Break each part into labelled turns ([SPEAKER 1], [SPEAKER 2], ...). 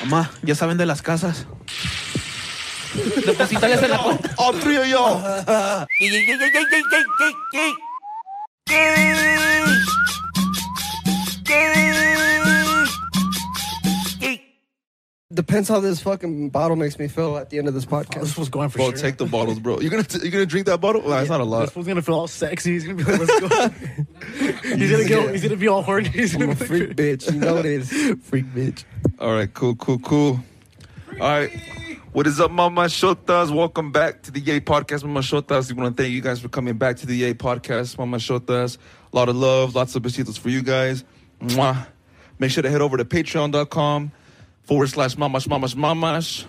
[SPEAKER 1] Mamá, ya saben de las casas. Depositales en la cuenta.
[SPEAKER 2] Otro yo yo.
[SPEAKER 3] Depends how this fucking bottle makes me feel at the end of this podcast.
[SPEAKER 4] This was going for
[SPEAKER 2] Bro,
[SPEAKER 4] sure.
[SPEAKER 2] take the bottles, bro. You're gonna you're gonna drink that bottle? Nah, it's not a lot.
[SPEAKER 4] This fool's gonna feel all sexy. He's gonna be like, let's go. he's gonna go. He's gonna be all horny. He's
[SPEAKER 3] I'm
[SPEAKER 4] gonna
[SPEAKER 3] a
[SPEAKER 4] be
[SPEAKER 3] freak bitch. You know this.
[SPEAKER 4] freak bitch.
[SPEAKER 2] All right, cool, cool, cool. All right. What is up, Mama Shotas? Welcome back to the Yay Podcast, Mama Shotas. We want to thank you guys for coming back to the Yay Podcast, Mama Shotas. A lot of love, lots of besitos for you guys. Mwah. Make sure to head over to patreon.com forward slash mamash mamash mamash.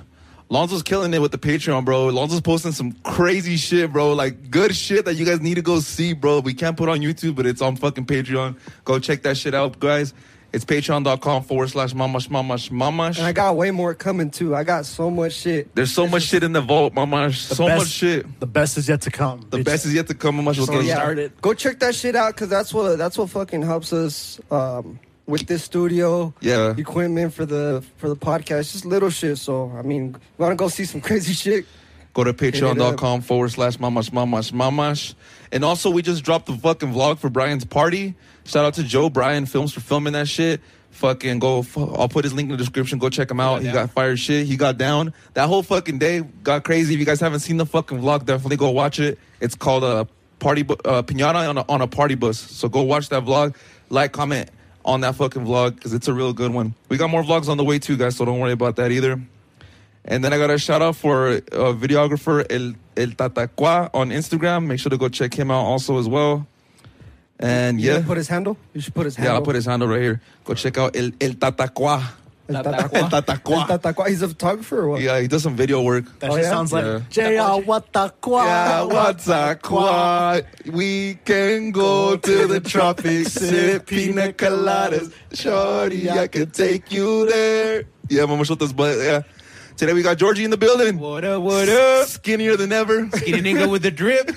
[SPEAKER 2] Lonzo's killing it with the Patreon, bro. Lonzo's posting some crazy shit, bro. Like good shit that you guys need to go see, bro. We can't put on YouTube, but it's on fucking Patreon. Go check that shit out, guys. It's patreon.com forward slash mamash mamash mamash.
[SPEAKER 3] And I got way more coming too. I got so much shit.
[SPEAKER 2] There's so much shit in the vault, mama. So
[SPEAKER 4] Best-
[SPEAKER 2] much shit.
[SPEAKER 4] The best is yet to come.
[SPEAKER 2] The best is yet to come, mama.
[SPEAKER 4] So,
[SPEAKER 2] Yeah.
[SPEAKER 4] yeah. started.
[SPEAKER 3] Go check that shit out because that's what that's what fucking helps us um, with this studio.
[SPEAKER 2] Yeah.
[SPEAKER 3] Equipment for the for the podcast, just little shit. So I mean, want to go see some crazy shit?
[SPEAKER 2] Go to
[SPEAKER 3] it up.
[SPEAKER 2] patreon.com forward slash mamash mamash mamash. And also, we just dropped the fucking vlog for Brian's party. Shout out to Joe Brian Films for filming that shit. Fucking go. f- I'll put his link in the description. Go check him out. He got fired shit. He got down. That whole fucking day got crazy. If you guys haven't seen the fucking vlog, definitely go watch it. It's called a party bu- uh, pinata on a, on a party bus. So go watch that vlog. Like, comment on that fucking vlog because it's a real good one. We got more vlogs on the way too, guys. So don't worry about that either. And then I got a shout out for uh, videographer El, El Tatacua on Instagram. Make sure to go check him out also as well. And
[SPEAKER 3] You
[SPEAKER 2] yeah,
[SPEAKER 3] gonna put his handle. You should put his
[SPEAKER 2] yeah,
[SPEAKER 3] handle.
[SPEAKER 2] I'll put his handle right here. Go check out El, El Tatacua.
[SPEAKER 3] El
[SPEAKER 2] El
[SPEAKER 3] Tatacua. El
[SPEAKER 2] Tatacua.
[SPEAKER 3] Tatacua. He's a photographer. Or what?
[SPEAKER 2] Yeah, he does some video work.
[SPEAKER 4] That
[SPEAKER 3] Oh,
[SPEAKER 4] shit
[SPEAKER 3] yeah?
[SPEAKER 4] sounds like
[SPEAKER 2] Yeah.
[SPEAKER 4] J.R. What the qua?
[SPEAKER 2] Yeah, what's a qua? We can go to the tropics, sip pina coladas. Shorty, I can take you there. Yeah, Mama Shota's butt. Yeah. Today we got Georgie in the building.
[SPEAKER 1] What up, what up?
[SPEAKER 2] Skinnier than ever.
[SPEAKER 1] Skinny nigga with the drip.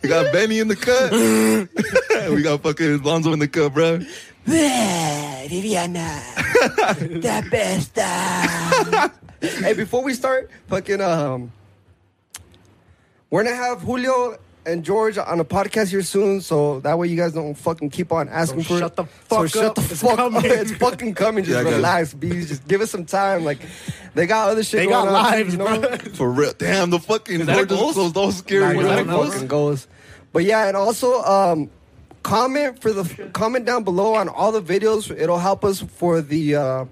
[SPEAKER 2] We got Benny in the cut. we got fucking Lonzo in the cut, bro.
[SPEAKER 3] Viviana, the best. hey, before we start, fucking um, we're gonna have Julio and George on a podcast here soon, so that way you guys don't fucking keep on asking
[SPEAKER 4] So
[SPEAKER 3] for
[SPEAKER 4] shut the
[SPEAKER 3] So
[SPEAKER 4] fuck
[SPEAKER 3] shut
[SPEAKER 4] up.
[SPEAKER 3] the
[SPEAKER 4] It's
[SPEAKER 3] fuck
[SPEAKER 4] coming.
[SPEAKER 3] up. It's fucking coming.
[SPEAKER 2] Yeah, I
[SPEAKER 3] Just
[SPEAKER 2] got it.
[SPEAKER 3] relax, B. Just give us some time. Like they got other shit.
[SPEAKER 4] They got
[SPEAKER 3] going on,
[SPEAKER 4] lives,
[SPEAKER 3] you know?
[SPEAKER 4] bro.
[SPEAKER 2] For real. Damn, the fucking
[SPEAKER 1] that
[SPEAKER 2] door
[SPEAKER 1] a
[SPEAKER 2] just
[SPEAKER 1] ghost?
[SPEAKER 2] closed. That was scary,
[SPEAKER 3] Nah,
[SPEAKER 2] bro.
[SPEAKER 3] it fucking goes. But yeah, and also um, comment for the comment down below on all the videos. It'll help us for the uh,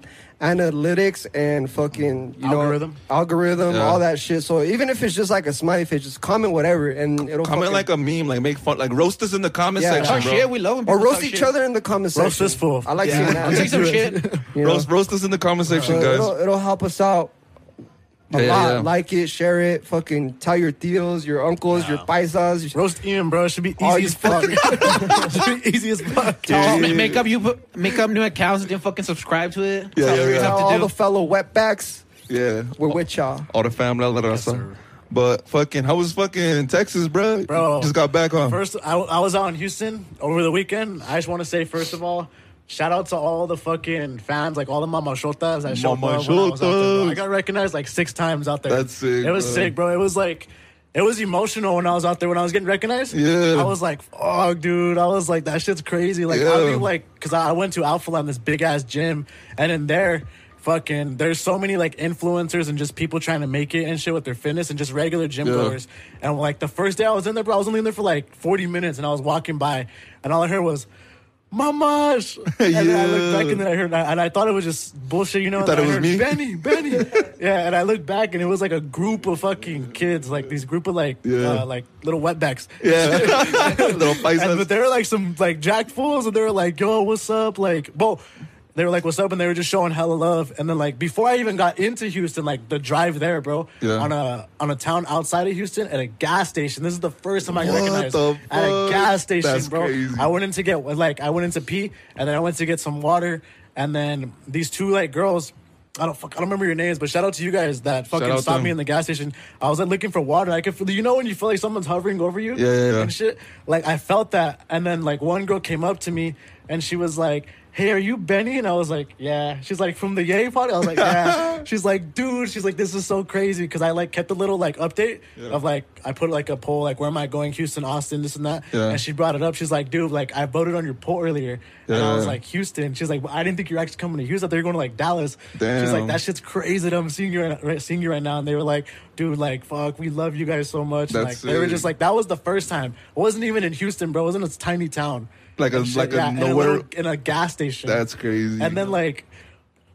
[SPEAKER 3] analytics and fucking you
[SPEAKER 4] Algorithm?
[SPEAKER 3] know algorithm,
[SPEAKER 2] Yeah.
[SPEAKER 3] all that shit. So even if it's just like a smiley face, just comment whatever, and it'll
[SPEAKER 2] Comment
[SPEAKER 3] fucking-
[SPEAKER 2] like a meme, like make fun, like roast us in the comment
[SPEAKER 3] Yeah.
[SPEAKER 2] section,
[SPEAKER 1] Talk
[SPEAKER 2] bro.
[SPEAKER 1] Oh, shit. We love when
[SPEAKER 3] or
[SPEAKER 1] people
[SPEAKER 3] roast
[SPEAKER 1] talk
[SPEAKER 3] each
[SPEAKER 1] shit.
[SPEAKER 3] other in the comment section.
[SPEAKER 4] Roast this fool.
[SPEAKER 3] I like
[SPEAKER 1] Yeah. I'll
[SPEAKER 3] seeing
[SPEAKER 1] take some
[SPEAKER 3] that.
[SPEAKER 1] shit. Oh,
[SPEAKER 3] You know?
[SPEAKER 2] Roast, roast us in the comment section,
[SPEAKER 3] So
[SPEAKER 2] guys.
[SPEAKER 3] it'll, it'll help us out. A
[SPEAKER 2] Yeah,
[SPEAKER 3] lot.
[SPEAKER 2] yeah.
[SPEAKER 3] Like it, share it, fucking tell your tios, your uncles, your paisas, your
[SPEAKER 4] Roast Ian, bro. It should be
[SPEAKER 3] all
[SPEAKER 4] easy
[SPEAKER 3] you
[SPEAKER 4] as fuck.
[SPEAKER 3] fuckers.
[SPEAKER 4] should be easy as fuck.
[SPEAKER 1] Just ma- make up you put- make up new accounts and then fucking subscribe to it.
[SPEAKER 2] Yeah,
[SPEAKER 1] That's
[SPEAKER 2] yeah,
[SPEAKER 1] what you
[SPEAKER 2] yeah.
[SPEAKER 1] have to
[SPEAKER 3] all
[SPEAKER 1] do.
[SPEAKER 3] the fellow wetbacks.
[SPEAKER 2] yeah.
[SPEAKER 3] We're with y'all.
[SPEAKER 2] All the family, all the
[SPEAKER 4] sir.
[SPEAKER 2] raza. But fucking, how was fucking Texas, bro?
[SPEAKER 4] Bro.
[SPEAKER 2] Just got back on.
[SPEAKER 4] First, I, I was out in Houston over the weekend. I just want to say, first of all, shout out to all the fucking fans, like all the mama shotas that showed
[SPEAKER 2] Mama
[SPEAKER 4] up. when I, was out there, bro.
[SPEAKER 2] shotas.
[SPEAKER 4] I got recognized like six times out there.
[SPEAKER 2] That's sick,
[SPEAKER 4] It was
[SPEAKER 2] bro.
[SPEAKER 4] sick, bro. It was like. It was emotional when I was out there when I was getting recognized.
[SPEAKER 2] Yeah.
[SPEAKER 4] I was like, "Fuck, dude!" I was like, "That shit's crazy." Like,
[SPEAKER 2] Yeah.
[SPEAKER 4] I think like, cause I I went to Alpha Land, this big ass gym, and in there, fucking, there's so many like influencers and just people trying to make it and shit with their fitness and just regular gym
[SPEAKER 2] Yeah.
[SPEAKER 4] goers. And like the first day I was in there, bro, I was only in there for like 40 minutes and I was walking by and all I heard was, Mamash! And then I looked back
[SPEAKER 2] Yeah.
[SPEAKER 4] and then I heard, and I thought it was just bullshit, you know? and
[SPEAKER 2] thought it
[SPEAKER 4] then I
[SPEAKER 2] was
[SPEAKER 4] heard,
[SPEAKER 2] me?
[SPEAKER 4] Benny, Benny! yeah, and I looked back and it was like a group of fucking kids, like these group of like,
[SPEAKER 2] Yeah.
[SPEAKER 4] uh, like little wetbacks.
[SPEAKER 2] yeah. Little
[SPEAKER 4] And, but
[SPEAKER 2] paisas.
[SPEAKER 4] they were like some like jack fools, and they were like, "Yo, what's up?" Like, well, they were like, "What's up?" And they were just showing hella love. And then like before I even got into Houston, like the drive there, bro,
[SPEAKER 2] Yeah.
[SPEAKER 4] on a on a town outside of Houston at a gas station. This is the first time I
[SPEAKER 2] What
[SPEAKER 4] recognized
[SPEAKER 2] the
[SPEAKER 4] at a
[SPEAKER 2] fuck?
[SPEAKER 4] gas station,
[SPEAKER 2] That's
[SPEAKER 4] bro.
[SPEAKER 2] crazy.
[SPEAKER 4] I went in to get like I went in to pee, and then I went to get some water, and then these two like girls. I don't fuck, I don't remember your names, but shout out to you guys that fucking
[SPEAKER 2] out
[SPEAKER 4] stopped
[SPEAKER 2] them.
[SPEAKER 4] me in the gas station. I was like looking for water. I could feel, you know, when you feel like someone's hovering over you
[SPEAKER 2] Yeah, yeah, yeah.
[SPEAKER 4] and shit. Like I felt that, and then like one girl came up to me and she was like, "Hey, are you Benny?" And I was like, "Yeah." She's like, "From the Yay Party." I was like, "Yeah." She's like, "Dude," she's like, "This is so crazy," because I like kept a little like update of like I put like a poll like where am I going, Houston, Austin, this and that,
[SPEAKER 2] Yeah.
[SPEAKER 4] and she brought it up. She's like, "Dude, like I voted on your poll earlier," and I was
[SPEAKER 2] Yeah.
[SPEAKER 4] like, "Houston." She's like, well, "I didn't think you were actually coming to Houston. They're going to like Dallas." She's like,
[SPEAKER 2] Damn.
[SPEAKER 4] "That shit's crazy that I'm seeing you right, right- seeing you right now." And they were like, "Dude, like fuck, we love you guys so much." And, like
[SPEAKER 2] That's
[SPEAKER 4] they were
[SPEAKER 2] it.
[SPEAKER 4] just like, "That was the first time. It wasn't even in Houston, bro. It wasn't a tiny town."
[SPEAKER 2] Like a-
[SPEAKER 4] And shit,
[SPEAKER 2] like a
[SPEAKER 4] in
[SPEAKER 2] nowhere-
[SPEAKER 4] little- in a gas station.
[SPEAKER 2] That's crazy.
[SPEAKER 4] And then like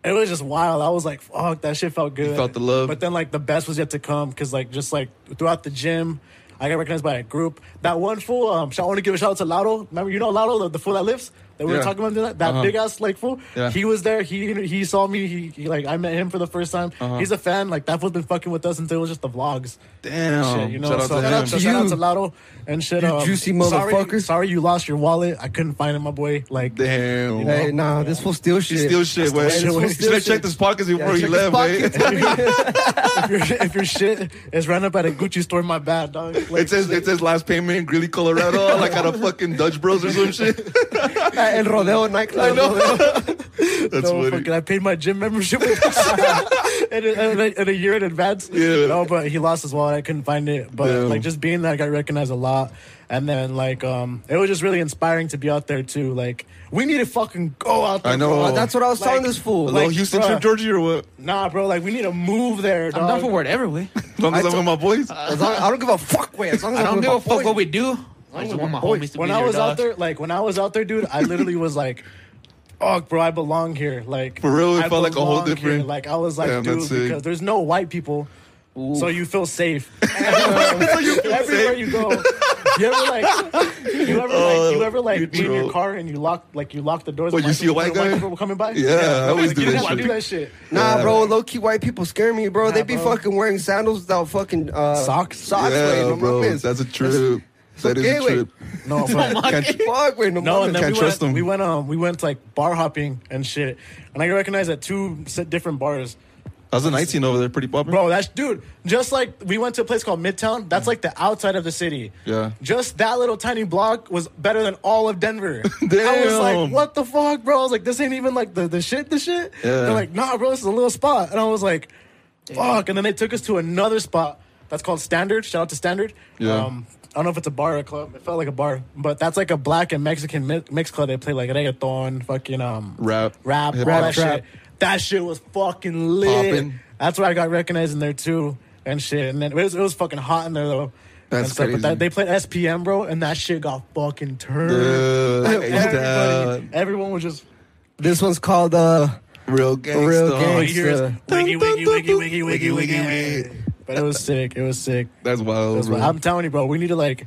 [SPEAKER 4] it was just wild. I was like, fuck, that shit felt good.
[SPEAKER 2] felt the love.
[SPEAKER 4] But then like the best was yet to come because like just like throughout the gym, I got recognized by a group. That one fool, um, I want to give a shout out to Lado. Remember, you know Lado, the, the fool that lifts that we
[SPEAKER 2] Yeah.
[SPEAKER 4] were talking about that, that
[SPEAKER 2] Uh-huh.
[SPEAKER 4] big ass like fool.
[SPEAKER 2] Yeah.
[SPEAKER 4] He was there. He he saw me. He, he, like I met him for the first time.
[SPEAKER 2] Uh-huh.
[SPEAKER 4] He's a fan. Like that fool's been fucking with us until it was just the vlogs.
[SPEAKER 2] Damn.
[SPEAKER 4] Shit, you know,
[SPEAKER 2] Oh, Shout out
[SPEAKER 4] so
[SPEAKER 2] to
[SPEAKER 4] shout,
[SPEAKER 2] him.
[SPEAKER 4] out to, shout out
[SPEAKER 3] You-
[SPEAKER 4] to Lotto and shit.
[SPEAKER 3] you
[SPEAKER 4] um,
[SPEAKER 3] juicy
[SPEAKER 4] sorry-
[SPEAKER 3] motherfucker.
[SPEAKER 4] Sorry, you lost your wallet. I couldn't find it, my boy. Like,
[SPEAKER 2] Damn.
[SPEAKER 3] Hey, nah, this will steal
[SPEAKER 2] He
[SPEAKER 3] shit.
[SPEAKER 2] steal shit, way.
[SPEAKER 4] shit,
[SPEAKER 2] Should
[SPEAKER 4] way.
[SPEAKER 2] have checked his pockets before he
[SPEAKER 3] check his
[SPEAKER 2] left, eh? way.
[SPEAKER 4] if, your, if your shit is run up at a Gucci store, my bad, dog. Like,
[SPEAKER 2] It says it says last payment in Greeley, Colorado, like at a fucking Dutch Bros or some shit.
[SPEAKER 3] El Rodeo nightclub. Rodeo.
[SPEAKER 2] That's
[SPEAKER 4] no,
[SPEAKER 2] what
[SPEAKER 4] fucking, I paid my gym membership with this. in, a, in, a, in a year in advance.
[SPEAKER 2] Yeah.
[SPEAKER 4] No, but he lost his wallet. I couldn't find it. But
[SPEAKER 2] Damn.
[SPEAKER 4] like just being there, I got recognized a lot. And then like um, it was just really inspiring to be out there too. Like we need to fucking go out there.
[SPEAKER 2] I know.
[SPEAKER 4] bro.
[SPEAKER 3] That's what I was telling this
[SPEAKER 2] A
[SPEAKER 3] fool.
[SPEAKER 2] little
[SPEAKER 4] like,
[SPEAKER 2] Houston
[SPEAKER 4] bruh.
[SPEAKER 2] trip, Georgia, or what?
[SPEAKER 4] Nah, bro. Like we need to move there.
[SPEAKER 1] I'm down
[SPEAKER 4] dog.
[SPEAKER 1] for whatever way.
[SPEAKER 2] As long as
[SPEAKER 3] I
[SPEAKER 2] I'm with my boys.
[SPEAKER 3] As long- I don't give a fuck, way. As long as
[SPEAKER 1] I
[SPEAKER 3] I'm
[SPEAKER 1] don't
[SPEAKER 3] with
[SPEAKER 1] give
[SPEAKER 3] my
[SPEAKER 1] a fuck
[SPEAKER 3] boys.
[SPEAKER 1] what we do. I just want my homies to
[SPEAKER 4] when
[SPEAKER 1] be
[SPEAKER 4] I
[SPEAKER 1] there,
[SPEAKER 4] was
[SPEAKER 1] dog.
[SPEAKER 4] out there, like when I was out there, dude, I literally was like, "Oh, bro, I belong here." Like
[SPEAKER 2] For real, it
[SPEAKER 4] I
[SPEAKER 2] felt like a whole
[SPEAKER 4] belong here.
[SPEAKER 2] different-
[SPEAKER 4] Like I was like,
[SPEAKER 2] Damn,
[SPEAKER 4] dude,
[SPEAKER 2] that's sick.
[SPEAKER 4] because there's no white people, so you feel safe. Everywhere
[SPEAKER 2] safe. Oh,
[SPEAKER 4] you go, you ever like, you ever like, you ever
[SPEAKER 2] you
[SPEAKER 4] like, be in
[SPEAKER 2] troll.
[SPEAKER 4] your car and you lock like you lock the doors.
[SPEAKER 2] What,
[SPEAKER 4] and
[SPEAKER 2] you see a white
[SPEAKER 4] people-
[SPEAKER 2] guy?
[SPEAKER 4] people coming by?
[SPEAKER 2] Yeah, I always
[SPEAKER 4] like,
[SPEAKER 2] do
[SPEAKER 4] you
[SPEAKER 2] that
[SPEAKER 4] don't have to
[SPEAKER 2] shit.
[SPEAKER 4] do that shit.
[SPEAKER 3] Nah,
[SPEAKER 2] Yeah.
[SPEAKER 3] bro, low key white people scare me, bro. they be
[SPEAKER 4] bro.
[SPEAKER 3] fucking wearing sandals without fucking uh,
[SPEAKER 4] Socks?
[SPEAKER 3] Socks, way,
[SPEAKER 2] yeah,
[SPEAKER 3] no
[SPEAKER 2] bro,
[SPEAKER 3] mames.
[SPEAKER 2] that's a trip. That is
[SPEAKER 3] okay,
[SPEAKER 2] a
[SPEAKER 3] wait.
[SPEAKER 2] trip.
[SPEAKER 4] No, but
[SPEAKER 2] Can't-
[SPEAKER 3] fuck, wait, no,
[SPEAKER 4] No,
[SPEAKER 3] mames.
[SPEAKER 4] and then
[SPEAKER 2] Can't
[SPEAKER 4] we
[SPEAKER 2] trust
[SPEAKER 4] went,
[SPEAKER 2] them.
[SPEAKER 4] we went um we went like bar hopping and shit, and I got recognized at two s- different bars.
[SPEAKER 2] I was a 19 over there, pretty popular.
[SPEAKER 4] Bro, that's dude. Just like we went to a place called Midtown. That's like the outside of the city.
[SPEAKER 2] Yeah.
[SPEAKER 4] Just that little tiny block was better than all of Denver. I was
[SPEAKER 2] Damn.
[SPEAKER 4] like, what the fuck, bro? I was like, this ain't even like the, the shit, the shit.
[SPEAKER 2] Yeah.
[SPEAKER 4] They're like, nah, bro, this is a little spot. And I was like, fuck. And then they took us to another spot that's called Standard. Shout out to Standard. Um,
[SPEAKER 2] Yeah.
[SPEAKER 4] I don't know if it's a bar or a club. It felt like a bar, but that's like a black and Mexican mi- mix club. They play like reggaeton, fucking um,
[SPEAKER 2] Rap.
[SPEAKER 4] rap, all
[SPEAKER 2] Hip
[SPEAKER 4] that
[SPEAKER 2] hop.
[SPEAKER 4] shit. That shit was fucking lit.
[SPEAKER 2] Poppin'.
[SPEAKER 4] That's where I got recognized in there too and shit. And then it was, it was fucking hot in there though.
[SPEAKER 2] That's
[SPEAKER 4] and stuff.
[SPEAKER 2] crazy.
[SPEAKER 4] But that, they played SPM, bro, and that shit got fucking turned.
[SPEAKER 2] Yeah,
[SPEAKER 4] Everybody,
[SPEAKER 2] yeah.
[SPEAKER 4] everyone was just
[SPEAKER 3] this one's called uh,
[SPEAKER 2] Real gangsta.
[SPEAKER 3] Real
[SPEAKER 4] oh,
[SPEAKER 3] gangsta.
[SPEAKER 4] you hear us, wiggy, wiggy, wiggy, wiggy, wiggy,
[SPEAKER 2] Wiggy, wiggy, Oh,
[SPEAKER 4] wiggy. But it was sick. It was sick.
[SPEAKER 2] That's wild,
[SPEAKER 4] That's
[SPEAKER 2] bro.
[SPEAKER 4] what- I'm telling you, bro. We need to like,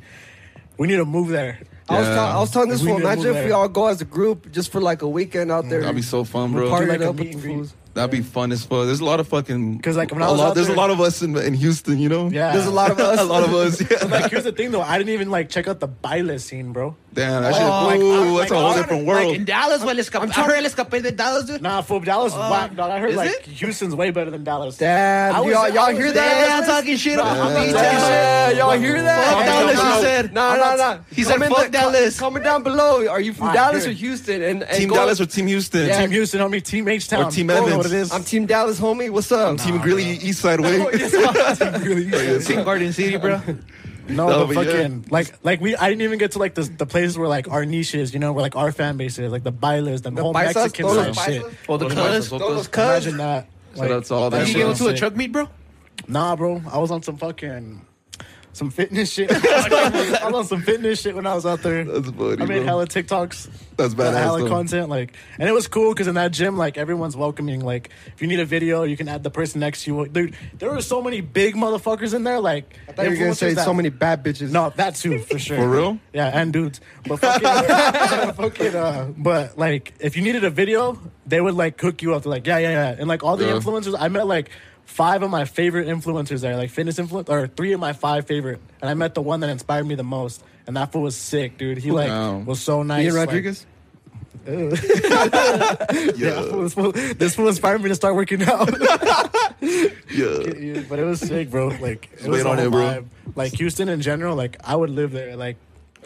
[SPEAKER 4] we need to move there.
[SPEAKER 3] I was,
[SPEAKER 2] Yeah.
[SPEAKER 3] tell- I was telling this
[SPEAKER 4] We
[SPEAKER 3] fool,
[SPEAKER 4] need to
[SPEAKER 3] imagine
[SPEAKER 4] move
[SPEAKER 3] if we
[SPEAKER 4] there.
[SPEAKER 3] all go as a group just for like a weekend out there.
[SPEAKER 2] That'd be so fun, bro.
[SPEAKER 3] Party
[SPEAKER 4] like a
[SPEAKER 3] up with
[SPEAKER 4] meet and
[SPEAKER 3] the
[SPEAKER 4] greet.
[SPEAKER 3] fools.
[SPEAKER 2] That'd be fun as fuck. There's a lot of fucking.
[SPEAKER 4] 'Cause, like, when I
[SPEAKER 2] a
[SPEAKER 4] was
[SPEAKER 2] lot-
[SPEAKER 4] out
[SPEAKER 2] there's
[SPEAKER 4] there-
[SPEAKER 2] a lot of us in, in Houston, you know.
[SPEAKER 4] Yeah.
[SPEAKER 3] There's a lot of us.
[SPEAKER 2] a lot of us. Yeah.
[SPEAKER 4] Like here's the thing though, I didn't even like check out the baile scene, bro.
[SPEAKER 2] Damn, that shit.
[SPEAKER 4] Oh, like,
[SPEAKER 2] ooh,
[SPEAKER 4] I'm-
[SPEAKER 2] that's
[SPEAKER 4] like,
[SPEAKER 2] a whole
[SPEAKER 4] I'm-
[SPEAKER 2] different
[SPEAKER 1] Like
[SPEAKER 2] world.
[SPEAKER 1] in Dallas, I'm, escape, i heard El Escape de Dallas, dude.
[SPEAKER 4] Nah, fool, Dallas is whack, dog. I heard
[SPEAKER 1] is
[SPEAKER 4] like
[SPEAKER 1] it?
[SPEAKER 4] Houston's way better than Dallas.
[SPEAKER 3] Damn,
[SPEAKER 4] I was-
[SPEAKER 3] y'all, y'all
[SPEAKER 4] I was
[SPEAKER 3] hear
[SPEAKER 1] Damn,
[SPEAKER 3] that?
[SPEAKER 1] talking shit.
[SPEAKER 4] I'm not
[SPEAKER 1] He's
[SPEAKER 4] talking
[SPEAKER 1] talking shit.
[SPEAKER 3] Yeah, y'all hear that?
[SPEAKER 1] Fuck
[SPEAKER 3] Hey,
[SPEAKER 2] Dallas,
[SPEAKER 3] no,
[SPEAKER 2] he
[SPEAKER 3] no.
[SPEAKER 1] said.
[SPEAKER 3] No, no, no.
[SPEAKER 1] He said,
[SPEAKER 3] Comment
[SPEAKER 1] "Fuck
[SPEAKER 3] the-
[SPEAKER 1] Dallas."
[SPEAKER 3] Comment down below. Are you from
[SPEAKER 4] Ah,
[SPEAKER 3] Dallas
[SPEAKER 4] dude.
[SPEAKER 3] or Houston? And, and
[SPEAKER 2] Team
[SPEAKER 3] go-
[SPEAKER 2] Dallas or Team Houston?
[SPEAKER 4] Team Houston, homie. Team H Town.
[SPEAKER 2] Or Team
[SPEAKER 4] You know
[SPEAKER 2] Evans.
[SPEAKER 4] what it is.
[SPEAKER 3] I'm Team Dallas, homie. What's up?
[SPEAKER 2] Team Greeley East Side way.
[SPEAKER 1] Team Garden City, bro.
[SPEAKER 4] no,
[SPEAKER 2] No,
[SPEAKER 4] but
[SPEAKER 2] but yeah.
[SPEAKER 4] fucking like, like we. I didn't even get to like the the places where like our niche is. You know, where like our fan base is, like the bailers, the, whole
[SPEAKER 3] paisas,
[SPEAKER 4] Mexicans
[SPEAKER 3] todos
[SPEAKER 4] and
[SPEAKER 3] los
[SPEAKER 4] shit.
[SPEAKER 3] paisas.
[SPEAKER 1] Oh, the
[SPEAKER 2] Todos
[SPEAKER 1] colors.
[SPEAKER 2] los-
[SPEAKER 3] Todos los cuz.
[SPEAKER 4] Imagine that.
[SPEAKER 2] Shout out to all
[SPEAKER 4] that
[SPEAKER 2] them,
[SPEAKER 1] Did you
[SPEAKER 4] shit
[SPEAKER 1] give him
[SPEAKER 4] was
[SPEAKER 1] to a
[SPEAKER 4] sick.
[SPEAKER 1] truck meet, bro?
[SPEAKER 4] Nah, bro. I was on some fucking some fitness shit. I was on some fitness shit when I was out there.
[SPEAKER 2] That's funny,
[SPEAKER 4] I made
[SPEAKER 2] bro.
[SPEAKER 4] hella TikToks.
[SPEAKER 2] That's
[SPEAKER 4] But
[SPEAKER 2] badass.
[SPEAKER 4] hella
[SPEAKER 2] though.
[SPEAKER 4] content, like, and it was cool because in that gym, like, everyone's welcoming. Like, if you need a video, you can add the person next to you. Dude, there were so many big motherfuckers in there. Like,
[SPEAKER 3] I thought you were gonna
[SPEAKER 4] influencers
[SPEAKER 3] say
[SPEAKER 4] that-
[SPEAKER 3] so many bad bitches.
[SPEAKER 4] No, that too, for sure.
[SPEAKER 2] For real?
[SPEAKER 4] Yeah, and dudes. But fucking, fucking uh, but like, if you needed a video, they would like hook you up. They're like, yeah, yeah, yeah. And like all the
[SPEAKER 2] Yeah.
[SPEAKER 4] influencers, I met like five of my favorite influencers there, like fitness influencers, or three of my five favorite. And I met the one that inspired me the most. And that fool was sick, dude. He like
[SPEAKER 2] Wow.
[SPEAKER 4] was so nice.
[SPEAKER 3] Ian
[SPEAKER 4] like-
[SPEAKER 3] Rodriguez.
[SPEAKER 4] yeah, this fool, this fool inspired me to start working out.
[SPEAKER 2] Yeah.
[SPEAKER 4] Yeah, but it was sick, bro. Like it was
[SPEAKER 2] wait
[SPEAKER 4] a
[SPEAKER 2] on
[SPEAKER 4] whole
[SPEAKER 2] it, bro.
[SPEAKER 4] vibe. Like Houston in general, like I would live there. Like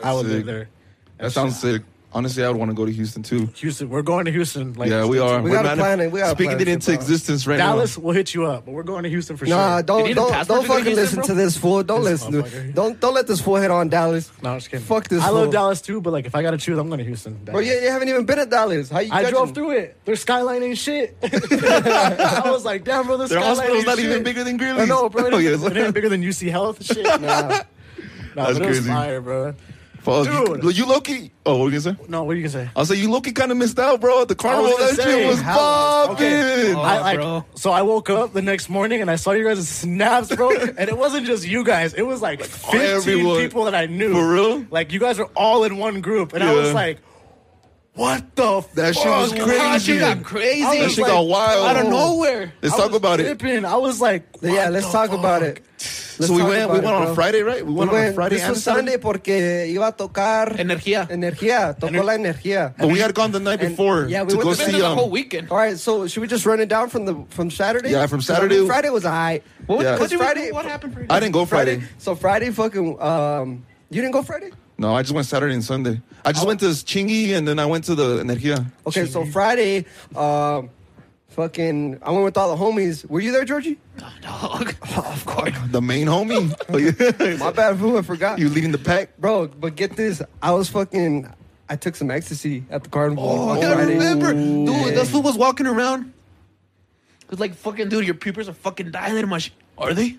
[SPEAKER 4] I would
[SPEAKER 2] Sick.
[SPEAKER 4] live there.
[SPEAKER 2] That sounds sick. honestly, I would want to go to Houston too.
[SPEAKER 4] Houston, we're going to Houston. Like,
[SPEAKER 2] Yeah, we are.
[SPEAKER 3] We
[SPEAKER 2] We're
[SPEAKER 3] gotta
[SPEAKER 2] manif-
[SPEAKER 3] plan it. We gotta
[SPEAKER 2] speaking
[SPEAKER 3] plan
[SPEAKER 2] it
[SPEAKER 3] it
[SPEAKER 2] into
[SPEAKER 3] somehow.
[SPEAKER 2] existence right
[SPEAKER 4] Dallas,
[SPEAKER 2] now.
[SPEAKER 4] we'll hit you up, but we're going to Houston for
[SPEAKER 3] Nah,
[SPEAKER 4] sure.
[SPEAKER 1] You
[SPEAKER 3] don't
[SPEAKER 1] need a
[SPEAKER 3] don't,
[SPEAKER 1] passport
[SPEAKER 3] don't
[SPEAKER 1] to go to
[SPEAKER 3] fucking
[SPEAKER 1] Houston,
[SPEAKER 3] listen
[SPEAKER 1] bro?
[SPEAKER 3] to this fool. Don't
[SPEAKER 4] This
[SPEAKER 3] listen. To,
[SPEAKER 4] motherfucker.
[SPEAKER 3] don't don't let this fool hit on Dallas.
[SPEAKER 4] No, I'm just kidding.
[SPEAKER 3] Fuck this
[SPEAKER 4] I love
[SPEAKER 3] fool.
[SPEAKER 4] Dallas too, but like if I got to choose, I'm going to Houston.
[SPEAKER 3] Bro, you, you haven't even been at Dallas. How you?
[SPEAKER 4] I
[SPEAKER 3] judging?
[SPEAKER 4] drove through it. Their skyline ain't shit. I was like, damn, bro, their
[SPEAKER 2] Their
[SPEAKER 4] skyline
[SPEAKER 2] hospital's
[SPEAKER 4] ain't
[SPEAKER 2] not
[SPEAKER 4] shit.
[SPEAKER 2] even bigger than Greeley's.
[SPEAKER 4] I know, bro. It
[SPEAKER 2] Oh, yeah,
[SPEAKER 4] ain't,
[SPEAKER 2] it's like-
[SPEAKER 4] it ain't bigger than UC Health. Shit. Nah, nah
[SPEAKER 2] That's
[SPEAKER 4] but it was
[SPEAKER 2] crazy.
[SPEAKER 4] fire, bro.
[SPEAKER 2] Fuck, you,
[SPEAKER 4] Dude.
[SPEAKER 2] you Loki. Oh, what were you gonna say?
[SPEAKER 4] No, what are you gonna say?
[SPEAKER 2] I was like, you Loki kind of missed out, bro. The carnival
[SPEAKER 4] gonna
[SPEAKER 2] that
[SPEAKER 4] say,
[SPEAKER 2] shit was
[SPEAKER 4] how- okay.
[SPEAKER 2] popping.
[SPEAKER 4] I like
[SPEAKER 1] bro.
[SPEAKER 4] so I woke up the next morning and I saw you guys' snaps, bro. and it wasn't just you guys; it was like fifteen
[SPEAKER 2] everyone.
[SPEAKER 4] people that I knew.
[SPEAKER 2] For real?
[SPEAKER 4] Like you guys were all in one group, and I was
[SPEAKER 2] Yeah.
[SPEAKER 4] like, "What the?
[SPEAKER 2] That shit
[SPEAKER 4] fuck?
[SPEAKER 2] was
[SPEAKER 1] Oh, That
[SPEAKER 2] crazy.
[SPEAKER 1] shit got
[SPEAKER 4] I
[SPEAKER 1] crazy.
[SPEAKER 2] That
[SPEAKER 4] was
[SPEAKER 2] shit
[SPEAKER 4] like,
[SPEAKER 2] got wild.
[SPEAKER 1] out of nowhere.
[SPEAKER 2] Let's
[SPEAKER 4] I
[SPEAKER 2] talk
[SPEAKER 4] was
[SPEAKER 2] about it.
[SPEAKER 4] tripping. I was like,
[SPEAKER 3] Yeah,
[SPEAKER 4] "What
[SPEAKER 3] let's
[SPEAKER 4] the
[SPEAKER 3] talk
[SPEAKER 4] fuck?"
[SPEAKER 3] about it. Let's
[SPEAKER 2] so we
[SPEAKER 3] talk
[SPEAKER 2] went. We
[SPEAKER 3] about it,
[SPEAKER 2] went on
[SPEAKER 3] bro.
[SPEAKER 2] a Friday, right? We
[SPEAKER 3] We
[SPEAKER 2] went, on a
[SPEAKER 3] went,
[SPEAKER 2] Friday
[SPEAKER 3] this
[SPEAKER 2] and
[SPEAKER 3] was
[SPEAKER 2] Sunday.
[SPEAKER 3] Sunday porque iba a tocar
[SPEAKER 1] Energía.
[SPEAKER 3] energía. Tocó la energía.
[SPEAKER 2] But we had gone the night
[SPEAKER 3] And-
[SPEAKER 2] before
[SPEAKER 3] yeah, we
[SPEAKER 2] to
[SPEAKER 3] went
[SPEAKER 2] go
[SPEAKER 3] to
[SPEAKER 1] Been
[SPEAKER 2] see
[SPEAKER 1] there the
[SPEAKER 2] um,
[SPEAKER 1] whole weekend.
[SPEAKER 3] All right, so should we just run it down from the from Saturday?
[SPEAKER 2] Yeah, from
[SPEAKER 3] 'Cause I
[SPEAKER 2] Saturday-
[SPEAKER 3] mean, Friday was high.
[SPEAKER 1] What,
[SPEAKER 2] Yeah.
[SPEAKER 1] what, did we-
[SPEAKER 3] Friday-
[SPEAKER 1] what happened for you?
[SPEAKER 2] I didn't go Friday.
[SPEAKER 3] So Friday, fucking. Um, you didn't go Friday.
[SPEAKER 2] No, I just went Saturday and Sunday. I
[SPEAKER 3] Oh.
[SPEAKER 2] just went to Chingy and then I went to the Energia.
[SPEAKER 3] Okay, so Friday, um, fucking. I went with all the homies. Were you there, Georgie?
[SPEAKER 1] Dog. of course.
[SPEAKER 2] The main homie. Oh, yeah.
[SPEAKER 3] My bad, fool. I forgot.
[SPEAKER 2] you leading the pack.
[SPEAKER 3] bro. But get this, I was fucking. I took some ecstasy at the carnival.
[SPEAKER 1] Oh,
[SPEAKER 3] on
[SPEAKER 1] I gotta
[SPEAKER 3] Friday.
[SPEAKER 1] remember. Dude,
[SPEAKER 3] Yeah.
[SPEAKER 1] that fool was walking around. Cause like fucking dude, your pupils are fucking dilated. My sh- are they?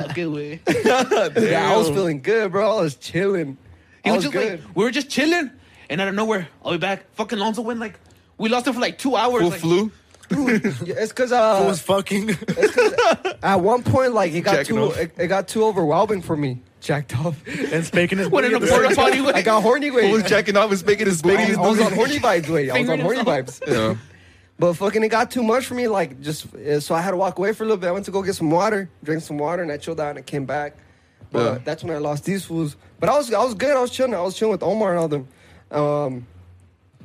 [SPEAKER 1] Okay, way. He
[SPEAKER 3] Yeah, I was feeling good, bro. I was chilling. I
[SPEAKER 1] was
[SPEAKER 3] was
[SPEAKER 1] just
[SPEAKER 3] good.
[SPEAKER 1] like, we were just chilling, and out of nowhere, I'll be back. Fucking Lonzo went like, we lost him for like two hours.
[SPEAKER 2] Full
[SPEAKER 1] like,
[SPEAKER 2] flu.
[SPEAKER 3] Yeah, it's because
[SPEAKER 4] I
[SPEAKER 3] uh,
[SPEAKER 4] was fucking.
[SPEAKER 3] at one point, like it got
[SPEAKER 2] Jacking
[SPEAKER 3] too,
[SPEAKER 2] off.
[SPEAKER 3] it, it got too overwhelming for me. Jacked off.
[SPEAKER 4] and speaking his
[SPEAKER 1] Went in a porta potty.
[SPEAKER 3] I got horny
[SPEAKER 2] Who was
[SPEAKER 3] waves.
[SPEAKER 2] jacking off and making his baby?
[SPEAKER 3] I was on horny vibes, wait. I was on
[SPEAKER 1] Fingered
[SPEAKER 3] horny
[SPEAKER 1] himself.
[SPEAKER 3] vibes.
[SPEAKER 2] Yeah.
[SPEAKER 3] But fucking, it got too much for me. Like, just uh, so I had to walk away for a little bit. I went to go get some water, drink some water, and I chilled out and I came back. But
[SPEAKER 2] Yeah.
[SPEAKER 3] that's when I lost these fools. But I was, I was good. I was chilling. I was chilling with Omar and all them. Um,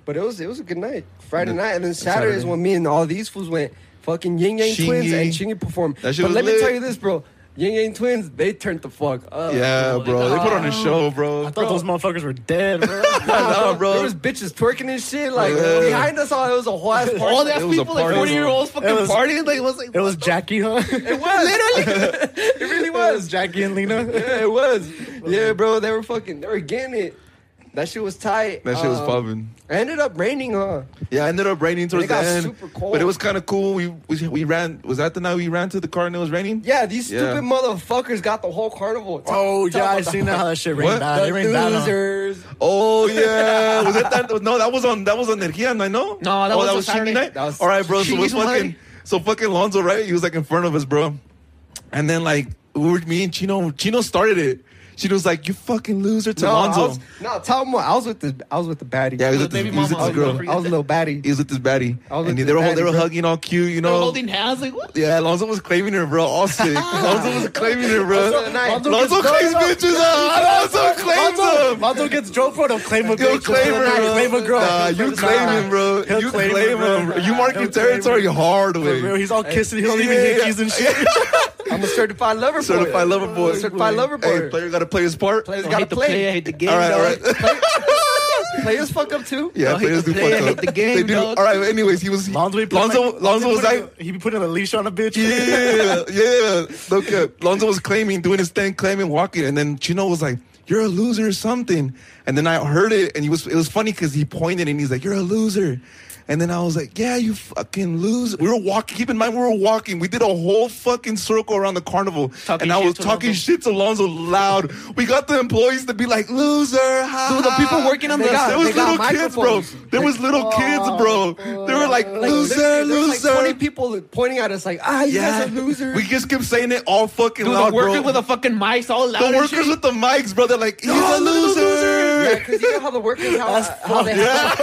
[SPEAKER 3] but it was, it was a good night. Friday
[SPEAKER 2] Yeah.
[SPEAKER 3] night, and then Saturday, is
[SPEAKER 2] Saturday.
[SPEAKER 3] when me and all these fools went fucking Ying Yang
[SPEAKER 2] Shingy.
[SPEAKER 3] Twins and Chingy performed.
[SPEAKER 2] That
[SPEAKER 3] But
[SPEAKER 2] shit was
[SPEAKER 3] let me
[SPEAKER 2] lit.
[SPEAKER 3] tell you this, bro. Ying Yang Twins, they turned the fuck up.
[SPEAKER 2] Yeah, bro. They put on a show, bro.
[SPEAKER 4] I thought those motherfuckers were dead, bro.
[SPEAKER 2] Nah, bro.
[SPEAKER 3] There was bitches twerking and shit. Like
[SPEAKER 2] Yeah.
[SPEAKER 3] behind us all, it was a whole ass party.
[SPEAKER 1] All that
[SPEAKER 2] It was a
[SPEAKER 1] people like
[SPEAKER 2] party.
[SPEAKER 1] forty year olds fucking
[SPEAKER 4] It was-
[SPEAKER 1] partying. Like it was like
[SPEAKER 4] it was Jackie, huh? It
[SPEAKER 1] literally.
[SPEAKER 3] really
[SPEAKER 4] was Jackie and Lena.
[SPEAKER 3] Yeah, it was. Yeah, bro, they were fucking, they were getting it. That shit was tight.
[SPEAKER 2] That shit was
[SPEAKER 3] Um,
[SPEAKER 2] popping.
[SPEAKER 3] It ended up raining, huh?
[SPEAKER 2] Yeah, it ended up raining towards
[SPEAKER 3] it
[SPEAKER 2] the
[SPEAKER 3] got
[SPEAKER 2] end.
[SPEAKER 3] super cold.
[SPEAKER 2] But it was kind of cool. We, we we ran. Was that the night we ran to the car and it was raining?
[SPEAKER 3] Yeah, these
[SPEAKER 2] Yeah.
[SPEAKER 3] stupid motherfuckers got the whole carnival.
[SPEAKER 4] Oh
[SPEAKER 3] Tell
[SPEAKER 4] yeah, I
[SPEAKER 3] about
[SPEAKER 4] seen that how that shit
[SPEAKER 2] What?
[SPEAKER 4] rained
[SPEAKER 3] the
[SPEAKER 4] down. It rained down. on-
[SPEAKER 3] losers.
[SPEAKER 2] Oh yeah, was that that? No, that was on that was on Energia night. No,
[SPEAKER 1] No, that
[SPEAKER 2] oh,
[SPEAKER 1] was
[SPEAKER 2] that
[SPEAKER 1] on
[SPEAKER 2] was
[SPEAKER 1] Saturday.
[SPEAKER 2] Shingy night.
[SPEAKER 3] That was
[SPEAKER 2] All right, bro. So we
[SPEAKER 1] Shingy's
[SPEAKER 2] fucking
[SPEAKER 1] party.
[SPEAKER 2] so fucking Lonzo, right? He was like in front of us, bro. And then like we were, me and Chino, Chino started it. Chino was like, "You fucking loser to
[SPEAKER 3] No, I
[SPEAKER 2] Lonzo."
[SPEAKER 3] was, no, tell them what I was with the I was with the baddie.
[SPEAKER 2] yeah, he was with
[SPEAKER 1] The
[SPEAKER 2] this,
[SPEAKER 1] baby
[SPEAKER 2] he was with this
[SPEAKER 3] I was,
[SPEAKER 1] mama, I'll
[SPEAKER 2] girl.
[SPEAKER 1] never
[SPEAKER 3] I was a little baddie.
[SPEAKER 2] He was with this baddie,
[SPEAKER 3] I was
[SPEAKER 2] and
[SPEAKER 3] with
[SPEAKER 2] they were
[SPEAKER 3] this
[SPEAKER 2] they were
[SPEAKER 3] baddie, bro.
[SPEAKER 2] hugging all cute, you
[SPEAKER 1] They were
[SPEAKER 2] know.
[SPEAKER 1] holding hands. Like what?
[SPEAKER 2] Yeah, Lonzo was claiming her, bro. All sick. Lonzo was claiming her, bro.
[SPEAKER 3] Lonzo-
[SPEAKER 2] Lonzo,
[SPEAKER 3] Lonzo
[SPEAKER 4] gets
[SPEAKER 2] claims
[SPEAKER 4] going up.
[SPEAKER 2] bitches. ah, Lonzo claims
[SPEAKER 4] Lonzo,
[SPEAKER 2] them.
[SPEAKER 4] Lonzo gets drove for to claim a
[SPEAKER 2] You
[SPEAKER 4] bitch.
[SPEAKER 2] claim him,
[SPEAKER 4] Nah,
[SPEAKER 2] bro.
[SPEAKER 4] claim a girl.
[SPEAKER 2] Nah, you claim him, bro.
[SPEAKER 4] He'll
[SPEAKER 2] you
[SPEAKER 4] claim
[SPEAKER 2] claim,
[SPEAKER 4] him, bro.
[SPEAKER 2] him. bro. You mark your
[SPEAKER 4] He'll claim
[SPEAKER 2] territory
[SPEAKER 4] him.
[SPEAKER 2] hard
[SPEAKER 4] For real,
[SPEAKER 2] way.
[SPEAKER 4] He's all kissing. He'll leave
[SPEAKER 2] Yeah.
[SPEAKER 4] hickeys and shit.
[SPEAKER 3] I'm a certified lover boy.
[SPEAKER 2] Certified lover boy.
[SPEAKER 3] Certified lover boy.
[SPEAKER 2] Hey, player got to play his part.
[SPEAKER 3] Players
[SPEAKER 1] I
[SPEAKER 3] gotta
[SPEAKER 1] hate the play. I
[SPEAKER 3] play.
[SPEAKER 1] hate the game.
[SPEAKER 2] all right, all right.
[SPEAKER 1] dog.
[SPEAKER 3] Players fuck up too.
[SPEAKER 2] Yeah,
[SPEAKER 1] I hate
[SPEAKER 2] players
[SPEAKER 1] the
[SPEAKER 2] do
[SPEAKER 1] player, I
[SPEAKER 2] fuck
[SPEAKER 1] hate
[SPEAKER 2] up.
[SPEAKER 1] the game,
[SPEAKER 2] they do.
[SPEAKER 1] dog.
[SPEAKER 2] All right. Anyways, he was
[SPEAKER 4] Lonzo, he put
[SPEAKER 2] Lonzo,
[SPEAKER 4] like,
[SPEAKER 2] Lonzo
[SPEAKER 4] he
[SPEAKER 2] was
[SPEAKER 4] put a-
[SPEAKER 2] like.
[SPEAKER 4] he be putting a leash on a bitch.
[SPEAKER 2] Yeah, yeah. Look, uh, Lonzo was claiming, doing his thing, claiming, walking, and then Chino was like, "You're a loser" or something. And then I heard it, and he was it was funny because he pointed and he's like, "You're a loser," and then I was like, "Yeah, you fucking loser." We were walking. Keep in mind, we were walking. We did a whole fucking circle around the carnival,
[SPEAKER 1] Talking
[SPEAKER 2] and I
[SPEAKER 1] shit
[SPEAKER 2] was
[SPEAKER 1] to
[SPEAKER 2] talking
[SPEAKER 1] Lonzo.
[SPEAKER 2] shit to Lonzo loud. We got the employees to be like, "Loser," ha,
[SPEAKER 1] Dude, the
[SPEAKER 2] ha."
[SPEAKER 1] people working on
[SPEAKER 3] They
[SPEAKER 1] the
[SPEAKER 3] got-
[SPEAKER 2] There was
[SPEAKER 3] they got
[SPEAKER 2] little kids, bro.
[SPEAKER 3] microphones.
[SPEAKER 2] There was little kids, bro. They were like,
[SPEAKER 3] Like,
[SPEAKER 2] "Loser,
[SPEAKER 3] literally, there was
[SPEAKER 2] loser."
[SPEAKER 3] Like Twenty people pointing at us like, ah, you guys are losers.
[SPEAKER 2] We just kept saying it all fucking
[SPEAKER 1] Dude,
[SPEAKER 2] loud,
[SPEAKER 1] the workers
[SPEAKER 2] bro.
[SPEAKER 1] with the fucking mics all loud.
[SPEAKER 2] The
[SPEAKER 1] and
[SPEAKER 2] workers
[SPEAKER 1] shit.
[SPEAKER 2] with the mics, bro. They're like, he's
[SPEAKER 3] You're
[SPEAKER 2] a loser.
[SPEAKER 3] Yeah, because you know how the workers how, how they
[SPEAKER 2] Yeah.
[SPEAKER 3] have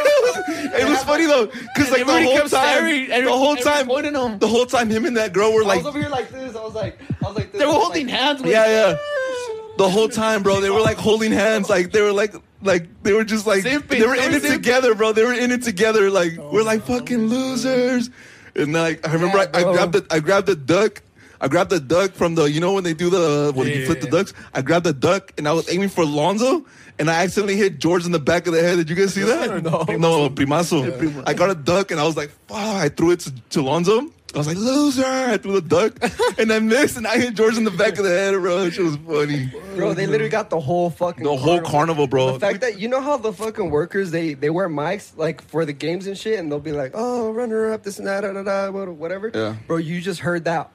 [SPEAKER 2] it was funny though, because like the
[SPEAKER 1] Everybody
[SPEAKER 2] whole
[SPEAKER 1] kept
[SPEAKER 2] time,
[SPEAKER 1] staring, every-
[SPEAKER 2] the whole
[SPEAKER 1] everyone
[SPEAKER 2] time,
[SPEAKER 1] pointing at 'em.
[SPEAKER 2] the whole time, him and that girl were
[SPEAKER 3] I
[SPEAKER 2] like,
[SPEAKER 3] was over here like this. I was like, I was like, this.
[SPEAKER 1] They
[SPEAKER 3] I
[SPEAKER 1] were
[SPEAKER 3] was
[SPEAKER 1] holding
[SPEAKER 3] like,
[SPEAKER 1] hands. With
[SPEAKER 2] yeah, yeah. The whole time, bro, they were like holding hands, like they were like, like they were just like,
[SPEAKER 1] Zipping.
[SPEAKER 2] they were
[SPEAKER 1] They
[SPEAKER 2] in
[SPEAKER 1] were
[SPEAKER 2] it
[SPEAKER 1] zipping.
[SPEAKER 2] together, bro. They were in it together, like we're like fucking losers. And like I remember,
[SPEAKER 3] Oh Yeah,
[SPEAKER 2] I, I
[SPEAKER 3] bro.
[SPEAKER 2] grabbed the, I grabbed the duck. I grabbed the duck from the, you know, when they do the, when you
[SPEAKER 4] Yeah.
[SPEAKER 2] flip the ducks, I grabbed the duck and I was aiming for Alonzo and I accidentally hit George in the back of the head. Did you guys see that?
[SPEAKER 4] No.
[SPEAKER 2] No, Primazo. I got a duck and I was like, fuck, I threw it to, to Alonzo. I was like, loser. I threw the duck and I missed and I hit George in the back of the head, bro. It was funny.
[SPEAKER 3] Bro, they literally got the whole fucking
[SPEAKER 2] The whole carnival, bro.
[SPEAKER 3] The fact that you know how the fucking workers they they wear mics like for the games and shit, and they'll be like, "Oh, runner up, this and that, da, da, da, what- whatever."
[SPEAKER 2] Yeah.
[SPEAKER 3] Bro, you just heard that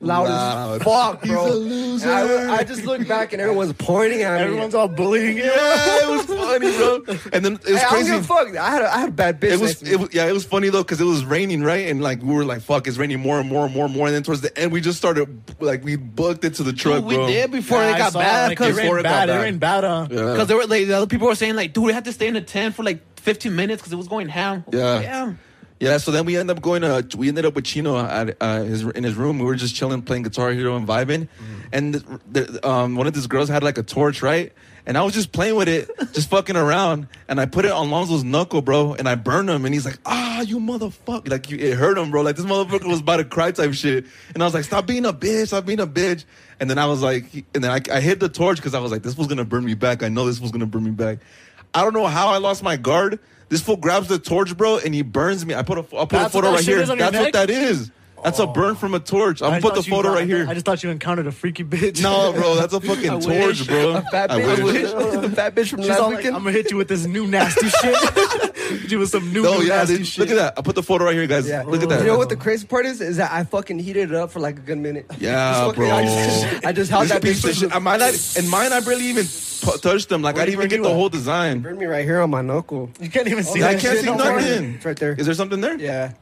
[SPEAKER 3] loud
[SPEAKER 2] Loud.
[SPEAKER 3] as fuck,
[SPEAKER 2] He's
[SPEAKER 3] bro.
[SPEAKER 2] a loser.
[SPEAKER 3] And I, I just looked back and everyone's pointing at
[SPEAKER 4] Everyone's
[SPEAKER 3] me.
[SPEAKER 4] all bullying you.
[SPEAKER 2] yeah, it was funny, bro. And then it was
[SPEAKER 3] Hey, I don't
[SPEAKER 2] crazy.
[SPEAKER 3] give a fuck. I had a, I had a bad bitch.
[SPEAKER 2] It
[SPEAKER 3] next
[SPEAKER 2] was,
[SPEAKER 3] to me.
[SPEAKER 2] it was, yeah, it was funny though because it was raining, right? And like we were like, "Fuck, it's raining more and more and more and more." And then towards the end, we just started like we booked it to the truck,
[SPEAKER 1] Dude, we
[SPEAKER 2] bro.
[SPEAKER 1] did before
[SPEAKER 4] Yeah,
[SPEAKER 1] they
[SPEAKER 4] I
[SPEAKER 1] got
[SPEAKER 4] saw,
[SPEAKER 1] bad
[SPEAKER 2] it
[SPEAKER 4] like,
[SPEAKER 1] because
[SPEAKER 2] rained
[SPEAKER 4] before it got
[SPEAKER 2] bad, it
[SPEAKER 4] bad,
[SPEAKER 2] rained
[SPEAKER 4] it rained bad. Huh?
[SPEAKER 2] Yeah.
[SPEAKER 1] they were like the other people were saying like, dude, we had to stay in the tent for like 15 minutes because it was going ham.
[SPEAKER 2] Yeah.
[SPEAKER 1] Damn.
[SPEAKER 2] Yeah, so then we ended up going to we ended up with Chino at uh, his in his room. We were just chilling, playing Guitar Hero and vibing. And the, the, um, one of these girls had like a torch, right? And I was just playing with it, just fucking around. And I put it on Lonzo's knuckle, bro, and I burned him. And he's like, "Ah, you motherfucker!" Like you, it hurt him, bro. Like this motherfucker was about to cry, type shit. And I was like, "Stop being a bitch! Stop being a bitch!" And then I was like, and then I, I hit the torch because I was like, "This was gonna burn me back. I know this was gonna burn me back." I don't know how I lost my guard. This fool grabs the torch, bro, and he burns me. I put a, I'll put
[SPEAKER 4] That's
[SPEAKER 2] a
[SPEAKER 4] what
[SPEAKER 2] photo
[SPEAKER 4] that
[SPEAKER 2] right
[SPEAKER 4] shit
[SPEAKER 2] here.
[SPEAKER 4] is on your
[SPEAKER 2] That's what
[SPEAKER 4] neck? Oh.
[SPEAKER 2] that is. That's a burn from a torch. I'm
[SPEAKER 4] I
[SPEAKER 2] gonna put the
[SPEAKER 4] thought you
[SPEAKER 2] photo
[SPEAKER 4] got-
[SPEAKER 2] right here.
[SPEAKER 4] I just thought you encountered a freaky bitch.
[SPEAKER 2] no, bro, that's a fucking torch,
[SPEAKER 1] wish.
[SPEAKER 2] bro.
[SPEAKER 3] a fat
[SPEAKER 2] I
[SPEAKER 3] bitch.
[SPEAKER 2] wish.
[SPEAKER 3] the fat bitch from
[SPEAKER 4] She's
[SPEAKER 3] last
[SPEAKER 4] all like,
[SPEAKER 3] weekend.
[SPEAKER 4] I'm gonna hit you with this new nasty shit. you with some new,
[SPEAKER 2] No,
[SPEAKER 4] new
[SPEAKER 2] yeah,
[SPEAKER 4] nasty
[SPEAKER 2] dude,
[SPEAKER 4] shit.
[SPEAKER 2] look at that. I put the photo right here, guys.
[SPEAKER 3] Yeah.
[SPEAKER 2] Look at that.
[SPEAKER 3] You know what the crazy part is? Is that I fucking heated it up for like a good minute.
[SPEAKER 2] Yeah,
[SPEAKER 3] Just fucking- I
[SPEAKER 2] bro.
[SPEAKER 3] just, I just held
[SPEAKER 2] This
[SPEAKER 3] that
[SPEAKER 2] piece of
[SPEAKER 3] bitch.
[SPEAKER 2] shit. I might not, and mine, I barely even t- touched them. Like I
[SPEAKER 4] Where'd
[SPEAKER 2] didn't even
[SPEAKER 4] you
[SPEAKER 2] get the
[SPEAKER 4] at?
[SPEAKER 2] whole design.
[SPEAKER 3] Burned me right here on my knuckle.
[SPEAKER 4] You can't even see
[SPEAKER 2] Oh, I
[SPEAKER 4] that.
[SPEAKER 2] can't
[SPEAKER 4] shit
[SPEAKER 2] see
[SPEAKER 4] no more.
[SPEAKER 2] nothing.
[SPEAKER 3] It's right there.
[SPEAKER 2] Is there something there?
[SPEAKER 3] Yeah.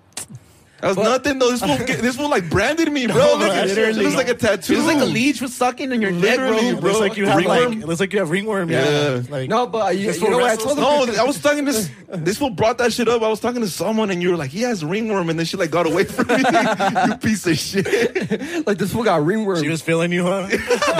[SPEAKER 2] That was
[SPEAKER 3] But-
[SPEAKER 2] nothing though. This fool, this fool like branded me, bro.
[SPEAKER 4] No,
[SPEAKER 2] Look at- it
[SPEAKER 4] literally.
[SPEAKER 2] looks like a tattoo.
[SPEAKER 1] It was like a leech was sucking in your neck, bro.
[SPEAKER 2] Literally,
[SPEAKER 4] It looks like you have
[SPEAKER 2] Ringworm?
[SPEAKER 4] like it looks like you have ringworm. Yeah.
[SPEAKER 2] Yeah.
[SPEAKER 4] Like,
[SPEAKER 3] No, but uh, you,
[SPEAKER 4] Just
[SPEAKER 3] you
[SPEAKER 4] for
[SPEAKER 3] know what I
[SPEAKER 4] wrestles?
[SPEAKER 3] told him?
[SPEAKER 2] No, I was talking to this. This fool brought that shit up. I was talking to someone, and you were like, "He has ringworm," and then she like got away from me. you piece of shit.
[SPEAKER 3] Like this fool got ringworm.
[SPEAKER 4] She was feeling you, huh?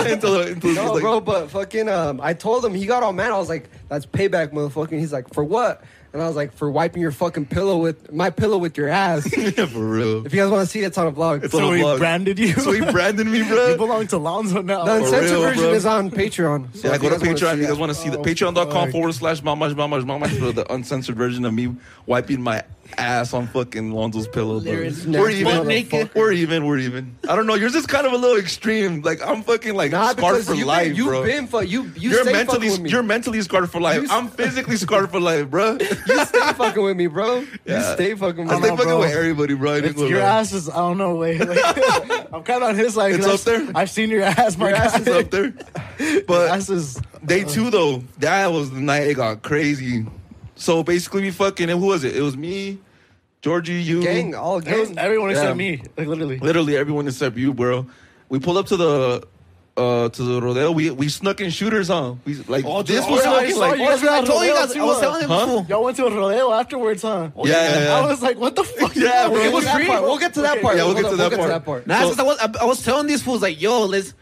[SPEAKER 2] until, until
[SPEAKER 3] no,
[SPEAKER 2] like,
[SPEAKER 3] bro, but fucking, um, I told him he got all mad. I was like, "That's payback, motherfucker." And He's like, "For what?" And I was like, "For wiping your fucking pillow with my pillow with your ass." if
[SPEAKER 2] yeah, for real.
[SPEAKER 3] you guys want to see, it, it's on a vlog.
[SPEAKER 2] It's on
[SPEAKER 4] so
[SPEAKER 2] a
[SPEAKER 4] he
[SPEAKER 2] vlog.
[SPEAKER 4] branded you.
[SPEAKER 2] So he branded me, bro.
[SPEAKER 4] you belong to Lonzo now.
[SPEAKER 3] the
[SPEAKER 2] For
[SPEAKER 3] uncensored
[SPEAKER 2] real,
[SPEAKER 3] version
[SPEAKER 2] bro.
[SPEAKER 3] is on Patreon. So
[SPEAKER 2] Yeah,
[SPEAKER 3] if
[SPEAKER 2] go to
[SPEAKER 3] you guys
[SPEAKER 2] Patreon
[SPEAKER 3] wanna
[SPEAKER 2] if
[SPEAKER 3] see
[SPEAKER 2] you
[SPEAKER 3] that-
[SPEAKER 2] guys want to see the
[SPEAKER 4] Oh,
[SPEAKER 2] patreon.com
[SPEAKER 4] fuck.
[SPEAKER 2] forward slash mamash mamash mamash for the uncensored version of me wiping my ass on fucking Lonzo's pillow. Bro.
[SPEAKER 1] There is
[SPEAKER 2] We're
[SPEAKER 3] nasty
[SPEAKER 2] even,
[SPEAKER 1] motherfucker.
[SPEAKER 2] we're even, we're even. I don't know. Yours is kind of a little extreme. Like I'm fucking like
[SPEAKER 3] Nah,
[SPEAKER 2] scarred
[SPEAKER 3] because
[SPEAKER 2] for
[SPEAKER 3] you,
[SPEAKER 2] life,
[SPEAKER 3] you've
[SPEAKER 2] bro.
[SPEAKER 3] been fu- you you
[SPEAKER 2] You are
[SPEAKER 3] stay
[SPEAKER 2] mentally,
[SPEAKER 3] fucking with me.
[SPEAKER 2] you're mentally scarred for life.
[SPEAKER 3] You-
[SPEAKER 2] I'm physically scarred for life, bro.
[SPEAKER 3] you stay fucking with me, bro.
[SPEAKER 2] Yeah.
[SPEAKER 3] You stay fucking
[SPEAKER 2] I
[SPEAKER 3] with
[SPEAKER 2] stay
[SPEAKER 3] me.
[SPEAKER 4] know,
[SPEAKER 2] fucking
[SPEAKER 4] bro.
[SPEAKER 2] with everybody, bro. I didn't
[SPEAKER 4] It's,
[SPEAKER 2] go
[SPEAKER 4] your
[SPEAKER 2] back.
[SPEAKER 4] ass is I don't know. Wait, like, I'm kind of on his side.
[SPEAKER 2] It's
[SPEAKER 4] 'cause
[SPEAKER 2] up
[SPEAKER 4] I've-
[SPEAKER 2] there?
[SPEAKER 4] I've seen your ass. My
[SPEAKER 3] Your ass
[SPEAKER 4] guy.
[SPEAKER 2] It's up there.
[SPEAKER 4] Your
[SPEAKER 2] But
[SPEAKER 4] ass is
[SPEAKER 2] day two though, that was the night it got crazy. So basically, we fucking. Who was it? It was me, Georgie, you,
[SPEAKER 3] Gang, all
[SPEAKER 4] It was
[SPEAKER 3] gang.
[SPEAKER 4] everyone
[SPEAKER 2] Yeah.
[SPEAKER 4] except me. Like literally.
[SPEAKER 2] literally everyone except you, bro. We pulled up to the. Uh, to the rodeo, we we snuck in shooters, huh? We like this was
[SPEAKER 4] dude, oh, yeah, I
[SPEAKER 2] fucking
[SPEAKER 4] saw
[SPEAKER 2] like
[SPEAKER 4] you
[SPEAKER 1] Oh, that's what I told you
[SPEAKER 4] Rodeo
[SPEAKER 1] guys. I was
[SPEAKER 4] too,
[SPEAKER 1] telling him
[SPEAKER 2] huh?
[SPEAKER 1] before.
[SPEAKER 4] Y'all went to a rodeo afterwards, huh?
[SPEAKER 2] Yeah, yeah, yeah.
[SPEAKER 4] I was like, what the fuck?
[SPEAKER 2] Yeah, bro.
[SPEAKER 3] We'll
[SPEAKER 2] It was
[SPEAKER 3] get to that
[SPEAKER 2] free.
[SPEAKER 3] part. We'll get to that part.
[SPEAKER 2] Yeah, we'll
[SPEAKER 3] Hold
[SPEAKER 2] get
[SPEAKER 3] on,
[SPEAKER 2] to that part.
[SPEAKER 1] Nah,
[SPEAKER 2] So-
[SPEAKER 1] since I was I, I was telling these fools like, yo, let's.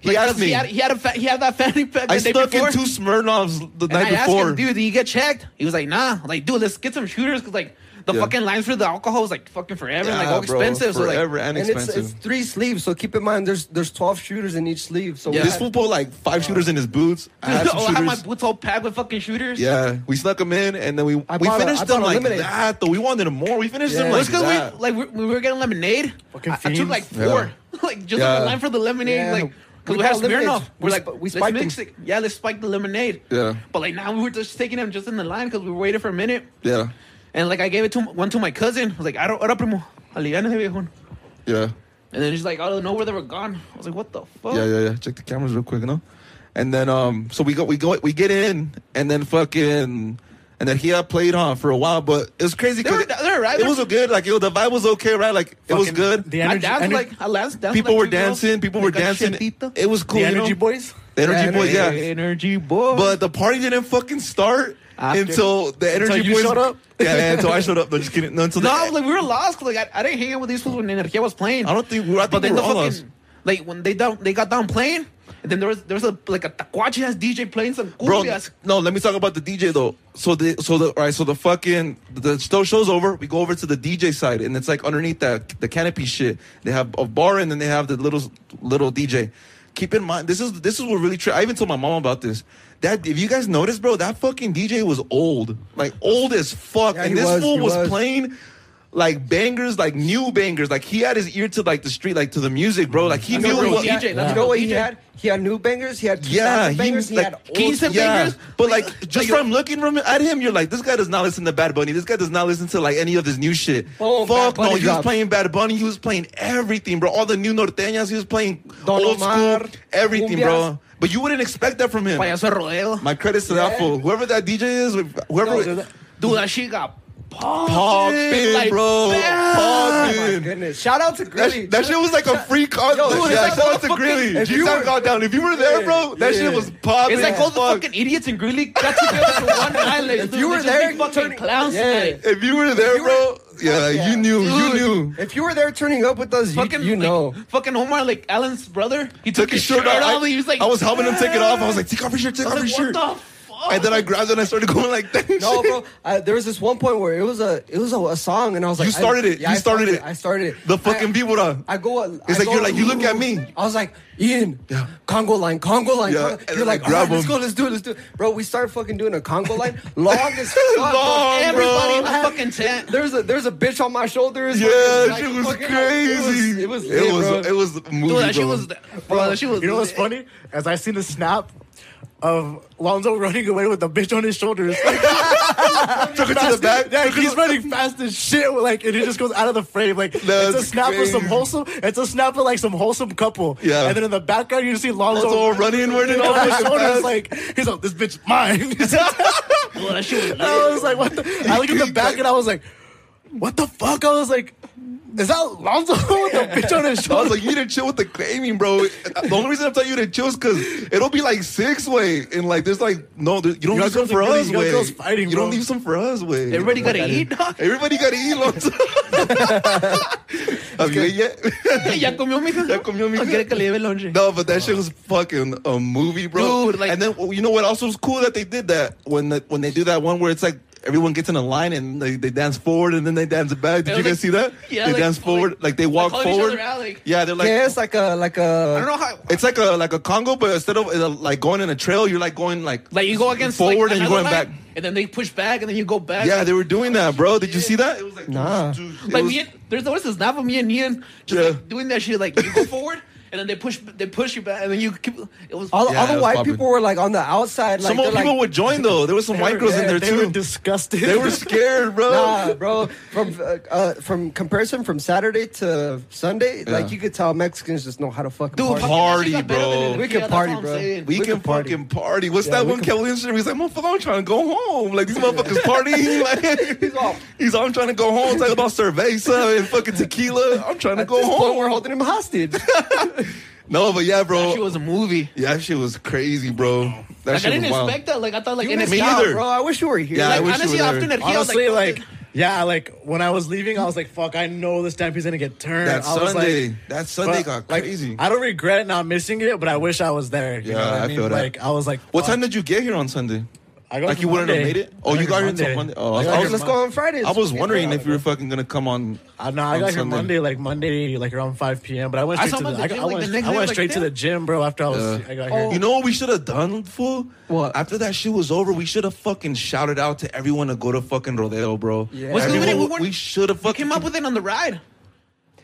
[SPEAKER 2] He
[SPEAKER 1] like,
[SPEAKER 2] asked
[SPEAKER 1] 'cause
[SPEAKER 2] me.
[SPEAKER 1] He had, he had a fa- he had that fanny pack. The
[SPEAKER 2] I
[SPEAKER 1] day
[SPEAKER 2] snuck
[SPEAKER 1] before.
[SPEAKER 2] in two Smirnoffs the
[SPEAKER 1] And
[SPEAKER 2] night
[SPEAKER 1] I
[SPEAKER 2] before.
[SPEAKER 1] asked him, dude, did you get checked? He was like, nah. I'm like, dude, let's get some shooters because like the
[SPEAKER 2] Yeah.
[SPEAKER 1] fucking lines for the alcohol was like fucking forever, and, like
[SPEAKER 2] Yeah,
[SPEAKER 1] all
[SPEAKER 2] bro,
[SPEAKER 1] expensive. so like,
[SPEAKER 2] forever and
[SPEAKER 3] And it's,
[SPEAKER 2] expensive.
[SPEAKER 3] it's three sleeves, so keep in mind there's there's twelve shooters in each sleeve. So we
[SPEAKER 1] Yeah.
[SPEAKER 2] This
[SPEAKER 3] had-
[SPEAKER 2] fool put like five shooters in his boots. I had some
[SPEAKER 1] oh, I had my
[SPEAKER 2] shooters.
[SPEAKER 1] boots all packed with fucking shooters.
[SPEAKER 2] Yeah, we snuck them in, and then we
[SPEAKER 3] I
[SPEAKER 2] we
[SPEAKER 3] bought a-
[SPEAKER 2] finished
[SPEAKER 3] I bought
[SPEAKER 2] them
[SPEAKER 3] a
[SPEAKER 2] like
[SPEAKER 3] lemonade.
[SPEAKER 2] that. Though we wanted them more. We finished them
[SPEAKER 3] Yeah.
[SPEAKER 2] like
[SPEAKER 1] It's because
[SPEAKER 2] that.
[SPEAKER 1] we like we, we were getting lemonade.
[SPEAKER 4] Fucking
[SPEAKER 1] I, I took
[SPEAKER 4] fiends.
[SPEAKER 1] like four, like just on
[SPEAKER 2] Yeah.
[SPEAKER 1] the line for the lemonade,
[SPEAKER 3] Yeah.
[SPEAKER 1] like
[SPEAKER 3] We
[SPEAKER 1] because we, had
[SPEAKER 3] bought lemonades.
[SPEAKER 1] Smirnoff.
[SPEAKER 3] We
[SPEAKER 1] We're
[SPEAKER 3] sp-
[SPEAKER 1] like,
[SPEAKER 3] we
[SPEAKER 1] let's
[SPEAKER 3] spiked
[SPEAKER 1] mix it. Yeah, let's spike the lemonade.
[SPEAKER 2] Yeah.
[SPEAKER 1] But like now we were just taking them just in the line because we waited for a minute.
[SPEAKER 2] yeah,
[SPEAKER 1] And like I gave it to one to my cousin. I was like, I don't, primo, aliviánate, viejo."
[SPEAKER 2] yeah,
[SPEAKER 1] And then she's like, I don't know where they were gone. I was like, what the fuck?
[SPEAKER 2] yeah, yeah, yeah. Check the cameras real quick, no. And then um, so we go, we go, we get in, and then fucking, and then he had played on for a while, but it was crazy.
[SPEAKER 1] They were-
[SPEAKER 2] 'cause
[SPEAKER 1] they were right.
[SPEAKER 2] It was a good, like yo, the vibe was okay, right? Like it was
[SPEAKER 4] Fucking
[SPEAKER 2] good.
[SPEAKER 4] The
[SPEAKER 1] I
[SPEAKER 4] energy,
[SPEAKER 1] danced
[SPEAKER 4] ener-
[SPEAKER 1] like I last danced.
[SPEAKER 2] people
[SPEAKER 1] like
[SPEAKER 2] were
[SPEAKER 1] two girls.
[SPEAKER 2] dancing. People were
[SPEAKER 1] Like a
[SPEAKER 2] dancing.
[SPEAKER 1] shantita.
[SPEAKER 2] It was cool.
[SPEAKER 4] the
[SPEAKER 2] you know?
[SPEAKER 4] energy boys.
[SPEAKER 2] The energy boys, yeah.
[SPEAKER 1] Energy boy.
[SPEAKER 2] But the party didn't fucking start
[SPEAKER 1] After.
[SPEAKER 2] until the energy
[SPEAKER 4] you
[SPEAKER 2] boys
[SPEAKER 4] showed up?
[SPEAKER 2] Yeah, yeah, until I showed up. No, just kidding. No, until
[SPEAKER 1] no,
[SPEAKER 2] the- e-
[SPEAKER 1] like we were lost. 'cause, Like I, I didn't hang out with these fools when Energía was playing.
[SPEAKER 2] I don't think we were. I think
[SPEAKER 1] But
[SPEAKER 2] we
[SPEAKER 1] then
[SPEAKER 2] were
[SPEAKER 1] the
[SPEAKER 2] all us.
[SPEAKER 1] fucking like when they down they got down playing, And then there was there was a like a taquachi ass DJ playing some
[SPEAKER 2] Bro,
[SPEAKER 1] cool ass.
[SPEAKER 2] no, let me talk about the DJ though. So the so the all right, so the fucking the, the show's over. We go over to the DJ side, and it's like underneath that the canopy shit. They have a bar, and then they have the little little DJ. Keep in mind, this is this is what really. Tri- I even told my mom about this. That if you guys notice, bro, that fucking DJ was old, like old as fuck,
[SPEAKER 3] Yeah,
[SPEAKER 2] and
[SPEAKER 3] he
[SPEAKER 2] this
[SPEAKER 3] was,
[SPEAKER 2] fool
[SPEAKER 3] he
[SPEAKER 2] was,
[SPEAKER 3] was.
[SPEAKER 2] playing. Like bangers, like new bangers. Like he had his ear to like the street, like to the music, bro. Like he
[SPEAKER 1] That's a
[SPEAKER 2] knew
[SPEAKER 1] real
[SPEAKER 2] what
[SPEAKER 1] DJ. That's
[SPEAKER 3] You
[SPEAKER 1] a
[SPEAKER 3] know
[SPEAKER 1] real
[SPEAKER 3] what he
[SPEAKER 1] DJ.
[SPEAKER 3] had? He had new bangers. He had
[SPEAKER 2] Yeah,
[SPEAKER 3] classic bangers. He,
[SPEAKER 2] like,
[SPEAKER 3] had old.
[SPEAKER 1] Keys and
[SPEAKER 2] yeah,
[SPEAKER 1] fingers?
[SPEAKER 2] But like, just
[SPEAKER 1] you're-
[SPEAKER 2] from looking from at him, you're like, this guy does not listen to Bad Bunny. This guy does not listen to like any of his new shit.
[SPEAKER 3] Oh, Bad
[SPEAKER 2] Fuck no,
[SPEAKER 3] Bunny
[SPEAKER 2] he was
[SPEAKER 3] drops.
[SPEAKER 2] playing Bad Bunny. He was playing everything, bro. All the new norteñas. He was playing
[SPEAKER 3] Don
[SPEAKER 2] old
[SPEAKER 3] Omar,
[SPEAKER 2] school, everything,
[SPEAKER 3] cumbias.
[SPEAKER 2] bro. But you wouldn't expect that from him.
[SPEAKER 1] Payaso rodeo.
[SPEAKER 2] My credits to that
[SPEAKER 3] Yeah.
[SPEAKER 2] fool. Whoever that DJ is,
[SPEAKER 4] No,
[SPEAKER 2] whoever.
[SPEAKER 4] dude, that-
[SPEAKER 1] Dude, that shit got pumped,
[SPEAKER 2] Popping,
[SPEAKER 1] like,
[SPEAKER 2] bro.
[SPEAKER 1] bam.
[SPEAKER 3] Oh my
[SPEAKER 2] Popping.
[SPEAKER 3] goodness! Shout out to
[SPEAKER 2] That,
[SPEAKER 3] Grilly.
[SPEAKER 2] sh- that shit was like a free card.
[SPEAKER 3] Yo,
[SPEAKER 2] yeah,
[SPEAKER 3] dude,
[SPEAKER 2] shout
[SPEAKER 3] that
[SPEAKER 2] out to Grilly.
[SPEAKER 3] motherfucking- if you
[SPEAKER 2] G-Time
[SPEAKER 3] were-
[SPEAKER 2] got down. If you were there, bro, that
[SPEAKER 3] yeah.
[SPEAKER 2] shit was popping.
[SPEAKER 1] It's like all
[SPEAKER 2] as
[SPEAKER 1] the
[SPEAKER 2] fuck.
[SPEAKER 1] fucking idiots in Greeley got together for one island.
[SPEAKER 3] If you
[SPEAKER 1] dude. They
[SPEAKER 3] were
[SPEAKER 1] just
[SPEAKER 3] there,
[SPEAKER 1] be
[SPEAKER 3] you
[SPEAKER 1] fucking
[SPEAKER 3] turned-
[SPEAKER 1] clowns
[SPEAKER 3] yeah.
[SPEAKER 1] tonight.
[SPEAKER 2] If you were there,
[SPEAKER 3] you
[SPEAKER 2] bro, yeah,
[SPEAKER 3] yeah.
[SPEAKER 2] you knew, you
[SPEAKER 1] Dude.
[SPEAKER 2] knew.
[SPEAKER 3] if you were there turning up with us, you,
[SPEAKER 1] Fucking,
[SPEAKER 3] you
[SPEAKER 1] like,
[SPEAKER 3] know.
[SPEAKER 1] fucking Omar, like Alan's brother, he took,
[SPEAKER 2] Took his shirt off.
[SPEAKER 1] off.
[SPEAKER 2] I,
[SPEAKER 1] He was like,
[SPEAKER 2] I was helping him take it off. I was like, take off your shirt, take
[SPEAKER 1] I
[SPEAKER 2] off
[SPEAKER 1] was
[SPEAKER 2] your shirt.
[SPEAKER 1] like, what the fuck?
[SPEAKER 2] and then I grabbed it and I started going like that.
[SPEAKER 3] No, bro. I, there was this one point where it was a it was a, a song, and I was like,
[SPEAKER 2] You started
[SPEAKER 3] I,
[SPEAKER 2] it.
[SPEAKER 3] yeah,
[SPEAKER 2] You
[SPEAKER 3] I
[SPEAKER 2] started it.
[SPEAKER 3] I started it.
[SPEAKER 2] The fucking
[SPEAKER 3] I,
[SPEAKER 2] Vibora.
[SPEAKER 3] I go.
[SPEAKER 2] It's
[SPEAKER 3] I
[SPEAKER 2] like,
[SPEAKER 3] go,
[SPEAKER 2] you're like, you look at me.
[SPEAKER 3] I was like, Ian, Congo line, Congo line.
[SPEAKER 2] Yeah,
[SPEAKER 3] Congo-
[SPEAKER 2] and then
[SPEAKER 3] You're
[SPEAKER 2] I
[SPEAKER 3] like,
[SPEAKER 2] grab
[SPEAKER 3] alright, let's
[SPEAKER 2] him.
[SPEAKER 3] go, let's do it, let's do it, bro. We start fucking doing a Congo line, long as fuck, bro.
[SPEAKER 2] Long,
[SPEAKER 1] Everybody in the
[SPEAKER 2] bro.
[SPEAKER 1] fucking tent.
[SPEAKER 3] There's a there's a bitch on my shoulders.
[SPEAKER 2] Yeah,
[SPEAKER 3] fucking,
[SPEAKER 2] shit was
[SPEAKER 3] fucking-
[SPEAKER 2] crazy.
[SPEAKER 3] It was it was,
[SPEAKER 2] it
[SPEAKER 3] lit,
[SPEAKER 2] was,
[SPEAKER 3] bro.
[SPEAKER 2] it was a movie,
[SPEAKER 1] Dude, that
[SPEAKER 2] bro.
[SPEAKER 1] shit was, bro, that shit was.
[SPEAKER 4] You know what's funny? As I seen the snap of Lonzo running away with the bitch on his shoulders.
[SPEAKER 2] Took it to the back.
[SPEAKER 4] Yeah,
[SPEAKER 2] took it
[SPEAKER 4] he's
[SPEAKER 2] to-
[SPEAKER 4] running fast as shit. Like, and he just goes out of the frame. Like,
[SPEAKER 2] That's
[SPEAKER 4] it's a snap of some
[SPEAKER 2] crazy.
[SPEAKER 4] wholesome. It's a snap of like some wholesome couple.
[SPEAKER 2] Yeah.
[SPEAKER 4] And then in the background, you see Lonzo,
[SPEAKER 2] Lonzo running, running
[SPEAKER 4] on
[SPEAKER 2] all
[SPEAKER 4] his
[SPEAKER 2] fucking
[SPEAKER 4] shoulders.
[SPEAKER 2] fast.
[SPEAKER 4] Like, he's like, this bitch mine.
[SPEAKER 1] Bro, that shit was.
[SPEAKER 4] I was like, what the? I looked at the back and I was like, what the fuck? I was like, is that Lonzo with the bitch on his
[SPEAKER 2] I
[SPEAKER 4] shoulders?
[SPEAKER 2] was like, you didn't chill with the claiming, bro. The only reason I'm telling you to chill is because it'll be like six way, and like there's like no, there, you don't
[SPEAKER 4] Y'all
[SPEAKER 2] leave some
[SPEAKER 4] girls
[SPEAKER 2] for
[SPEAKER 4] are really-
[SPEAKER 2] us
[SPEAKER 4] y'all
[SPEAKER 2] way.
[SPEAKER 4] girls fighting,
[SPEAKER 2] you don't
[SPEAKER 4] bro.
[SPEAKER 2] leave some for us way.
[SPEAKER 1] Everybody gotta
[SPEAKER 2] Like,
[SPEAKER 1] eat, dog.
[SPEAKER 2] Everybody gotta eat, Lonzo. Have you ate yet?
[SPEAKER 1] Ya comió mi
[SPEAKER 2] Ya comió, mija.
[SPEAKER 1] ¿Quiere que le lleve lonche?
[SPEAKER 2] No, but that shit was fucking a movie, bro.
[SPEAKER 1] Dude, like-
[SPEAKER 2] and then well, you know what? Also, was cool that they did that when the, when they do that one where it's like everyone gets in a line and they, they dance forward and then they dance back. Did
[SPEAKER 1] It
[SPEAKER 2] you
[SPEAKER 1] was
[SPEAKER 2] guys
[SPEAKER 1] like-
[SPEAKER 2] see that?
[SPEAKER 1] yeah,
[SPEAKER 2] they
[SPEAKER 1] like,
[SPEAKER 2] dance forward, like,
[SPEAKER 1] like-
[SPEAKER 2] they walk
[SPEAKER 1] like holding each
[SPEAKER 2] forward.
[SPEAKER 1] other out, like-
[SPEAKER 2] yeah, they're like
[SPEAKER 3] yeah, it's like a like a.
[SPEAKER 1] I don't know how.
[SPEAKER 2] it's like a like a Congo, but instead of uh, like going in a trail, you're like going like
[SPEAKER 1] Like you go against
[SPEAKER 2] forward and
[SPEAKER 1] like,
[SPEAKER 2] you're going
[SPEAKER 1] another
[SPEAKER 2] back.
[SPEAKER 1] line, and then they push back, and then you go back.
[SPEAKER 2] Yeah, they were doing that, bro. Did you see that? It was like
[SPEAKER 3] Nah.
[SPEAKER 2] dude, it
[SPEAKER 1] like
[SPEAKER 2] was-
[SPEAKER 1] me and, there's always a snap of me and Ian just
[SPEAKER 2] Yeah.
[SPEAKER 1] like, doing that shit. Like you go forward, and then they push, they push you back, and then you keep. It was
[SPEAKER 3] All,
[SPEAKER 2] Yeah,
[SPEAKER 3] all
[SPEAKER 2] it
[SPEAKER 3] the
[SPEAKER 2] was
[SPEAKER 3] white
[SPEAKER 2] popping.
[SPEAKER 3] people were like on the outside, like
[SPEAKER 2] some old
[SPEAKER 3] they're
[SPEAKER 2] people
[SPEAKER 3] like,
[SPEAKER 2] would join though. There was some white girls in there
[SPEAKER 4] they
[SPEAKER 2] too.
[SPEAKER 4] were disgusted.
[SPEAKER 2] they were scared, bro.
[SPEAKER 3] nah, bro. From uh, uh, from comparison from Saturday to Sunday, like you could tell Mexicans just know how to fucking
[SPEAKER 1] Dude,
[SPEAKER 3] party.
[SPEAKER 1] fucking that shit
[SPEAKER 2] Party,
[SPEAKER 1] got better
[SPEAKER 2] bro.
[SPEAKER 3] We
[SPEAKER 1] than it- yeah,
[SPEAKER 3] can
[SPEAKER 1] that's
[SPEAKER 3] party,
[SPEAKER 1] what I'm
[SPEAKER 3] bro.
[SPEAKER 1] saying.
[SPEAKER 2] We,
[SPEAKER 3] We
[SPEAKER 2] can,
[SPEAKER 3] can party.
[SPEAKER 2] fucking party. What's
[SPEAKER 3] Yeah,
[SPEAKER 2] that
[SPEAKER 3] we
[SPEAKER 2] one
[SPEAKER 3] can-
[SPEAKER 2] Kevin Lynch? He's like, motherfucker, I'm trying to go home. Like, these motherfuckers partying. Like, he's all, he's all, I'm trying to go home. Talking about cerveza and fucking tequila. I'm trying to
[SPEAKER 3] At
[SPEAKER 2] go
[SPEAKER 3] this point,
[SPEAKER 2] home.
[SPEAKER 3] we're holding him hostage.
[SPEAKER 2] No, but yeah,
[SPEAKER 1] That
[SPEAKER 2] bro.
[SPEAKER 1] shit was a movie.
[SPEAKER 2] yeah, that shit was crazy, bro. That
[SPEAKER 1] Like I
[SPEAKER 2] shit
[SPEAKER 1] didn't
[SPEAKER 2] was wild.
[SPEAKER 1] expect that. Like I thought, like
[SPEAKER 3] You
[SPEAKER 1] in a
[SPEAKER 3] missed
[SPEAKER 2] me
[SPEAKER 1] like,
[SPEAKER 3] out,
[SPEAKER 2] either.
[SPEAKER 3] bro. I wish you were here.
[SPEAKER 2] Yeah, I
[SPEAKER 3] Like,
[SPEAKER 2] wish you
[SPEAKER 1] honestly,
[SPEAKER 2] were
[SPEAKER 1] after
[SPEAKER 2] there.
[SPEAKER 1] energía,
[SPEAKER 4] Honestly,
[SPEAKER 1] I was like,
[SPEAKER 4] like, yeah, like when I was leaving, I was like, "Fuck, I know this Stampy's gonna get turned."
[SPEAKER 2] that
[SPEAKER 4] I was
[SPEAKER 2] Sunday.
[SPEAKER 4] like,
[SPEAKER 2] that Sunday
[SPEAKER 4] but,
[SPEAKER 2] got
[SPEAKER 4] like,
[SPEAKER 2] crazy.
[SPEAKER 4] I don't regret not missing it, but I wish I was there. You
[SPEAKER 2] Yeah,
[SPEAKER 4] know what I,
[SPEAKER 2] I
[SPEAKER 4] mean?
[SPEAKER 2] feel that.
[SPEAKER 4] Like I was like,
[SPEAKER 2] what
[SPEAKER 4] fuck,
[SPEAKER 2] time did you get here on Sunday?
[SPEAKER 4] I got
[SPEAKER 2] Like,
[SPEAKER 4] here
[SPEAKER 2] you wouldn't have
[SPEAKER 4] Monday.
[SPEAKER 2] made it? Oh,
[SPEAKER 4] I
[SPEAKER 2] you got here until
[SPEAKER 4] Monday.
[SPEAKER 2] Monday. Oh, I
[SPEAKER 4] I
[SPEAKER 2] was-
[SPEAKER 4] got
[SPEAKER 2] I
[SPEAKER 3] oh,
[SPEAKER 4] here
[SPEAKER 2] was,
[SPEAKER 3] let's go on Fridays.
[SPEAKER 2] I was
[SPEAKER 3] Yeah.
[SPEAKER 2] wondering if you were fucking gonna come on.
[SPEAKER 4] I know. uh, I
[SPEAKER 2] on
[SPEAKER 4] got here
[SPEAKER 2] Sunday.
[SPEAKER 4] Monday, like Monday, like around five p.m. But I went
[SPEAKER 1] I
[SPEAKER 4] straight
[SPEAKER 1] saw him
[SPEAKER 4] to the.
[SPEAKER 1] at the
[SPEAKER 4] I, got-
[SPEAKER 1] gym,
[SPEAKER 4] I
[SPEAKER 1] like,
[SPEAKER 4] went,
[SPEAKER 1] the next
[SPEAKER 4] I
[SPEAKER 1] day,
[SPEAKER 4] went
[SPEAKER 1] like, Oh,
[SPEAKER 4] straight to
[SPEAKER 1] damn.
[SPEAKER 4] the gym, bro. After I was, I got here.
[SPEAKER 2] You know what we should have done, fool?
[SPEAKER 3] What?
[SPEAKER 2] After that shit was over, we should have fucking shouted out to everyone to go to fucking Rodeo, bro.
[SPEAKER 3] Yeah.
[SPEAKER 1] What's
[SPEAKER 2] Everyone-
[SPEAKER 1] the minute we
[SPEAKER 2] we
[SPEAKER 1] weren't-
[SPEAKER 2] should have
[SPEAKER 1] we
[SPEAKER 2] fucking
[SPEAKER 1] came up with it on the ride.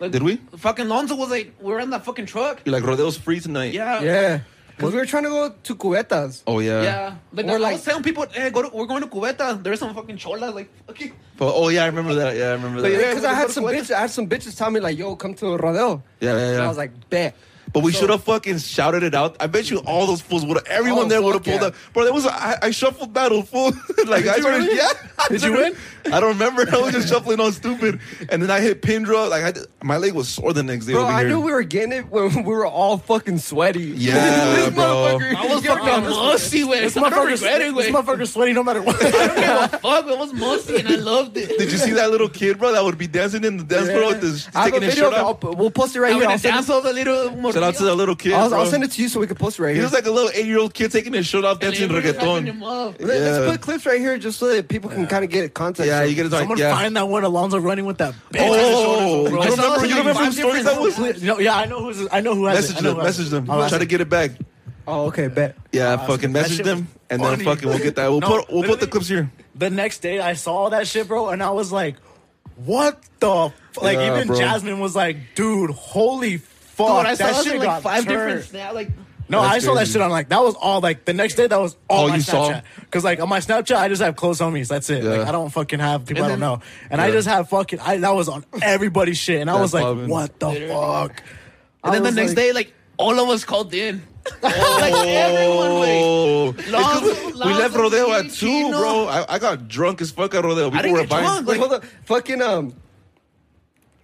[SPEAKER 1] Like,
[SPEAKER 2] Did we?
[SPEAKER 1] Fucking Lonzo was like, we were in that fucking truck.
[SPEAKER 2] You're like Rodeo's free tonight.
[SPEAKER 1] Yeah.
[SPEAKER 3] Yeah, because we were trying to go to Cubetas.
[SPEAKER 2] Oh yeah.
[SPEAKER 1] Yeah, like,
[SPEAKER 3] Or
[SPEAKER 1] I
[SPEAKER 3] like-
[SPEAKER 1] was telling people, hey, go to, we're going to Cubeta. There's some fucking chola, like, okay.
[SPEAKER 2] But, oh yeah, I remember that. Yeah, I remember that. Yeah,
[SPEAKER 3] Because
[SPEAKER 1] yeah.
[SPEAKER 3] I had
[SPEAKER 1] Cubetas.
[SPEAKER 3] some bitches, I had some bitches tell me like, "Yo, come to Rodeo."
[SPEAKER 2] yeah, yeah.
[SPEAKER 3] And I was like, "Bet."
[SPEAKER 2] but we should have fucking shouted it out. I bet you all those fools would have. Everyone
[SPEAKER 3] Oh,
[SPEAKER 2] there would have
[SPEAKER 3] fuck
[SPEAKER 2] pulled
[SPEAKER 3] yeah.
[SPEAKER 2] up. Bro, there was a, I, I shuffled battle fool. like I
[SPEAKER 3] you
[SPEAKER 2] started.
[SPEAKER 3] really?
[SPEAKER 2] Yeah. I
[SPEAKER 3] Did you
[SPEAKER 2] started-
[SPEAKER 3] win?
[SPEAKER 2] I don't remember. I was just shuffling on stupid, and then I hit pin draw. Like I, did- my leg was sore the next day.
[SPEAKER 3] Bro,
[SPEAKER 2] over
[SPEAKER 3] I
[SPEAKER 2] here.
[SPEAKER 3] knew we were getting it when we were all fucking sweaty.
[SPEAKER 2] Yeah,
[SPEAKER 3] This
[SPEAKER 2] bro.
[SPEAKER 3] motherfucker-
[SPEAKER 1] I was
[SPEAKER 3] You're
[SPEAKER 1] fucking musty, güey.
[SPEAKER 4] this
[SPEAKER 1] I don't
[SPEAKER 4] motherfucker's
[SPEAKER 1] regret it,
[SPEAKER 4] this
[SPEAKER 1] güey.
[SPEAKER 4] motherfucker's sweaty no matter what.
[SPEAKER 1] I don't give a fuck. It was musty and I loved it.
[SPEAKER 2] Did you see that little kid, bro? That would be dancing in the dance floor with this,
[SPEAKER 3] I have a
[SPEAKER 2] taking his
[SPEAKER 3] video.
[SPEAKER 2] shirt
[SPEAKER 3] Of it. I'll
[SPEAKER 2] off.
[SPEAKER 3] pu- we'll post it right
[SPEAKER 1] I'm
[SPEAKER 3] here.
[SPEAKER 1] gonna
[SPEAKER 3] I'll send
[SPEAKER 1] dance all the little
[SPEAKER 2] Shout out to that little kid.
[SPEAKER 3] I'll, I'll
[SPEAKER 2] bro.
[SPEAKER 3] send it to you so we can post it right
[SPEAKER 2] He
[SPEAKER 3] here.
[SPEAKER 2] was like a little eight-year-old kid taking his shirt off dancing reggaeton.
[SPEAKER 1] reggaeton.
[SPEAKER 3] Let-
[SPEAKER 2] Yeah.
[SPEAKER 3] Let's put clips right here just so that people can kind of get context.
[SPEAKER 2] Yeah,
[SPEAKER 3] of-
[SPEAKER 2] you get it. Like,
[SPEAKER 4] Someone
[SPEAKER 2] yeah.
[SPEAKER 4] find that one Alonzo running with that. bitch on his
[SPEAKER 2] Oh, you
[SPEAKER 4] shoulders, bro.
[SPEAKER 1] I saw
[SPEAKER 2] remember? You
[SPEAKER 1] it like
[SPEAKER 2] remember
[SPEAKER 1] five
[SPEAKER 2] whose stories
[SPEAKER 1] different
[SPEAKER 2] that was?
[SPEAKER 1] homes.
[SPEAKER 4] Please- No, yeah, I know who's. I know who has
[SPEAKER 2] Message
[SPEAKER 4] it. I know
[SPEAKER 2] them.
[SPEAKER 4] who has
[SPEAKER 2] Message
[SPEAKER 4] it.
[SPEAKER 2] them.
[SPEAKER 4] I'll ask
[SPEAKER 2] Try to
[SPEAKER 4] them.
[SPEAKER 2] get it back.
[SPEAKER 3] Oh, okay, bet.
[SPEAKER 2] Yeah,
[SPEAKER 4] that's
[SPEAKER 2] fucking
[SPEAKER 4] good. That
[SPEAKER 2] message
[SPEAKER 4] shit
[SPEAKER 2] them,
[SPEAKER 4] was
[SPEAKER 2] and then
[SPEAKER 4] funny.
[SPEAKER 2] fucking we'll get that. We'll
[SPEAKER 4] No,
[SPEAKER 2] put we'll put the
[SPEAKER 4] literally-
[SPEAKER 2] clips here.
[SPEAKER 4] The next day, I saw that shit, bro, and I was like, "What the?" F-? Like
[SPEAKER 2] Yeah,
[SPEAKER 4] even
[SPEAKER 2] bro.
[SPEAKER 4] Jasmine was like, "Dude, holy fuck!"
[SPEAKER 1] Dude, I saw
[SPEAKER 4] that
[SPEAKER 1] us
[SPEAKER 4] shit
[SPEAKER 1] in
[SPEAKER 4] got
[SPEAKER 1] like five
[SPEAKER 4] turned.
[SPEAKER 1] different snap. Like,
[SPEAKER 4] No,
[SPEAKER 2] That's
[SPEAKER 4] I saw that
[SPEAKER 2] crazy.
[SPEAKER 4] shit on like that was all like the next day that was all
[SPEAKER 2] All
[SPEAKER 4] my
[SPEAKER 2] you saw?
[SPEAKER 4] Snapchat. Cause like on my Snapchat I just have close homies. That's it.
[SPEAKER 2] Yeah.
[SPEAKER 4] Like I don't fucking have people
[SPEAKER 1] And
[SPEAKER 4] I don't
[SPEAKER 1] then-
[SPEAKER 4] know. And I
[SPEAKER 2] Yeah.
[SPEAKER 4] just have fucking I that was on everybody's shit. And I
[SPEAKER 2] That's
[SPEAKER 4] was like,
[SPEAKER 2] poppin'.
[SPEAKER 4] what the fuck? I
[SPEAKER 1] and then the
[SPEAKER 4] was
[SPEAKER 1] next
[SPEAKER 4] like-
[SPEAKER 1] day, like all of us called in. like everyone was.
[SPEAKER 2] Oh, It's 'cause
[SPEAKER 1] Lonzo-
[SPEAKER 2] we left
[SPEAKER 1] Lonzo,
[SPEAKER 2] Rodeo at
[SPEAKER 1] Gigi,
[SPEAKER 2] two,
[SPEAKER 1] Chino.
[SPEAKER 2] bro. I, I got drunk as fuck at Rodeo. People
[SPEAKER 1] didn't
[SPEAKER 2] were
[SPEAKER 1] get
[SPEAKER 2] buying.
[SPEAKER 1] drunk.
[SPEAKER 3] Wait, hold up. Fucking um.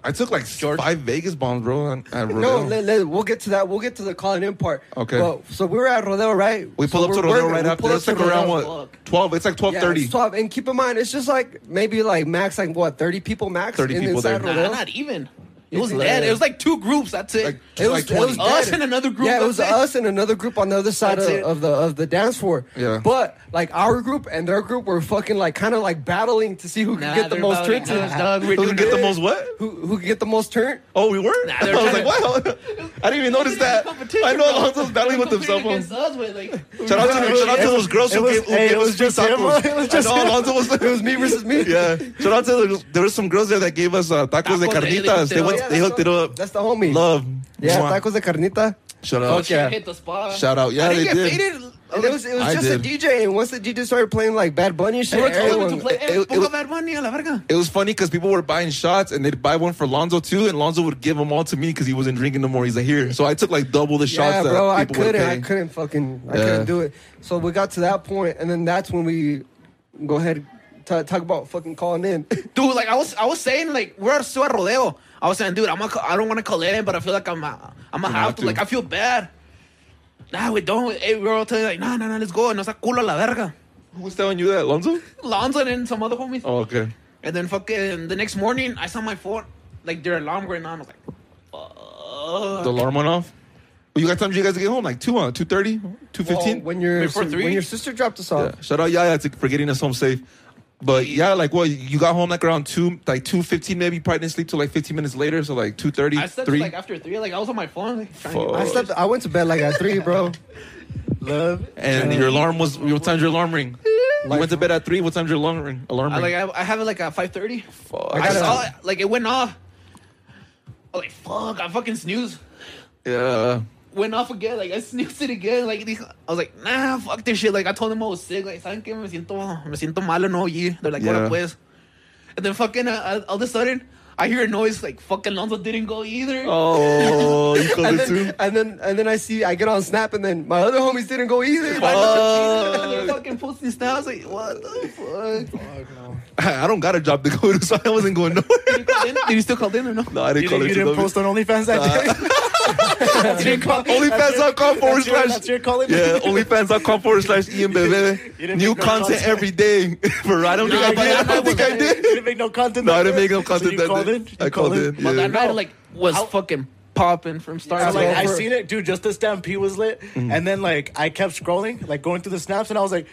[SPEAKER 2] I took like five Vegas bombs, bro. on- At Rodeo.
[SPEAKER 3] No, let, let- we'll get to that. We'll get to the calling in part.
[SPEAKER 2] Okay.
[SPEAKER 3] Well, so we were at Rodeo, right?
[SPEAKER 2] we pull
[SPEAKER 3] So
[SPEAKER 2] up to Rodeo
[SPEAKER 3] we're working-
[SPEAKER 2] right
[SPEAKER 3] we
[SPEAKER 2] after.
[SPEAKER 3] pull up
[SPEAKER 2] That's
[SPEAKER 3] to
[SPEAKER 2] like around
[SPEAKER 3] Rodeo.
[SPEAKER 2] what twelve. It's like twelve
[SPEAKER 3] Yeah,
[SPEAKER 2] thirty.
[SPEAKER 3] it's 12. And keep in mind, it's just like maybe like max, like what, 30 people max?
[SPEAKER 2] 30
[SPEAKER 3] in-
[SPEAKER 2] people
[SPEAKER 3] inside
[SPEAKER 2] there.
[SPEAKER 1] Nah,
[SPEAKER 3] Rodeo?
[SPEAKER 1] not even. It
[SPEAKER 3] It's
[SPEAKER 1] was
[SPEAKER 3] like-
[SPEAKER 1] dead. It was like two groups. That's it.
[SPEAKER 2] Like,
[SPEAKER 3] It
[SPEAKER 2] like
[SPEAKER 3] was, it was
[SPEAKER 2] 20.
[SPEAKER 1] Us
[SPEAKER 3] dead.
[SPEAKER 1] and another group,
[SPEAKER 3] Yeah, it
[SPEAKER 1] that's
[SPEAKER 3] was
[SPEAKER 1] it.
[SPEAKER 3] us and another group on the other side of,
[SPEAKER 1] That's it.
[SPEAKER 3] of the of the dance floor.
[SPEAKER 2] Yeah.
[SPEAKER 3] But like our group and their group were fucking like kind of like battling to see who could
[SPEAKER 1] Nah,
[SPEAKER 3] get the
[SPEAKER 1] they're
[SPEAKER 3] most
[SPEAKER 1] about
[SPEAKER 3] turns.
[SPEAKER 1] to do us, dog. We're
[SPEAKER 2] Who
[SPEAKER 1] doing
[SPEAKER 2] can get the
[SPEAKER 1] it.
[SPEAKER 2] most what?
[SPEAKER 3] Who who could get the most turn?
[SPEAKER 2] Oh, we were.
[SPEAKER 1] Nah,
[SPEAKER 2] I
[SPEAKER 1] they're
[SPEAKER 2] was
[SPEAKER 1] trying
[SPEAKER 2] like, what? I didn't even notice that.
[SPEAKER 1] Competition,
[SPEAKER 2] I know
[SPEAKER 1] bro.
[SPEAKER 2] Alonzo's battling
[SPEAKER 1] They're
[SPEAKER 2] with himself.
[SPEAKER 1] competing against us with, like,
[SPEAKER 2] Shout out to shout out to those girls who
[SPEAKER 4] It was-
[SPEAKER 2] gave who
[SPEAKER 4] hey,
[SPEAKER 2] gave
[SPEAKER 4] it was
[SPEAKER 2] us free
[SPEAKER 4] just him, bro.
[SPEAKER 2] tacos.
[SPEAKER 4] It was
[SPEAKER 2] I
[SPEAKER 4] just
[SPEAKER 2] know
[SPEAKER 4] him.
[SPEAKER 2] Alonzo was
[SPEAKER 3] It was me versus me.
[SPEAKER 2] Yeah. Shout out to the, there were some girls there that gave us uh, tacos de
[SPEAKER 1] Tacos, they hooked
[SPEAKER 2] carnitas.
[SPEAKER 1] it
[SPEAKER 2] They
[SPEAKER 1] up.
[SPEAKER 2] went,
[SPEAKER 3] Oh, Yeah,
[SPEAKER 2] they
[SPEAKER 3] that's
[SPEAKER 2] hooked it
[SPEAKER 3] the-
[SPEAKER 2] up.
[SPEAKER 3] That's the homie.
[SPEAKER 2] Love.
[SPEAKER 3] Yeah,
[SPEAKER 2] Mwah.
[SPEAKER 3] tacos de carnita.
[SPEAKER 2] Shout
[SPEAKER 1] Oh,
[SPEAKER 2] out.
[SPEAKER 1] shit,
[SPEAKER 3] yeah.
[SPEAKER 1] hit the spot.
[SPEAKER 2] Shout out. Yeah,
[SPEAKER 1] I
[SPEAKER 2] they
[SPEAKER 1] didn't
[SPEAKER 2] did.
[SPEAKER 1] get faded.
[SPEAKER 3] And it was it was
[SPEAKER 2] I
[SPEAKER 3] just
[SPEAKER 2] did.
[SPEAKER 3] a DJ, and once the DJ started playing like Bad Bunny and shit,
[SPEAKER 1] They were telling me to
[SPEAKER 3] everyone-
[SPEAKER 1] play
[SPEAKER 2] it- it-
[SPEAKER 1] Poco Bad Bunny a la verga.
[SPEAKER 2] It was funny because people were buying shots and they'd buy one for Lonzo too, and Lonzo would give them all to me because he wasn't drinking no more. He's like, here. So I took like double the shots
[SPEAKER 3] yeah,
[SPEAKER 2] that
[SPEAKER 3] bro, I
[SPEAKER 2] people would
[SPEAKER 3] couldn't, I
[SPEAKER 2] pay.
[SPEAKER 3] couldn't fucking, I
[SPEAKER 2] Yeah.
[SPEAKER 3] couldn't do it. So we got to that point, and then that's when we go ahead t- talk about fucking calling in.
[SPEAKER 1] Dude, like I was, I was saying, like we're still at rodeo. I was saying, dude, I'm, a, I don't want to call it in, but I feel like I'm, a, I'm gonna have
[SPEAKER 2] have
[SPEAKER 1] to.
[SPEAKER 2] to.
[SPEAKER 1] Like I feel bad. Nah, we don't. Hey, we were all telling like, nah, nah, nah, let's go. And I was like, culo a la verga.
[SPEAKER 2] Who was telling you that, Lonzo?
[SPEAKER 1] Lonzo and some other homies.
[SPEAKER 2] Oh, okay.
[SPEAKER 1] And then fucking the next morning, I saw my phone, like their alarm going on. I was like, fuck.
[SPEAKER 2] The alarm went off. Well, you got time? You guys to get home like two, uh, two thirty, two
[SPEAKER 3] Well,
[SPEAKER 2] fifteen.
[SPEAKER 3] Oh, when your
[SPEAKER 1] Before three?
[SPEAKER 3] when your sister dropped us off.
[SPEAKER 2] Yeah. Shout out Yaya to, for getting us home safe. But yeah, like what you got home like around two, like two fifteen maybe. Probably didn't sleep till like fifteen minutes later, so like two thirty,
[SPEAKER 1] I slept till,
[SPEAKER 2] three.
[SPEAKER 1] like after three. Like I was on my phone. Like, trying to get
[SPEAKER 2] Fuck.
[SPEAKER 1] my-
[SPEAKER 3] I slept. I went to bed like at three, bro.
[SPEAKER 4] Love.
[SPEAKER 2] and your alarm was what time's your alarm ring? You went to bed at three. What time's your alarm ring? Alarm
[SPEAKER 1] I,
[SPEAKER 2] ring.
[SPEAKER 1] like I, I have it like at five thirty.
[SPEAKER 2] Fuck.
[SPEAKER 1] I
[SPEAKER 3] gotta-
[SPEAKER 1] saw it. Like it went off. I was like, fuck. I fucking snooze.
[SPEAKER 2] yeah.
[SPEAKER 1] went off again. Like I snoozed it again. Like dijo- I was like, nah, fuck this shit. Like I told them I was sick. Like, ¿saben qué? Me siento, me siento malo, no oí. They're like,
[SPEAKER 2] Yeah.
[SPEAKER 1] what pues? And then fucking uh, all of a sudden, I hear a noise like fucking Lonzo didn't go either.
[SPEAKER 2] Oh, you called
[SPEAKER 3] And
[SPEAKER 2] it too.
[SPEAKER 3] then, and then and then I see I get on Snap, and then my other homies didn't go either.
[SPEAKER 1] I
[SPEAKER 2] Fuck.
[SPEAKER 1] look at Jesus, they're fucking posting snaps. Like, what the fuck?
[SPEAKER 2] I don't got a job to go to, so I wasn't going nowhere.
[SPEAKER 1] Did you call in? Did you still call in or no?
[SPEAKER 2] No, I didn't
[SPEAKER 4] You,
[SPEAKER 2] call
[SPEAKER 4] didn't-
[SPEAKER 2] it
[SPEAKER 4] you
[SPEAKER 2] too.
[SPEAKER 4] didn't post on OnlyFans that day.
[SPEAKER 1] Did you call in?
[SPEAKER 2] OnlyFans.com forward
[SPEAKER 4] That's your-
[SPEAKER 2] slash.
[SPEAKER 4] that's your calling?
[SPEAKER 2] Yeah, OnlyFans.com forward slash Ian Bebe.
[SPEAKER 4] You didn't
[SPEAKER 2] New
[SPEAKER 4] make no
[SPEAKER 2] content
[SPEAKER 4] content.
[SPEAKER 2] every day. Bro, I don't think I
[SPEAKER 1] Nah,
[SPEAKER 2] did. I don't think I
[SPEAKER 4] You
[SPEAKER 2] did.
[SPEAKER 4] didn't make no content.
[SPEAKER 2] No, I
[SPEAKER 4] that
[SPEAKER 2] didn't
[SPEAKER 4] day?
[SPEAKER 2] make no
[SPEAKER 4] So
[SPEAKER 2] content
[SPEAKER 4] you
[SPEAKER 2] that
[SPEAKER 4] called
[SPEAKER 2] day.
[SPEAKER 4] in? You
[SPEAKER 2] I called in.
[SPEAKER 1] Well,
[SPEAKER 2] Yeah.
[SPEAKER 1] that night like was fucking popping from start. to
[SPEAKER 4] I was like,
[SPEAKER 1] end.
[SPEAKER 4] I
[SPEAKER 3] over.
[SPEAKER 4] seen it, dude. Just the stampede was lit,
[SPEAKER 2] Mm-hmm.
[SPEAKER 4] and then like I kept scrolling, like going through the snaps, and I was like,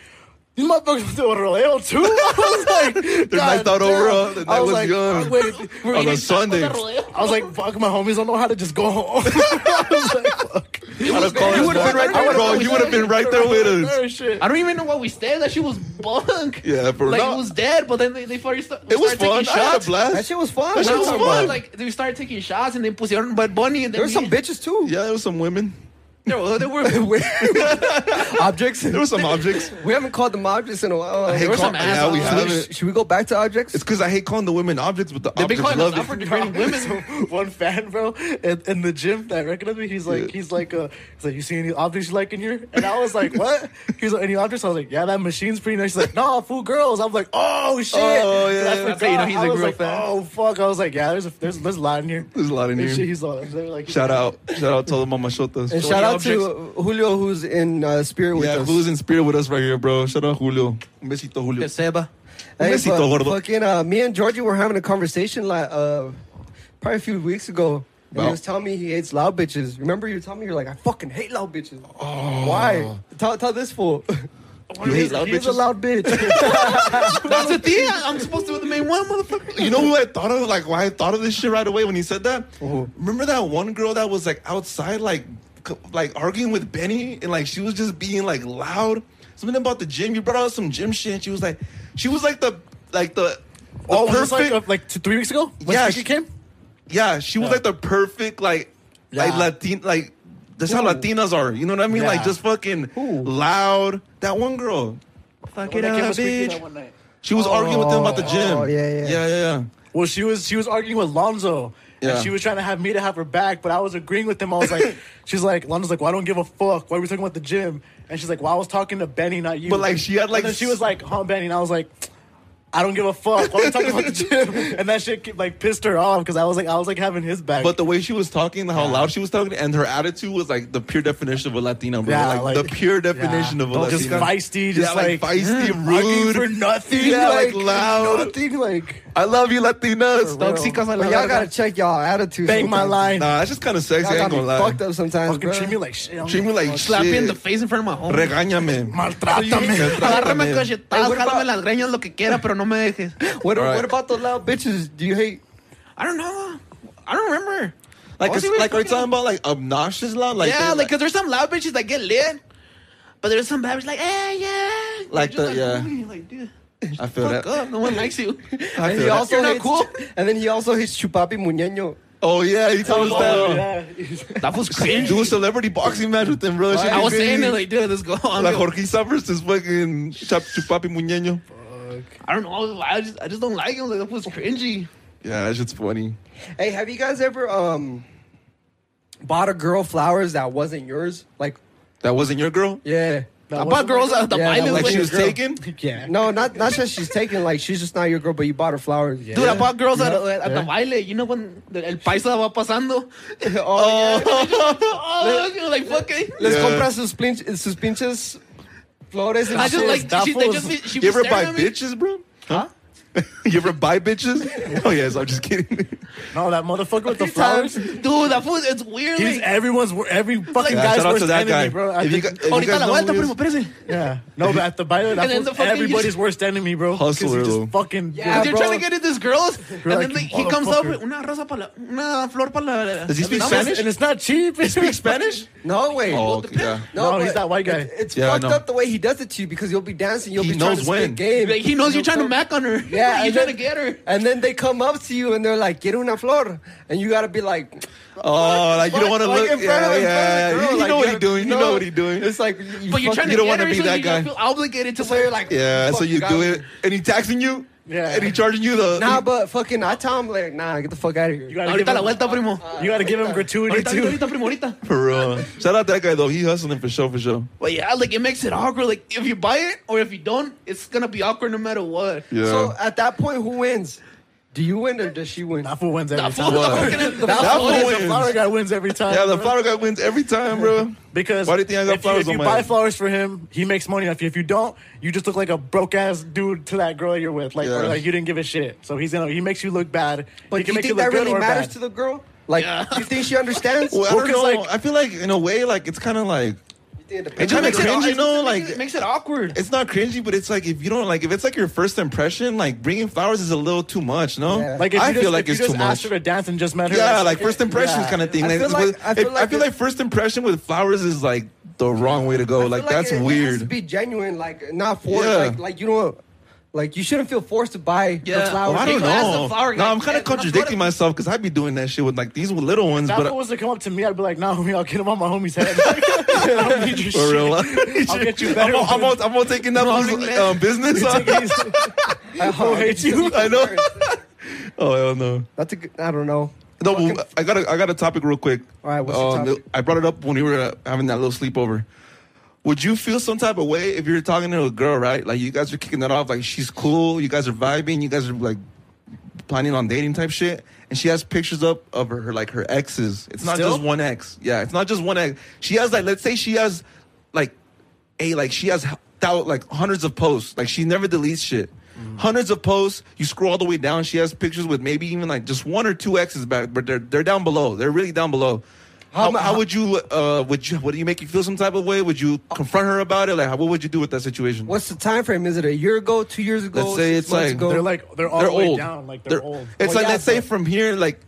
[SPEAKER 4] "These motherfuckers do a Rodeo too." I was like,
[SPEAKER 2] They're
[SPEAKER 4] "God
[SPEAKER 2] knocked out
[SPEAKER 4] damn."
[SPEAKER 2] overall. The
[SPEAKER 4] I
[SPEAKER 2] night
[SPEAKER 4] was
[SPEAKER 2] was
[SPEAKER 4] like,
[SPEAKER 2] young.
[SPEAKER 4] wait, we're
[SPEAKER 2] On
[SPEAKER 4] eating-
[SPEAKER 2] a Sunday.
[SPEAKER 4] I was like, "Fuck, my homies don't know how to just go home." I was like, "Fuck."
[SPEAKER 2] I'd have called
[SPEAKER 1] You
[SPEAKER 2] his
[SPEAKER 1] would've
[SPEAKER 2] mom.
[SPEAKER 1] been right there.
[SPEAKER 2] Bro, you would have been right there with us.
[SPEAKER 4] Oh, shit.
[SPEAKER 1] I don't even know why we stayed. That shit was bunk.
[SPEAKER 2] Yeah, for
[SPEAKER 1] like
[SPEAKER 2] real.
[SPEAKER 1] it was dead. But then they, they first started
[SPEAKER 2] It was fun.
[SPEAKER 1] taking
[SPEAKER 2] I had a
[SPEAKER 3] That
[SPEAKER 1] shots.
[SPEAKER 2] blast.
[SPEAKER 3] shit was fun.
[SPEAKER 2] That shit
[SPEAKER 1] No,
[SPEAKER 2] was
[SPEAKER 1] no,
[SPEAKER 2] fun.
[SPEAKER 1] but, Like they started taking shots and they pusieron Bad Bunny and then
[SPEAKER 3] There were some
[SPEAKER 1] me-
[SPEAKER 3] bitches too.
[SPEAKER 2] Yeah, there was some women.
[SPEAKER 1] There were, there were
[SPEAKER 3] Objects.
[SPEAKER 2] There were some objects.
[SPEAKER 3] We haven't called them objects in a while.
[SPEAKER 2] I hate
[SPEAKER 1] were
[SPEAKER 2] calling.
[SPEAKER 1] some
[SPEAKER 2] Yeah, we
[SPEAKER 1] assholes.
[SPEAKER 3] Should
[SPEAKER 2] have
[SPEAKER 3] we-
[SPEAKER 2] it.
[SPEAKER 3] should we go back to objects?
[SPEAKER 2] It's because I hate calling the women objects, but the
[SPEAKER 1] they've been
[SPEAKER 2] objects
[SPEAKER 1] calling us
[SPEAKER 2] love
[SPEAKER 1] out for
[SPEAKER 2] it.
[SPEAKER 1] degrading women.
[SPEAKER 4] one fan, bro, in, in the gym that recognized me. He's like, he's like, uh, he's like, you see any objects you like in here? And I was like, what? He was like, any objects? I was like, yeah, that machine's pretty nice. He's like, nah, full girls. I'm like, oh shit.
[SPEAKER 2] Oh, yeah.
[SPEAKER 4] I
[SPEAKER 2] That's
[SPEAKER 1] how you know
[SPEAKER 4] forgot.
[SPEAKER 1] he's
[SPEAKER 4] I
[SPEAKER 1] a
[SPEAKER 4] was
[SPEAKER 1] girl
[SPEAKER 4] like,
[SPEAKER 1] fan.
[SPEAKER 4] oh fuck. I was like, yeah, there's a, there's there's a lot in here.
[SPEAKER 2] There's a lot in
[SPEAKER 4] And shit,
[SPEAKER 2] here.
[SPEAKER 4] he's all, they're like,
[SPEAKER 2] Shout out. Shout out to the mama
[SPEAKER 3] And
[SPEAKER 2] shotas.
[SPEAKER 3] shout out
[SPEAKER 1] Objects.
[SPEAKER 3] to uh, Julio, who's in uh, spirit with
[SPEAKER 2] Yeah,
[SPEAKER 3] us.
[SPEAKER 2] who's in spirit with us right here, bro? Shout out Julio. Un besito, Julio.
[SPEAKER 1] Seba.
[SPEAKER 3] Hey,
[SPEAKER 2] Besito,
[SPEAKER 3] but
[SPEAKER 2] gordo.
[SPEAKER 3] Fucking, uh, me and Georgie were having a conversation like uh, probably a few weeks ago, And he was telling me he hates loud bitches. Remember, you were telling me you're like, I fucking hate loud bitches.
[SPEAKER 2] Oh.
[SPEAKER 3] Why? Tell, tell this fool.
[SPEAKER 2] You hate
[SPEAKER 3] He's-
[SPEAKER 2] loud
[SPEAKER 3] he's a
[SPEAKER 2] bitches?
[SPEAKER 3] loud bitch.
[SPEAKER 1] That's the thing. I'm supposed to be the main one, motherfucker.
[SPEAKER 2] You know who I thought of? Like, why I thought of this shit right away when he said that?
[SPEAKER 3] Who?
[SPEAKER 2] Remember that one girl that was like outside, like, c- like arguing with Benny, and like she was just being like loud. Something about the gym. You brought out some gym shit. And she was like, she was like the, like the, the
[SPEAKER 4] Oh, was this,
[SPEAKER 2] perfect.
[SPEAKER 4] like uh, like two, three weeks ago? When
[SPEAKER 2] Yeah,
[SPEAKER 4] Speaker
[SPEAKER 2] she-
[SPEAKER 4] came.
[SPEAKER 2] yeah, she was
[SPEAKER 4] Yeah.
[SPEAKER 2] like the perfect, like, like
[SPEAKER 4] Yeah.
[SPEAKER 2] Latin, like. That's how
[SPEAKER 3] Who?
[SPEAKER 2] Latinas are. You know what I mean? Like
[SPEAKER 4] Yeah.
[SPEAKER 2] just fucking
[SPEAKER 3] Who?
[SPEAKER 2] loud. That one girl. Fuck it up, bitch. She was arguing with them about the gym.
[SPEAKER 3] Oh, yeah, yeah.
[SPEAKER 2] yeah, yeah.
[SPEAKER 4] Well, she was she was arguing with Lonzo,
[SPEAKER 2] Yeah.
[SPEAKER 4] and she was trying to have me to have her back, but I was agreeing with him. I was like, she's like, Lonzo's like, well, I don't give a fuck. Why are we talking about the gym? And she's like, well, I was talking to Benny, not you.
[SPEAKER 2] But, like, she had, like,
[SPEAKER 4] and then she was like, huh, Benny, and I was like. I don't give a fuck. Why are we talking about the gym? And that shit like pissed her off because I was like, I was like having his back.
[SPEAKER 2] But the way she was talking, how loud she was talking, and her attitude was like the pure definition of a Latina, bro.
[SPEAKER 4] Yeah,
[SPEAKER 2] like,
[SPEAKER 4] like-
[SPEAKER 2] the pure definition
[SPEAKER 4] yeah.
[SPEAKER 2] of a
[SPEAKER 4] Don't
[SPEAKER 2] Latina.
[SPEAKER 4] just feisty, just like,
[SPEAKER 2] feisty,
[SPEAKER 4] Arguing
[SPEAKER 2] rude
[SPEAKER 4] for nothing,
[SPEAKER 2] Yeah, like,
[SPEAKER 4] like,
[SPEAKER 2] loud.
[SPEAKER 4] nothing, like
[SPEAKER 2] I love you, Latinas.
[SPEAKER 4] real.
[SPEAKER 1] Tóxicas a
[SPEAKER 3] but
[SPEAKER 1] la
[SPEAKER 3] y'all gotta
[SPEAKER 1] verga.
[SPEAKER 3] check y'all attitudes.
[SPEAKER 4] bang my
[SPEAKER 3] sometimes.
[SPEAKER 4] line,
[SPEAKER 2] Nah, it's just kind of sexy.
[SPEAKER 3] Y'all
[SPEAKER 2] I ain't
[SPEAKER 3] got me
[SPEAKER 2] gonna lie.
[SPEAKER 3] fucked up sometimes,
[SPEAKER 4] fucking
[SPEAKER 3] bro.
[SPEAKER 4] treat me like shit. I'm
[SPEAKER 2] Treat me
[SPEAKER 4] like,
[SPEAKER 2] like
[SPEAKER 1] Slap
[SPEAKER 2] shit.
[SPEAKER 1] me in the face in front of my home.
[SPEAKER 2] Regáñame.
[SPEAKER 4] maltrátame.
[SPEAKER 1] Agárrame
[SPEAKER 2] Trátame.
[SPEAKER 1] cachetadas,
[SPEAKER 3] Hey, what
[SPEAKER 1] jálame
[SPEAKER 3] about-
[SPEAKER 1] las greñas, lo que quiera, pero no me dejes.
[SPEAKER 3] What,
[SPEAKER 2] Alright.
[SPEAKER 3] what about the loud bitches? Do you hate?
[SPEAKER 1] I don't know. I don't remember.
[SPEAKER 2] Like,
[SPEAKER 1] Oh,
[SPEAKER 2] it's,
[SPEAKER 1] she was
[SPEAKER 2] like are you
[SPEAKER 1] fucking-
[SPEAKER 2] talking about like obnoxious loud? Like
[SPEAKER 1] yeah,
[SPEAKER 2] they-
[SPEAKER 1] like, cause there's some loud bitches that get lit, but there's some bad bitches like, eh, yeah.
[SPEAKER 2] Like
[SPEAKER 1] You're
[SPEAKER 2] the-
[SPEAKER 1] just
[SPEAKER 2] yeah.
[SPEAKER 1] "Ooh," Like, dude,
[SPEAKER 2] I feel that.
[SPEAKER 1] fuck up. No one likes you.
[SPEAKER 2] I
[SPEAKER 3] And
[SPEAKER 2] feel
[SPEAKER 3] he
[SPEAKER 2] that.
[SPEAKER 3] also
[SPEAKER 1] You're not
[SPEAKER 3] hates,
[SPEAKER 1] cool.
[SPEAKER 3] And then he also hates Chupapi Muñeño.
[SPEAKER 2] Oh yeah, he told us
[SPEAKER 4] Oh,
[SPEAKER 2] that.
[SPEAKER 4] yeah.
[SPEAKER 1] That was cringe.
[SPEAKER 2] Do a celebrity boxing match with him, bro. That shit
[SPEAKER 1] I was
[SPEAKER 2] crazy.
[SPEAKER 1] saying it like, dude, let's go. on.
[SPEAKER 2] like Jorgisa versus fucking Chap Chupapi Muñeño.
[SPEAKER 1] I don't know. I just, I just don't like him. Like, that was cringy.
[SPEAKER 2] Yeah, that shit's funny.
[SPEAKER 3] Hey, have you guys ever um bought a girl flowers that wasn't yours? Like,
[SPEAKER 2] That wasn't your girl?
[SPEAKER 3] yeah.
[SPEAKER 1] I
[SPEAKER 4] wasn't my
[SPEAKER 1] bought girls
[SPEAKER 4] girl.
[SPEAKER 1] at the
[SPEAKER 3] Yeah,
[SPEAKER 1] violence.
[SPEAKER 3] that
[SPEAKER 2] Like
[SPEAKER 3] wasn't
[SPEAKER 2] she
[SPEAKER 3] your
[SPEAKER 2] was
[SPEAKER 3] girl.
[SPEAKER 2] taken?
[SPEAKER 4] Yeah.
[SPEAKER 3] No, not not that she's taken. Like she's just not your girl, but you bought her flowers.
[SPEAKER 1] Dude, I bought girls at,
[SPEAKER 3] Yeah.
[SPEAKER 1] at the baile. You know when the, el paisa va pasando?
[SPEAKER 3] Oh, yeah.
[SPEAKER 1] oh, you're like, fuck it.
[SPEAKER 3] Les
[SPEAKER 2] Yeah.
[SPEAKER 3] compras sus, pinch, sus pinches flores. and
[SPEAKER 1] I just
[SPEAKER 3] shit.
[SPEAKER 1] like,
[SPEAKER 4] that
[SPEAKER 1] she, they
[SPEAKER 4] was-
[SPEAKER 1] just, be- she
[SPEAKER 2] You
[SPEAKER 1] was
[SPEAKER 2] ever buy
[SPEAKER 1] staring at me.
[SPEAKER 2] bitches, bro? Huh? you ever buy bitches? oh yes, I'm just kidding.
[SPEAKER 4] No, that motherfucker with the
[SPEAKER 3] Three times.
[SPEAKER 4] flowers.
[SPEAKER 1] Dude, that food, it's weird.
[SPEAKER 4] He's
[SPEAKER 1] Like,
[SPEAKER 4] everyone's wor- every fucking
[SPEAKER 2] Yeah,
[SPEAKER 4] guy's
[SPEAKER 2] shout out
[SPEAKER 4] worst
[SPEAKER 2] to that
[SPEAKER 4] enemy,
[SPEAKER 2] guy.
[SPEAKER 4] bro. At
[SPEAKER 2] If you
[SPEAKER 4] the-
[SPEAKER 2] got- if you guys
[SPEAKER 1] ahorita la
[SPEAKER 2] know
[SPEAKER 1] vuelta,
[SPEAKER 2] who he
[SPEAKER 1] primo,
[SPEAKER 2] is-
[SPEAKER 1] espérese.
[SPEAKER 4] yeah, no, but at the bio, that
[SPEAKER 1] And then
[SPEAKER 4] was
[SPEAKER 1] the fucking-
[SPEAKER 4] everybody's worst enemy, bro. 'Cause
[SPEAKER 2] Hustler,
[SPEAKER 4] he
[SPEAKER 2] though.
[SPEAKER 4] just fucking
[SPEAKER 1] Yeah,
[SPEAKER 3] Yeah,
[SPEAKER 1] they're
[SPEAKER 3] bro.
[SPEAKER 1] trying to get at these girls, and
[SPEAKER 4] You're
[SPEAKER 1] then
[SPEAKER 4] like,
[SPEAKER 1] they, he comes up
[SPEAKER 4] motherfucker.
[SPEAKER 1] with una rosa para la, una flor para la.
[SPEAKER 2] Does he speak
[SPEAKER 1] la-
[SPEAKER 2] Spanish?
[SPEAKER 4] and it's not cheap. It speaks
[SPEAKER 2] Spanish?
[SPEAKER 3] no way.
[SPEAKER 2] Oh yeah.
[SPEAKER 4] No, he's
[SPEAKER 3] but
[SPEAKER 4] that white guy.
[SPEAKER 3] it- it's
[SPEAKER 2] Yeah, I
[SPEAKER 3] fucked
[SPEAKER 2] know.
[SPEAKER 3] up the way he does it to you because you'll be dancing, you'll
[SPEAKER 2] He
[SPEAKER 3] be trying
[SPEAKER 2] knows
[SPEAKER 3] to
[SPEAKER 2] when.
[SPEAKER 3] spit game.
[SPEAKER 1] Like, he knows
[SPEAKER 3] You'll
[SPEAKER 1] you're trying to
[SPEAKER 3] come-
[SPEAKER 1] mac on her.
[SPEAKER 3] Yeah,
[SPEAKER 1] you're
[SPEAKER 3] and
[SPEAKER 1] trying to
[SPEAKER 3] then-
[SPEAKER 1] get her.
[SPEAKER 3] And then they come up to you and they're like, "Get una flor," and you gotta be like,
[SPEAKER 2] Oh, like you don't want to
[SPEAKER 3] Like,
[SPEAKER 2] look.
[SPEAKER 3] in front
[SPEAKER 2] yeah,
[SPEAKER 3] of- in
[SPEAKER 2] yeah.
[SPEAKER 3] front of the
[SPEAKER 2] You,
[SPEAKER 3] girl,
[SPEAKER 2] you
[SPEAKER 3] like,
[SPEAKER 2] know what
[SPEAKER 3] yeah,
[SPEAKER 2] he's doing. You
[SPEAKER 3] no.
[SPEAKER 2] know what he's doing.
[SPEAKER 3] It's like,
[SPEAKER 1] But you're
[SPEAKER 3] fuck-
[SPEAKER 1] trying
[SPEAKER 2] you
[SPEAKER 1] to
[SPEAKER 2] don't
[SPEAKER 1] get
[SPEAKER 2] wanna
[SPEAKER 1] her,
[SPEAKER 2] be
[SPEAKER 1] so
[SPEAKER 2] that
[SPEAKER 1] you
[SPEAKER 2] guy.
[SPEAKER 1] feel obligated to say like,
[SPEAKER 2] Yeah, so
[SPEAKER 3] Fuck,
[SPEAKER 2] you do
[SPEAKER 3] you got
[SPEAKER 2] it, and he taxing you.
[SPEAKER 4] Yeah.
[SPEAKER 2] and he charging you the.
[SPEAKER 3] Nah, but fucking, I tell him like, nah, get the fuck out of here.
[SPEAKER 4] You gotta, give
[SPEAKER 1] ahorita la
[SPEAKER 4] him,
[SPEAKER 1] vuelta, primo.
[SPEAKER 4] you gotta give him gratuity
[SPEAKER 1] Ahorita,
[SPEAKER 4] too.
[SPEAKER 1] ahorita, primo, ahorita.
[SPEAKER 2] for real. Shout out that guy though. He hustling for sure, for sure.
[SPEAKER 1] But yeah, like it makes it awkward. Like if you buy it or if you don't, it's gonna be awkward no matter what.
[SPEAKER 2] Yeah.
[SPEAKER 3] So uh, at that point, who wins? Do you win or does she win?
[SPEAKER 4] That fool wins
[SPEAKER 1] That
[SPEAKER 4] every
[SPEAKER 1] fool,
[SPEAKER 4] time.
[SPEAKER 1] that
[SPEAKER 2] What?
[SPEAKER 1] fool can-
[SPEAKER 4] That
[SPEAKER 2] That
[SPEAKER 4] fool
[SPEAKER 2] fool
[SPEAKER 4] is-
[SPEAKER 2] wins.
[SPEAKER 4] the flower guy wins every time.
[SPEAKER 2] yeah, the
[SPEAKER 4] bro.
[SPEAKER 2] flower guy wins every time, bro.
[SPEAKER 4] Because
[SPEAKER 2] why do you think I got
[SPEAKER 4] if
[SPEAKER 2] flowers
[SPEAKER 4] you, if
[SPEAKER 2] on
[SPEAKER 4] you
[SPEAKER 2] my
[SPEAKER 4] buy
[SPEAKER 2] head?
[SPEAKER 4] flowers for him, he makes money off you. If you don't, you just look like a broke ass dude to that girl you're with. Like, or,
[SPEAKER 2] Yeah.
[SPEAKER 4] like you didn't give a shit. So he's gonna he makes you look bad.
[SPEAKER 3] But
[SPEAKER 4] he
[SPEAKER 3] do
[SPEAKER 4] can
[SPEAKER 3] you
[SPEAKER 4] make you
[SPEAKER 3] think
[SPEAKER 4] look
[SPEAKER 3] that
[SPEAKER 4] good
[SPEAKER 3] really
[SPEAKER 4] or
[SPEAKER 3] matters
[SPEAKER 4] bad.
[SPEAKER 3] to the girl? Like,
[SPEAKER 1] Yeah.
[SPEAKER 3] do you think she understands?
[SPEAKER 2] Well, I
[SPEAKER 4] Well,
[SPEAKER 2] don't
[SPEAKER 4] 'cause,
[SPEAKER 2] know.
[SPEAKER 4] like-
[SPEAKER 2] I feel like in a way, like it's kind of like
[SPEAKER 1] It just
[SPEAKER 2] kinda
[SPEAKER 1] makes it
[SPEAKER 2] cringe,
[SPEAKER 1] aw-
[SPEAKER 2] you know,
[SPEAKER 1] it makes it-
[SPEAKER 2] like-
[SPEAKER 1] makes it awkward.
[SPEAKER 2] it's not cringy, but it's like if you don't like if it's like your first impression, like bringing flowers is a little too much. No,
[SPEAKER 3] Yeah.
[SPEAKER 4] Like if you
[SPEAKER 2] I
[SPEAKER 4] just,
[SPEAKER 2] feel like
[SPEAKER 4] if
[SPEAKER 2] it's
[SPEAKER 4] you just
[SPEAKER 2] too
[SPEAKER 4] asked
[SPEAKER 2] much.
[SPEAKER 4] her to dance and just met her.
[SPEAKER 2] Yeah, like first impressions
[SPEAKER 4] yeah.
[SPEAKER 2] kind of thing.
[SPEAKER 3] I
[SPEAKER 2] Like,
[SPEAKER 3] feel like- I
[SPEAKER 2] I
[SPEAKER 3] feel
[SPEAKER 2] feel, like,
[SPEAKER 3] like it-
[SPEAKER 2] first impression with flowers is like the wrong way to go. Like,
[SPEAKER 3] feel
[SPEAKER 2] that's
[SPEAKER 3] it- It has to
[SPEAKER 2] weird.
[SPEAKER 3] be genuine, like not forced.
[SPEAKER 2] Yeah.
[SPEAKER 3] Like, like you don't, like you shouldn't feel forced to buy
[SPEAKER 1] Yeah.
[SPEAKER 3] the
[SPEAKER 2] Oh,
[SPEAKER 3] flowers.
[SPEAKER 2] I
[SPEAKER 1] Like,
[SPEAKER 2] don't
[SPEAKER 1] that's the
[SPEAKER 2] know.
[SPEAKER 1] flower
[SPEAKER 2] No, I'm kind
[SPEAKER 1] guy. Yeah,
[SPEAKER 2] of
[SPEAKER 1] that's what
[SPEAKER 2] contradicting
[SPEAKER 1] it-
[SPEAKER 2] myself because I'd be doing that shit with like these little ones,
[SPEAKER 4] That
[SPEAKER 2] but uh,
[SPEAKER 4] fool was to come up to me, I'd be like, "No, homie, I'll get him on my homie's head. I don't need your
[SPEAKER 2] for real,
[SPEAKER 4] shit. I'll get you better.
[SPEAKER 2] I'm, all- I'm, all- I'm all taking that one's, um, business.
[SPEAKER 3] I
[SPEAKER 4] Who hates you?
[SPEAKER 2] I know. oh hell no.
[SPEAKER 3] That's a good, I don't know.
[SPEAKER 2] No, but I got a, I got a topic real quick. Um,
[SPEAKER 3] All right, what's your topic?
[SPEAKER 2] I brought it up when we were uh, having that little sleepover. Would you feel some type of way if you're talking to a girl, right? Like you guys are kicking that off, like she's cool, you guys are vibing, you guys are like planning on dating type shit, and she has pictures up of her, her like her exes. It's not
[SPEAKER 4] Still?
[SPEAKER 2] just one ex. Yeah, it's not just one ex. She has like let's say she has like a like she has thou- like hundreds of posts. Like she never deletes shit. Hundreds of posts. You scroll all the way down. She has pictures with maybe even like just one or two X's back, but they're they're down below. They're really down below. How, how, Uh,
[SPEAKER 3] mu-
[SPEAKER 2] would you uh would you would you make you feel some type of way? Would you confront her about it? Like how- what would you do with that situation?
[SPEAKER 3] What's the time frame? Is it a year ago, two years ago?
[SPEAKER 2] Let's say
[SPEAKER 3] six
[SPEAKER 2] it's
[SPEAKER 3] months
[SPEAKER 2] like-
[SPEAKER 3] ago?
[SPEAKER 4] They're like they're all
[SPEAKER 2] they're
[SPEAKER 4] the way
[SPEAKER 2] old.
[SPEAKER 4] down. Like they're, old.
[SPEAKER 2] It's
[SPEAKER 4] Well,
[SPEAKER 2] like
[SPEAKER 4] yeah,
[SPEAKER 2] let's say
[SPEAKER 4] but-
[SPEAKER 2] from here, like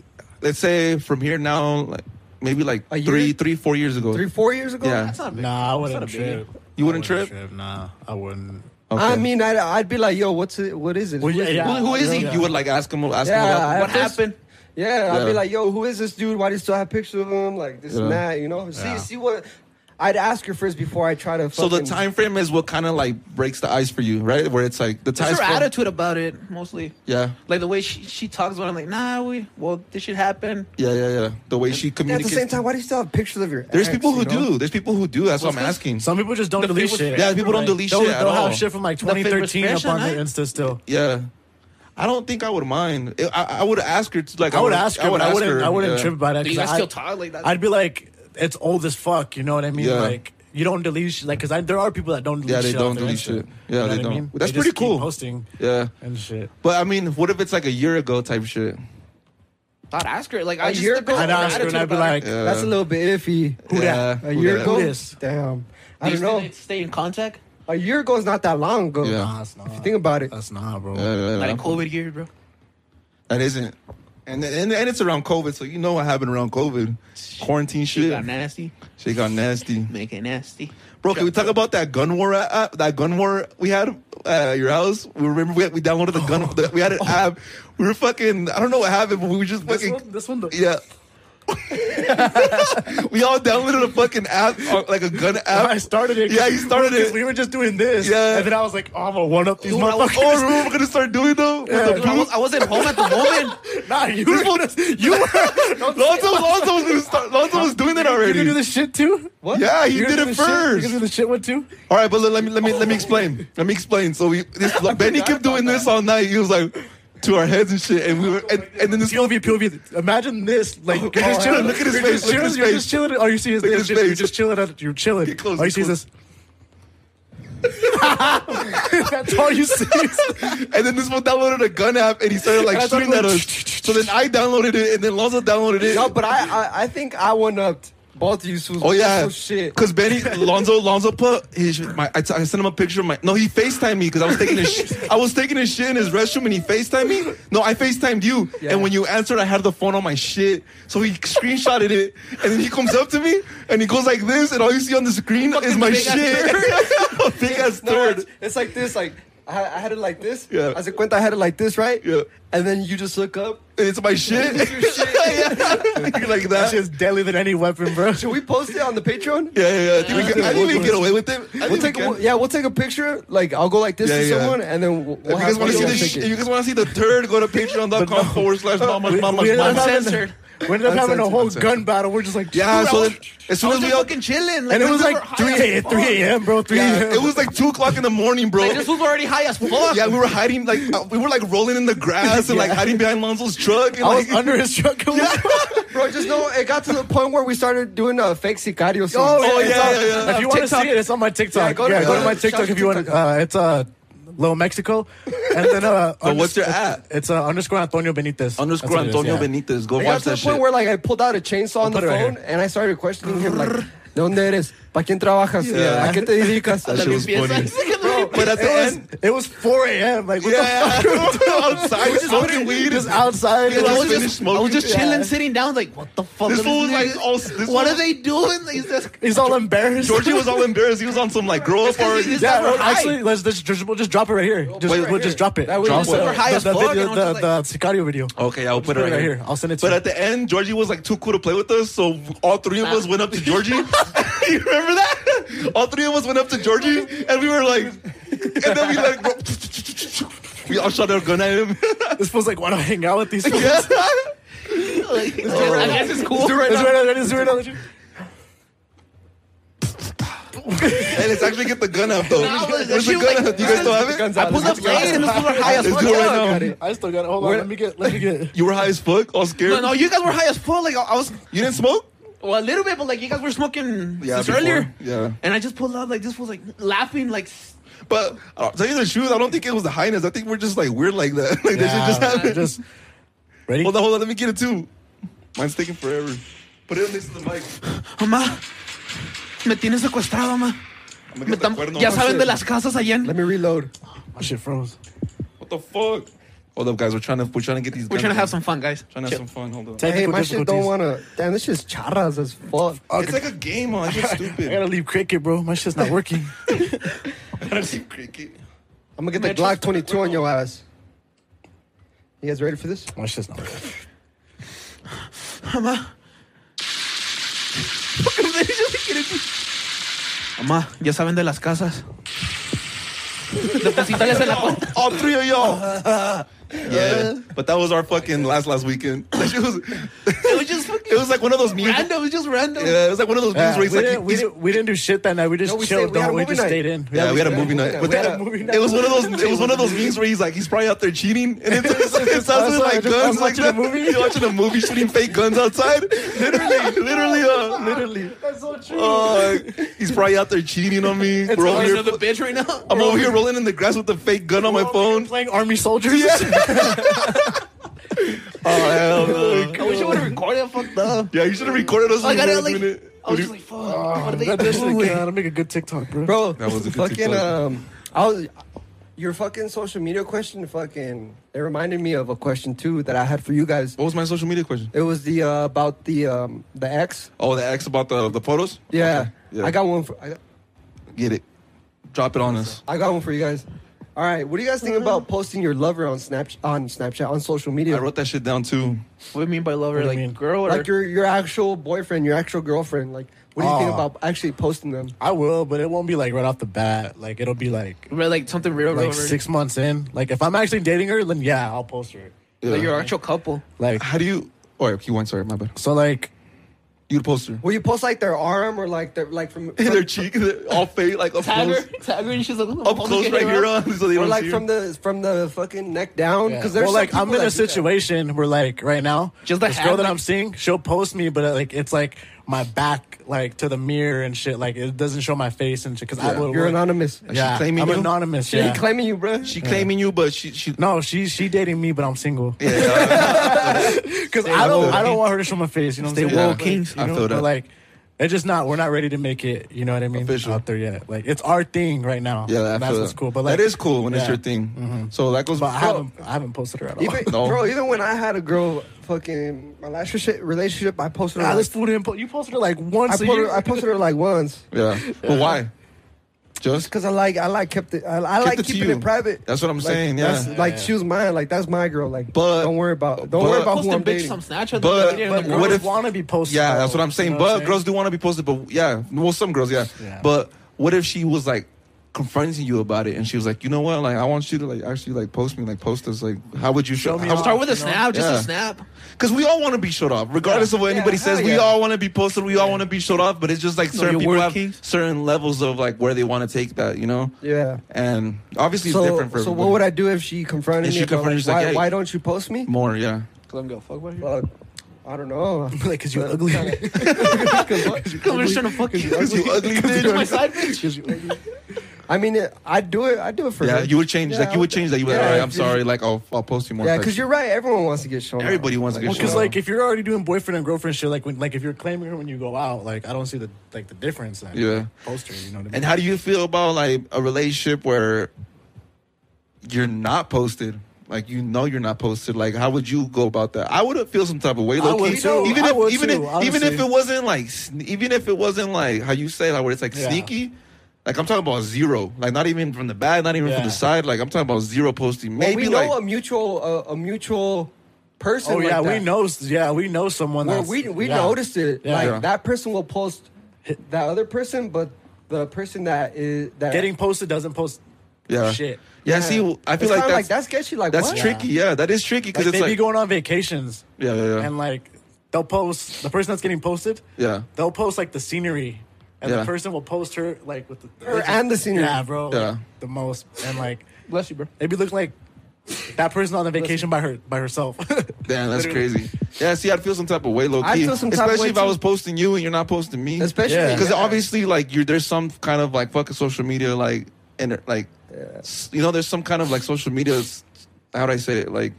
[SPEAKER 2] let's say from here now, like maybe like
[SPEAKER 3] A year?
[SPEAKER 2] three, three, four years ago.
[SPEAKER 3] three, four years ago.
[SPEAKER 2] Yeah.
[SPEAKER 1] That's not big.
[SPEAKER 4] Nah, I
[SPEAKER 1] That's not
[SPEAKER 4] wouldn't
[SPEAKER 1] a big-
[SPEAKER 4] trip.
[SPEAKER 2] You
[SPEAKER 4] I
[SPEAKER 2] wouldn't trip?
[SPEAKER 4] Nah, I wouldn't.
[SPEAKER 2] Okay.
[SPEAKER 3] I mean, I'd, I'd be like, yo, what's it? What is it?
[SPEAKER 4] Well,
[SPEAKER 3] Who
[SPEAKER 4] yeah,
[SPEAKER 3] is it?
[SPEAKER 4] yeah.
[SPEAKER 2] who, who is he?
[SPEAKER 4] Yeah.
[SPEAKER 2] You would like ask him, ask
[SPEAKER 3] Yeah,
[SPEAKER 2] him what happened.
[SPEAKER 3] I-
[SPEAKER 1] What
[SPEAKER 3] That's-
[SPEAKER 1] happened?
[SPEAKER 3] Yeah, I'd be
[SPEAKER 2] Yeah.
[SPEAKER 3] like, yo, who is this dude? Why do you still have pictures of him? Like this and
[SPEAKER 2] Yeah.
[SPEAKER 3] that, you know? See,
[SPEAKER 4] Yeah.
[SPEAKER 3] see what? I'd ask her first before I try to.
[SPEAKER 2] So
[SPEAKER 3] Fucking,
[SPEAKER 2] the time frame is what kind of like breaks the ice for you, right? Where it's like the time.
[SPEAKER 1] It's her attitude about it mostly.
[SPEAKER 2] Yeah,
[SPEAKER 1] Like the way she, she talks about it, I'm like, nah, we well this should happen.
[SPEAKER 2] yeah, yeah, yeah. The way she
[SPEAKER 3] Yeah, At the
[SPEAKER 2] communicates.
[SPEAKER 3] same time, why do you still have pictures of your?
[SPEAKER 2] there's
[SPEAKER 3] ex,
[SPEAKER 2] people who
[SPEAKER 3] you know?
[SPEAKER 2] do. There's people who do. That's what I'm asking.
[SPEAKER 4] Some people just don't
[SPEAKER 1] The
[SPEAKER 4] delete
[SPEAKER 1] favorite-
[SPEAKER 4] shit.
[SPEAKER 2] Yeah, people don't
[SPEAKER 4] Like,
[SPEAKER 2] delete
[SPEAKER 4] they'll-
[SPEAKER 2] shit at
[SPEAKER 4] They'll
[SPEAKER 2] all.
[SPEAKER 4] have shit from like
[SPEAKER 1] The favorite
[SPEAKER 4] 2013 up
[SPEAKER 1] fashion,
[SPEAKER 4] on their
[SPEAKER 1] huh?
[SPEAKER 4] Insta still.
[SPEAKER 2] Yeah, I don't think I would mind. I- I, I would ask her. To, like
[SPEAKER 4] I would ask her. but I wouldn't. I wouldn't
[SPEAKER 2] yeah.
[SPEAKER 4] trip about it.
[SPEAKER 1] Do you
[SPEAKER 4] 'cause
[SPEAKER 1] guys
[SPEAKER 4] I-
[SPEAKER 1] still talk like that?
[SPEAKER 4] I'd be like, it's old as fuck. You know what I mean?
[SPEAKER 2] Yeah.
[SPEAKER 4] Like, you don't delete shit. Like, cause I, there are people that don't delete
[SPEAKER 2] Yeah, they
[SPEAKER 4] shit. off
[SPEAKER 2] don't
[SPEAKER 4] their
[SPEAKER 2] delete
[SPEAKER 4] Insta.
[SPEAKER 2] shit.
[SPEAKER 4] You
[SPEAKER 2] Yeah,
[SPEAKER 4] know
[SPEAKER 2] they
[SPEAKER 4] what I
[SPEAKER 2] don't.
[SPEAKER 4] mean?
[SPEAKER 2] That's
[SPEAKER 4] They just
[SPEAKER 2] pretty
[SPEAKER 4] keep
[SPEAKER 2] cool.
[SPEAKER 4] Posting
[SPEAKER 2] Yeah,
[SPEAKER 4] and shit.
[SPEAKER 2] but I mean, what if it's like a year ago type shit?
[SPEAKER 1] I'd ask her. Like
[SPEAKER 3] A
[SPEAKER 1] I just
[SPEAKER 3] year
[SPEAKER 1] depends
[SPEAKER 3] ago?
[SPEAKER 1] on
[SPEAKER 4] I'd
[SPEAKER 1] her
[SPEAKER 4] ask her and
[SPEAKER 1] attitude
[SPEAKER 4] I'd
[SPEAKER 1] about
[SPEAKER 4] be
[SPEAKER 1] it.
[SPEAKER 4] like,
[SPEAKER 2] Yeah.
[SPEAKER 3] That's a little bit iffy.
[SPEAKER 4] Who dat?
[SPEAKER 2] Yeah,
[SPEAKER 3] A
[SPEAKER 2] who
[SPEAKER 3] year
[SPEAKER 2] dat?
[SPEAKER 3] ago,
[SPEAKER 4] Who dis?
[SPEAKER 3] damn.
[SPEAKER 1] Do
[SPEAKER 3] I
[SPEAKER 1] you
[SPEAKER 3] don't
[SPEAKER 1] still
[SPEAKER 3] know.
[SPEAKER 1] Stay in contact.
[SPEAKER 3] A year ago is not that long ago.
[SPEAKER 2] Yeah.
[SPEAKER 4] Nah, that's not.
[SPEAKER 3] Think about it.
[SPEAKER 4] That's not, bro.
[SPEAKER 2] Yeah, yeah,
[SPEAKER 1] Like
[SPEAKER 2] yeah.
[SPEAKER 1] a COVID year, bro.
[SPEAKER 2] That isn't. And, and and it's around COVID, so you know what happened around COVID. Quarantine
[SPEAKER 1] She
[SPEAKER 2] shit.
[SPEAKER 1] got nasty.
[SPEAKER 2] She got nasty.
[SPEAKER 1] Make it nasty.
[SPEAKER 2] Bro, can we talk about that gun war app? That gun war we had at your house. We remember we, we downloaded the gun. the- we had an app. We were fucking. I don't know what happened, but we were just
[SPEAKER 4] This
[SPEAKER 2] fucking.
[SPEAKER 4] one, this one, the,
[SPEAKER 2] Yeah. we all downloaded a fucking app, uh, like a gun
[SPEAKER 4] I
[SPEAKER 2] app.
[SPEAKER 4] started it.
[SPEAKER 2] Yeah, you started
[SPEAKER 4] because
[SPEAKER 2] it.
[SPEAKER 4] We were just doing this.
[SPEAKER 2] Yeah.
[SPEAKER 4] And then I was like, oh, I'm gonna one up these
[SPEAKER 2] Oh, remember
[SPEAKER 4] motherfuckers.
[SPEAKER 2] what we're gonna start doing though. With the
[SPEAKER 1] Dude, I,
[SPEAKER 2] boot?
[SPEAKER 1] was, I wasn't home at the moment.
[SPEAKER 4] nah, you were. You were. Don't
[SPEAKER 2] Lonzo, Lonzo was gonna start. Lonzo was doing it
[SPEAKER 4] You gonna do
[SPEAKER 2] already.
[SPEAKER 4] this shit too? What?
[SPEAKER 2] Yeah, he
[SPEAKER 4] you
[SPEAKER 2] did it
[SPEAKER 4] You
[SPEAKER 2] first.
[SPEAKER 4] gonna do the shit one too?
[SPEAKER 2] All right, but let let me let me let me explain. Let me explain. So we this, Benny kept doing this all night. He was like to our heads and shit, and we were and, and then this
[SPEAKER 4] POV, POV. Imagine this. Like, you're just chilling.
[SPEAKER 2] look at his
[SPEAKER 4] you're
[SPEAKER 2] face,
[SPEAKER 4] just
[SPEAKER 2] look at
[SPEAKER 4] chilling,
[SPEAKER 2] his
[SPEAKER 4] You're
[SPEAKER 2] face.
[SPEAKER 4] just chilling. All you see is
[SPEAKER 2] Look at
[SPEAKER 4] this.
[SPEAKER 2] his
[SPEAKER 4] You're just- you're
[SPEAKER 2] face.
[SPEAKER 4] just chilling. at- You're chilling.
[SPEAKER 2] Get close,
[SPEAKER 4] all you
[SPEAKER 2] get
[SPEAKER 4] see is this. That's all you see.
[SPEAKER 2] and then this one downloaded a gun app and he started like
[SPEAKER 4] And I started
[SPEAKER 2] shooting at
[SPEAKER 4] going,
[SPEAKER 2] us. So then I downloaded it and then Lonzo downloaded it.
[SPEAKER 3] No, but I, I, I think I one upped both of you. Susan.
[SPEAKER 2] Oh yeah,
[SPEAKER 3] So shit.
[SPEAKER 2] Cause Benny Lonzo Lonzo put his my I, t- I sent him a picture of my no he Facetime me because I was taking his sh- I was taking his shit in his restroom and he Facetime me. No, I Facetimed you
[SPEAKER 3] Yeah.
[SPEAKER 2] and when you answered I had the phone on my shit so he screenshotted it and then he comes up to me and he goes like this and all you see on the screen is my
[SPEAKER 1] big ass
[SPEAKER 2] shit. A big ass
[SPEAKER 3] No,
[SPEAKER 2] turd.
[SPEAKER 3] it's, it's like this. Like I, I had it like this.
[SPEAKER 2] Yeah.
[SPEAKER 3] As a cuenta, I had it like this, right?
[SPEAKER 2] Yeah.
[SPEAKER 3] And then you just look up.
[SPEAKER 2] And it's my shit.
[SPEAKER 3] It's your shit.
[SPEAKER 2] Yeah. like
[SPEAKER 4] That
[SPEAKER 2] that.
[SPEAKER 4] shit's deadly than any weapon, bro.
[SPEAKER 3] Should we post it on the Patreon?
[SPEAKER 2] Yeah, yeah, yeah. I think we can, I think we can get away with it. I think
[SPEAKER 3] We'll take
[SPEAKER 2] we
[SPEAKER 3] a,
[SPEAKER 2] can.
[SPEAKER 3] yeah, we'll take a picture. Like I'll go like this
[SPEAKER 2] Yeah,
[SPEAKER 3] to
[SPEAKER 2] yeah.
[SPEAKER 3] someone, and then we'll, we'll
[SPEAKER 2] If you guys
[SPEAKER 3] have
[SPEAKER 2] want to see
[SPEAKER 3] video
[SPEAKER 2] the sh-
[SPEAKER 3] taken.
[SPEAKER 2] if you guys want to see the turd, go to patreon.com forward slash mamas
[SPEAKER 4] We-
[SPEAKER 2] mamas
[SPEAKER 4] we ended up
[SPEAKER 2] mamas.
[SPEAKER 4] having-
[SPEAKER 1] Uncensored.
[SPEAKER 4] We ended up having a
[SPEAKER 2] Uncensored,
[SPEAKER 4] whole
[SPEAKER 2] uncensored.
[SPEAKER 4] gun battle. We're just like,
[SPEAKER 2] Yeah, so then, as soon
[SPEAKER 1] I was
[SPEAKER 2] as we
[SPEAKER 1] just
[SPEAKER 2] all,
[SPEAKER 1] fucking chilling.
[SPEAKER 4] and it was
[SPEAKER 1] we were
[SPEAKER 4] like
[SPEAKER 1] high
[SPEAKER 4] 3
[SPEAKER 1] as
[SPEAKER 4] a.m.
[SPEAKER 1] fuck.
[SPEAKER 4] 3 a.m., bro. 3
[SPEAKER 2] yeah,
[SPEAKER 4] a.m.
[SPEAKER 2] it was like two o'clock in the morning, bro.
[SPEAKER 1] Like, this was already high as fuck.
[SPEAKER 2] Yeah, we were hiding, like uh, we were like rolling in the grass and like
[SPEAKER 4] Yeah.
[SPEAKER 2] hiding behind Lonzo's truck. And,
[SPEAKER 4] I
[SPEAKER 2] like,
[SPEAKER 4] was under his truck.
[SPEAKER 3] Bro, just know it got to the point where we started doing uh, fake sicario scenes.
[SPEAKER 2] Oh,
[SPEAKER 4] it's
[SPEAKER 2] yeah,
[SPEAKER 4] on-
[SPEAKER 2] yeah, yeah.
[SPEAKER 4] If you want to
[SPEAKER 1] TikTok.
[SPEAKER 4] see it, it's on my TikTok.
[SPEAKER 3] Yeah,
[SPEAKER 4] Yeah,
[SPEAKER 3] go to-
[SPEAKER 4] go to,
[SPEAKER 3] uh, shout
[SPEAKER 4] my
[SPEAKER 3] out
[SPEAKER 4] TikTok
[SPEAKER 3] to
[SPEAKER 4] if you want. to. Uh, it's uh, Little Mexico, and then uh,
[SPEAKER 2] But what's your
[SPEAKER 4] it's-
[SPEAKER 2] app?
[SPEAKER 4] It's uh, underscore Antonio Benitez. That's
[SPEAKER 2] underscore
[SPEAKER 4] what it is,
[SPEAKER 2] Antonio
[SPEAKER 4] yeah.
[SPEAKER 2] Benitez. Go
[SPEAKER 3] I got
[SPEAKER 2] watch
[SPEAKER 3] to the
[SPEAKER 2] that
[SPEAKER 3] point
[SPEAKER 2] shit.
[SPEAKER 3] where like I pulled out a chainsaw on the
[SPEAKER 4] put it right
[SPEAKER 3] phone
[SPEAKER 4] here.
[SPEAKER 3] and I started questioning him like, "¿De dónde eres? ¿Para quién trabajas?
[SPEAKER 2] Yeah.
[SPEAKER 3] ¿A qué te dedicas?"
[SPEAKER 2] That shit was
[SPEAKER 1] Empieza-
[SPEAKER 2] funny. But at the
[SPEAKER 4] It was,
[SPEAKER 2] end,
[SPEAKER 4] it was 4 a.m. Like what
[SPEAKER 2] yeah, outside smoking weed.
[SPEAKER 4] Just outside.
[SPEAKER 2] Yeah,
[SPEAKER 4] It
[SPEAKER 1] I
[SPEAKER 4] was
[SPEAKER 1] was
[SPEAKER 2] finished
[SPEAKER 1] just,
[SPEAKER 2] smoking.
[SPEAKER 1] I was just chilling,
[SPEAKER 4] Yeah.
[SPEAKER 1] sitting down, like, what the fuck?
[SPEAKER 2] This
[SPEAKER 1] are
[SPEAKER 2] fool was
[SPEAKER 1] these
[SPEAKER 2] like,
[SPEAKER 1] niggas-
[SPEAKER 2] all, this
[SPEAKER 1] what
[SPEAKER 2] fool-
[SPEAKER 1] are they doing? Like, is this-
[SPEAKER 4] he's all embarrassed.
[SPEAKER 2] Georgie was all embarrassed. He was on some like grow up
[SPEAKER 1] Because
[SPEAKER 2] party.
[SPEAKER 1] he just-
[SPEAKER 4] Yeah,
[SPEAKER 1] We're
[SPEAKER 4] well,
[SPEAKER 1] high.
[SPEAKER 4] actually, let's just, just we'll just drop it right here. Just,
[SPEAKER 2] Wait,
[SPEAKER 4] we'll
[SPEAKER 2] right
[SPEAKER 4] just
[SPEAKER 3] here.
[SPEAKER 4] drop it.
[SPEAKER 3] That way
[SPEAKER 4] drop
[SPEAKER 2] it's just-
[SPEAKER 4] it.
[SPEAKER 1] we're high
[SPEAKER 4] the,
[SPEAKER 1] as
[SPEAKER 4] the
[SPEAKER 1] fuck,
[SPEAKER 4] video-
[SPEAKER 1] and I'm
[SPEAKER 4] the,
[SPEAKER 1] just
[SPEAKER 4] the Sicario video.
[SPEAKER 2] Okay, I'll put it Oh,
[SPEAKER 4] put
[SPEAKER 2] right
[SPEAKER 4] it right
[SPEAKER 2] here.
[SPEAKER 4] here. I'll send it to
[SPEAKER 2] But
[SPEAKER 4] you.
[SPEAKER 2] at the end, Georgie was like too cool to play with us, so all three of us went up to Georgie. you remember that? All three of us went up to Georgie, and we were like, and then we like, bro, we all shot our gun at him.
[SPEAKER 4] This feels like, why do I hang out with these fools?
[SPEAKER 2] yeah.
[SPEAKER 1] like, it's just- I guess it's cool.
[SPEAKER 4] Let's do it- let's do it- let's do it.
[SPEAKER 2] And let's actually get the gun out though.
[SPEAKER 1] Nah,
[SPEAKER 2] Where's
[SPEAKER 1] that
[SPEAKER 2] the
[SPEAKER 1] shit
[SPEAKER 2] gun
[SPEAKER 1] was like-
[SPEAKER 2] out? Do you guys still have it?
[SPEAKER 3] Guns
[SPEAKER 1] I
[SPEAKER 3] out.
[SPEAKER 1] pulled up
[SPEAKER 3] Let's
[SPEAKER 1] late and this was high as
[SPEAKER 2] Let's
[SPEAKER 1] fuck.
[SPEAKER 2] do it right
[SPEAKER 1] yeah.
[SPEAKER 2] now.
[SPEAKER 3] Got it.
[SPEAKER 4] I still got it. Hold on.
[SPEAKER 3] Where-
[SPEAKER 4] Let me get. Let me get.
[SPEAKER 2] You were high as fuck, all scared.
[SPEAKER 1] No, no, you guys were high as fuck. Like, I, I was,
[SPEAKER 2] You didn't smoke?
[SPEAKER 1] well, a little bit, but like, you guys were smoking
[SPEAKER 2] Yeah,
[SPEAKER 1] since
[SPEAKER 2] before.
[SPEAKER 1] earlier.
[SPEAKER 2] Yeah.
[SPEAKER 1] And I just pulled up, like, this was like laughing, like, s-
[SPEAKER 2] But I'll tell you the truth, I don't think it was the highness. I think we're just like weird like that. Like this shit just
[SPEAKER 4] Yeah,
[SPEAKER 2] happened.
[SPEAKER 4] just- ready?
[SPEAKER 2] Hold on, hold on. Let me get it too. Mine's taking forever. Put it next to the mic.
[SPEAKER 1] Mamá, me tienes secuestrado, mamá.
[SPEAKER 2] I'm gonna
[SPEAKER 1] Me
[SPEAKER 2] get the
[SPEAKER 1] tam-
[SPEAKER 2] cuerno.
[SPEAKER 1] ya saben de las casas allá en...
[SPEAKER 3] Let me reload.
[SPEAKER 4] My shit froze.
[SPEAKER 2] What the fuck? Hold up, guys. We're trying to we're trying to get these.
[SPEAKER 1] We're
[SPEAKER 2] guns
[SPEAKER 1] trying to have
[SPEAKER 2] going.
[SPEAKER 1] some fun, guys.
[SPEAKER 2] Trying to have
[SPEAKER 1] Chill.
[SPEAKER 2] some fun. Hold up.
[SPEAKER 3] Hey,
[SPEAKER 4] Technical
[SPEAKER 3] my shit don't
[SPEAKER 4] difficulties.
[SPEAKER 3] want to. Damn, this shit's charas as fuck.
[SPEAKER 2] It's like a game on. It's just
[SPEAKER 4] I
[SPEAKER 2] stupid.
[SPEAKER 4] gotta leave cricket, bro. My shit's not working.
[SPEAKER 2] cricket.
[SPEAKER 3] I'm gonna get the
[SPEAKER 1] Mitchell.
[SPEAKER 3] Glock 22 on your ass. You guys ready for this?
[SPEAKER 4] My shit's not working.
[SPEAKER 1] Mamá. Mamá, ya saben de las casas. Depositales en la cuenta.
[SPEAKER 2] All three of y'all. yeah, but that was our fucking last last weekend. That shit was. It
[SPEAKER 1] was just fucking
[SPEAKER 2] It was like one of those memes.
[SPEAKER 1] Random, it was just random.
[SPEAKER 2] Yeah, it was like one of those memes
[SPEAKER 4] Yeah,
[SPEAKER 2] where
[SPEAKER 4] we,
[SPEAKER 2] he's like,
[SPEAKER 4] didn't, we,
[SPEAKER 2] he's-
[SPEAKER 4] didn't, we didn't do shit that night. We just
[SPEAKER 3] No, we stayed-
[SPEAKER 4] chilled.
[SPEAKER 3] we had
[SPEAKER 4] though.
[SPEAKER 3] a
[SPEAKER 4] we
[SPEAKER 3] movie
[SPEAKER 4] just
[SPEAKER 3] night.
[SPEAKER 4] stayed in.
[SPEAKER 2] yeah, we had a movie night. But
[SPEAKER 4] We had
[SPEAKER 2] that,
[SPEAKER 4] a movie night.
[SPEAKER 2] it was one of those. It was one of those memes where he's like, he's probably out there cheating, and it's, it's, it's us with
[SPEAKER 4] That's
[SPEAKER 2] like
[SPEAKER 4] right,
[SPEAKER 2] guns,
[SPEAKER 4] I'm
[SPEAKER 2] like
[SPEAKER 4] watching
[SPEAKER 2] that.
[SPEAKER 4] a movie.
[SPEAKER 2] You're watching a movie, shooting fake guns outside. Literally, literally, uh, literally.
[SPEAKER 4] That's so true.
[SPEAKER 2] Uh, he's probably out there cheating on me. We're over
[SPEAKER 1] Always
[SPEAKER 2] here,
[SPEAKER 1] another bitch right now.
[SPEAKER 2] I'm over here rolling in the grass with a fake gun on my phone.
[SPEAKER 4] playing army soldiers.
[SPEAKER 2] Oh hell no.
[SPEAKER 1] I wish I would have recorded. it, Fucked up.
[SPEAKER 2] Yeah, you should have recorded us.
[SPEAKER 1] Like, I
[SPEAKER 2] when we were
[SPEAKER 1] got like,
[SPEAKER 2] doing it.
[SPEAKER 1] I was just like, fuck. what are they
[SPEAKER 4] that shit
[SPEAKER 1] doing?
[SPEAKER 4] Oh, gotta make a good TikTok, bro.
[SPEAKER 3] Bro,
[SPEAKER 2] That was a good
[SPEAKER 3] fucking
[SPEAKER 2] TikTok.
[SPEAKER 3] um, I was your fucking social media question. Fucking, it reminded me of a question too that I had for you guys.
[SPEAKER 2] What was my social media question?
[SPEAKER 3] It was the uh, about the um the ex.
[SPEAKER 2] Oh, the ex about the the photos.
[SPEAKER 3] Yeah,
[SPEAKER 2] Okay. yeah.
[SPEAKER 3] I got one. For, I, got,
[SPEAKER 2] get it. Drop it on us.
[SPEAKER 3] I got one for you guys. All right, what do you guys think about posting your lover on Snapchat on Snapchat on social media?
[SPEAKER 2] I wrote that shit down too.
[SPEAKER 1] What do you mean by lover?
[SPEAKER 4] do you
[SPEAKER 1] Like
[SPEAKER 4] mean?
[SPEAKER 1] girl or
[SPEAKER 3] like your your actual boyfriend, your actual girlfriend. Like, what do you think
[SPEAKER 4] Ah.
[SPEAKER 3] about actually posting them?
[SPEAKER 4] I will, but it won't be like right off the bat. Like it'll be like
[SPEAKER 1] Right, like something real,
[SPEAKER 4] like
[SPEAKER 1] real, real.
[SPEAKER 4] six months in. Like if I'm actually dating her, then yeah, I'll post her.
[SPEAKER 2] Yeah.
[SPEAKER 1] like your actual couple.
[SPEAKER 4] Like
[SPEAKER 2] How do you? Oh, keep one. Sorry, my bad.
[SPEAKER 4] so, like
[SPEAKER 2] You post her.
[SPEAKER 3] Will you post like their arm or like their like from, from
[SPEAKER 2] their cheek, all fake, like up
[SPEAKER 1] Tag
[SPEAKER 2] close,
[SPEAKER 1] her, tag her, and she's like,
[SPEAKER 2] up close right
[SPEAKER 1] uh,
[SPEAKER 2] here on, so they don't
[SPEAKER 3] or like
[SPEAKER 2] see from
[SPEAKER 3] from the from the fucking neck down?
[SPEAKER 4] Yeah.
[SPEAKER 3] Because there's
[SPEAKER 4] Well, like
[SPEAKER 3] some
[SPEAKER 4] I'm
[SPEAKER 3] people
[SPEAKER 4] in a
[SPEAKER 3] that do that.
[SPEAKER 4] situation where like right now,
[SPEAKER 1] Just the
[SPEAKER 4] this
[SPEAKER 1] hand,
[SPEAKER 4] girl that
[SPEAKER 1] like-
[SPEAKER 4] I'm seeing, she'll post me, but uh, like it's like my back like to the mirror and shit. Like it doesn't show my face and shit because I would.
[SPEAKER 3] You're anonymous.
[SPEAKER 4] Yeah,
[SPEAKER 2] She claiming
[SPEAKER 4] I'm
[SPEAKER 2] you?
[SPEAKER 4] anonymous.
[SPEAKER 3] She
[SPEAKER 4] Yeah.
[SPEAKER 3] claiming you, bro.
[SPEAKER 2] She claiming you, but she she.
[SPEAKER 4] no, she she dating me, but I'm single.
[SPEAKER 2] Yeah,
[SPEAKER 4] Because I don't I don't want her to show my face. You know what I'm
[SPEAKER 1] Stay
[SPEAKER 4] saying?
[SPEAKER 2] woke,
[SPEAKER 4] Like,
[SPEAKER 1] kings.
[SPEAKER 4] you
[SPEAKER 2] I
[SPEAKER 4] know,
[SPEAKER 2] feel
[SPEAKER 4] but,
[SPEAKER 2] that.
[SPEAKER 4] Like it's just not. We're not ready to make it. You know what I mean?
[SPEAKER 2] Official.
[SPEAKER 4] Out there yet? Like it's our thing right now.
[SPEAKER 2] yeah, I
[SPEAKER 4] And that's
[SPEAKER 2] feel
[SPEAKER 4] what's
[SPEAKER 2] that.
[SPEAKER 4] cool. But like
[SPEAKER 2] that is cool when it's
[SPEAKER 4] yeah.
[SPEAKER 2] your thing. So that goes.
[SPEAKER 4] But I
[SPEAKER 2] Bro,
[SPEAKER 4] haven't I haven't posted her at all.
[SPEAKER 3] Even,
[SPEAKER 2] No.
[SPEAKER 3] Bro, even when I had a girl, fucking my last relationship, relationship I posted her.
[SPEAKER 4] Nah,
[SPEAKER 3] like,
[SPEAKER 4] this fool didn't po- You posted her like
[SPEAKER 3] I,
[SPEAKER 4] once a
[SPEAKER 3] put
[SPEAKER 4] year.
[SPEAKER 3] her I posted her like once
[SPEAKER 2] Yeah, but why? Just
[SPEAKER 3] because I like I like kept it. I, I
[SPEAKER 2] Kept
[SPEAKER 3] like
[SPEAKER 2] it to
[SPEAKER 3] keeping
[SPEAKER 2] you.
[SPEAKER 3] it private.
[SPEAKER 2] That's what I'm
[SPEAKER 3] Like,
[SPEAKER 2] saying,
[SPEAKER 3] that's-
[SPEAKER 2] yeah.
[SPEAKER 3] like she was mine. Like that's my girl. Like,
[SPEAKER 2] But-
[SPEAKER 3] don't worry about don't
[SPEAKER 2] but-
[SPEAKER 3] worry about who
[SPEAKER 1] Posting
[SPEAKER 3] I'm
[SPEAKER 1] bitch
[SPEAKER 3] dating.
[SPEAKER 1] some Snapchat.
[SPEAKER 2] But-
[SPEAKER 1] But,
[SPEAKER 4] But
[SPEAKER 2] What
[SPEAKER 4] girls
[SPEAKER 2] if-
[SPEAKER 4] want to be posted?
[SPEAKER 2] Yeah,
[SPEAKER 4] though,
[SPEAKER 2] that's what I'm saying.
[SPEAKER 4] you know
[SPEAKER 2] but
[SPEAKER 4] what I'm
[SPEAKER 2] girls do
[SPEAKER 4] saying?
[SPEAKER 2] want to be posted, but yeah, well, some girls, yeah.
[SPEAKER 4] Yeah.
[SPEAKER 2] But what if she was like confronting you about it, and she was like, you know what, like I want you to like actually like post me, like post us, like how would you show?
[SPEAKER 4] Show me
[SPEAKER 2] how-
[SPEAKER 4] off.
[SPEAKER 1] start with a
[SPEAKER 4] You know?
[SPEAKER 1] snap, just
[SPEAKER 2] Yeah.
[SPEAKER 1] a snap.
[SPEAKER 2] Because we all want to be showed off, regardless of what
[SPEAKER 3] Yeah,
[SPEAKER 2] anybody
[SPEAKER 3] hell
[SPEAKER 2] says. We
[SPEAKER 3] yeah.
[SPEAKER 2] all want to be posted. We all want to be showed off. But it's just like
[SPEAKER 1] No,
[SPEAKER 2] certain
[SPEAKER 1] you're
[SPEAKER 2] people
[SPEAKER 1] working.
[SPEAKER 2] have certain levels of like where they want to take that, you know.
[SPEAKER 3] Yeah.
[SPEAKER 2] And obviously,
[SPEAKER 3] So,
[SPEAKER 2] it's different for
[SPEAKER 3] so
[SPEAKER 2] everybody.
[SPEAKER 3] what would I do if she confronted
[SPEAKER 2] If
[SPEAKER 3] me?
[SPEAKER 2] she
[SPEAKER 3] about,
[SPEAKER 2] confronted you,
[SPEAKER 3] like,
[SPEAKER 2] she's like,
[SPEAKER 3] why,
[SPEAKER 2] "Hey."
[SPEAKER 3] why don't you post me?
[SPEAKER 2] more? Yeah.
[SPEAKER 1] Cause I'm gonna fuck about
[SPEAKER 3] Fuck. I don't know.
[SPEAKER 4] like, cause you're ugly.
[SPEAKER 1] I'm just trying to fuck you.
[SPEAKER 2] Because you ugly
[SPEAKER 1] You're my
[SPEAKER 2] bitch.
[SPEAKER 1] side bitch.
[SPEAKER 3] I mean, it, I'd do it. I'd do it for
[SPEAKER 2] Yeah,
[SPEAKER 3] her.
[SPEAKER 2] you would change.
[SPEAKER 3] Yeah,
[SPEAKER 2] like
[SPEAKER 3] I
[SPEAKER 2] you would
[SPEAKER 3] would-
[SPEAKER 2] change that. You would.
[SPEAKER 3] yeah,
[SPEAKER 2] All right, I'm
[SPEAKER 3] if-
[SPEAKER 2] sorry. Like I'll, I'll post you more.
[SPEAKER 3] Yeah,
[SPEAKER 2] type
[SPEAKER 3] because you're right. Everyone wants to get shown.
[SPEAKER 2] Everybody
[SPEAKER 3] off.
[SPEAKER 2] wants to get
[SPEAKER 3] Like,
[SPEAKER 4] Well,
[SPEAKER 2] shown
[SPEAKER 4] because
[SPEAKER 2] off.
[SPEAKER 4] like if you're already doing boyfriend and girlfriend shit, like when like if you're claiming her when you go out, like I don't see the like the difference. Then.
[SPEAKER 2] Yeah.
[SPEAKER 4] post her. You know what I mean?
[SPEAKER 2] And how do you feel about like a relationship where you're not posted? Like you know you're not posted. Like how would you go about that? I would feel some type of way.
[SPEAKER 4] I
[SPEAKER 2] low-key.
[SPEAKER 4] would too.
[SPEAKER 2] Even
[SPEAKER 4] I
[SPEAKER 2] if
[SPEAKER 4] would
[SPEAKER 2] even
[SPEAKER 4] too,
[SPEAKER 2] if, even if
[SPEAKER 4] honestly.
[SPEAKER 2] it wasn't like sn- even if it wasn't like how you say like where it's like
[SPEAKER 4] Yeah.
[SPEAKER 2] sneaky. Like I'm talking about zero. Like not even from the back, not even from
[SPEAKER 4] Yeah.
[SPEAKER 2] the side. Like I'm talking about zero posting.
[SPEAKER 3] Well,
[SPEAKER 2] Maybe
[SPEAKER 3] we know
[SPEAKER 2] like
[SPEAKER 3] a mutual uh, a mutual person.
[SPEAKER 4] Oh
[SPEAKER 3] like
[SPEAKER 4] yeah,
[SPEAKER 3] that.
[SPEAKER 4] we know. Yeah, we know someone.
[SPEAKER 3] Well,
[SPEAKER 4] that's-
[SPEAKER 3] we we
[SPEAKER 4] yeah.
[SPEAKER 3] noticed it.
[SPEAKER 4] Yeah.
[SPEAKER 3] Like
[SPEAKER 2] Yeah.
[SPEAKER 3] that person will post that other person, but the person that is that
[SPEAKER 4] Getting posted doesn't post.
[SPEAKER 2] yeah,
[SPEAKER 4] shit.
[SPEAKER 2] Yeah, see, I
[SPEAKER 3] It's
[SPEAKER 2] feel like
[SPEAKER 3] kinda
[SPEAKER 2] that's
[SPEAKER 3] like that's sketchy. Like
[SPEAKER 2] that's
[SPEAKER 3] what?
[SPEAKER 2] tricky. Yeah, that is tricky
[SPEAKER 4] Like,
[SPEAKER 2] because
[SPEAKER 4] they
[SPEAKER 2] it's
[SPEAKER 4] be
[SPEAKER 2] like
[SPEAKER 4] going on vacations.
[SPEAKER 2] Yeah, yeah, yeah.
[SPEAKER 4] And like they'll post the person that's getting posted.
[SPEAKER 2] Yeah.
[SPEAKER 4] they'll post like the scenery, and
[SPEAKER 2] Yeah.
[SPEAKER 4] the person will post her like with the
[SPEAKER 3] Her and the scenery.
[SPEAKER 4] Yeah, bro. like,
[SPEAKER 2] Yeah.
[SPEAKER 4] the most and like
[SPEAKER 1] Bless you, bro.
[SPEAKER 4] they be looking like that person on the vacation by her by herself.
[SPEAKER 2] Damn, that's
[SPEAKER 4] Literally.
[SPEAKER 2] crazy. Yeah, see, I'd feel some type of way, low key.
[SPEAKER 3] I'd feel some type of
[SPEAKER 2] Especially if
[SPEAKER 3] way,
[SPEAKER 2] I
[SPEAKER 3] too.
[SPEAKER 2] was posting you and you're not posting me.
[SPEAKER 3] Especially
[SPEAKER 4] Yeah.
[SPEAKER 2] because
[SPEAKER 3] yeah.
[SPEAKER 2] obviously, like, you're there's some kind of like fucking social media like and like s- you know, there's some kind of like social media. s- How do I say it? Like,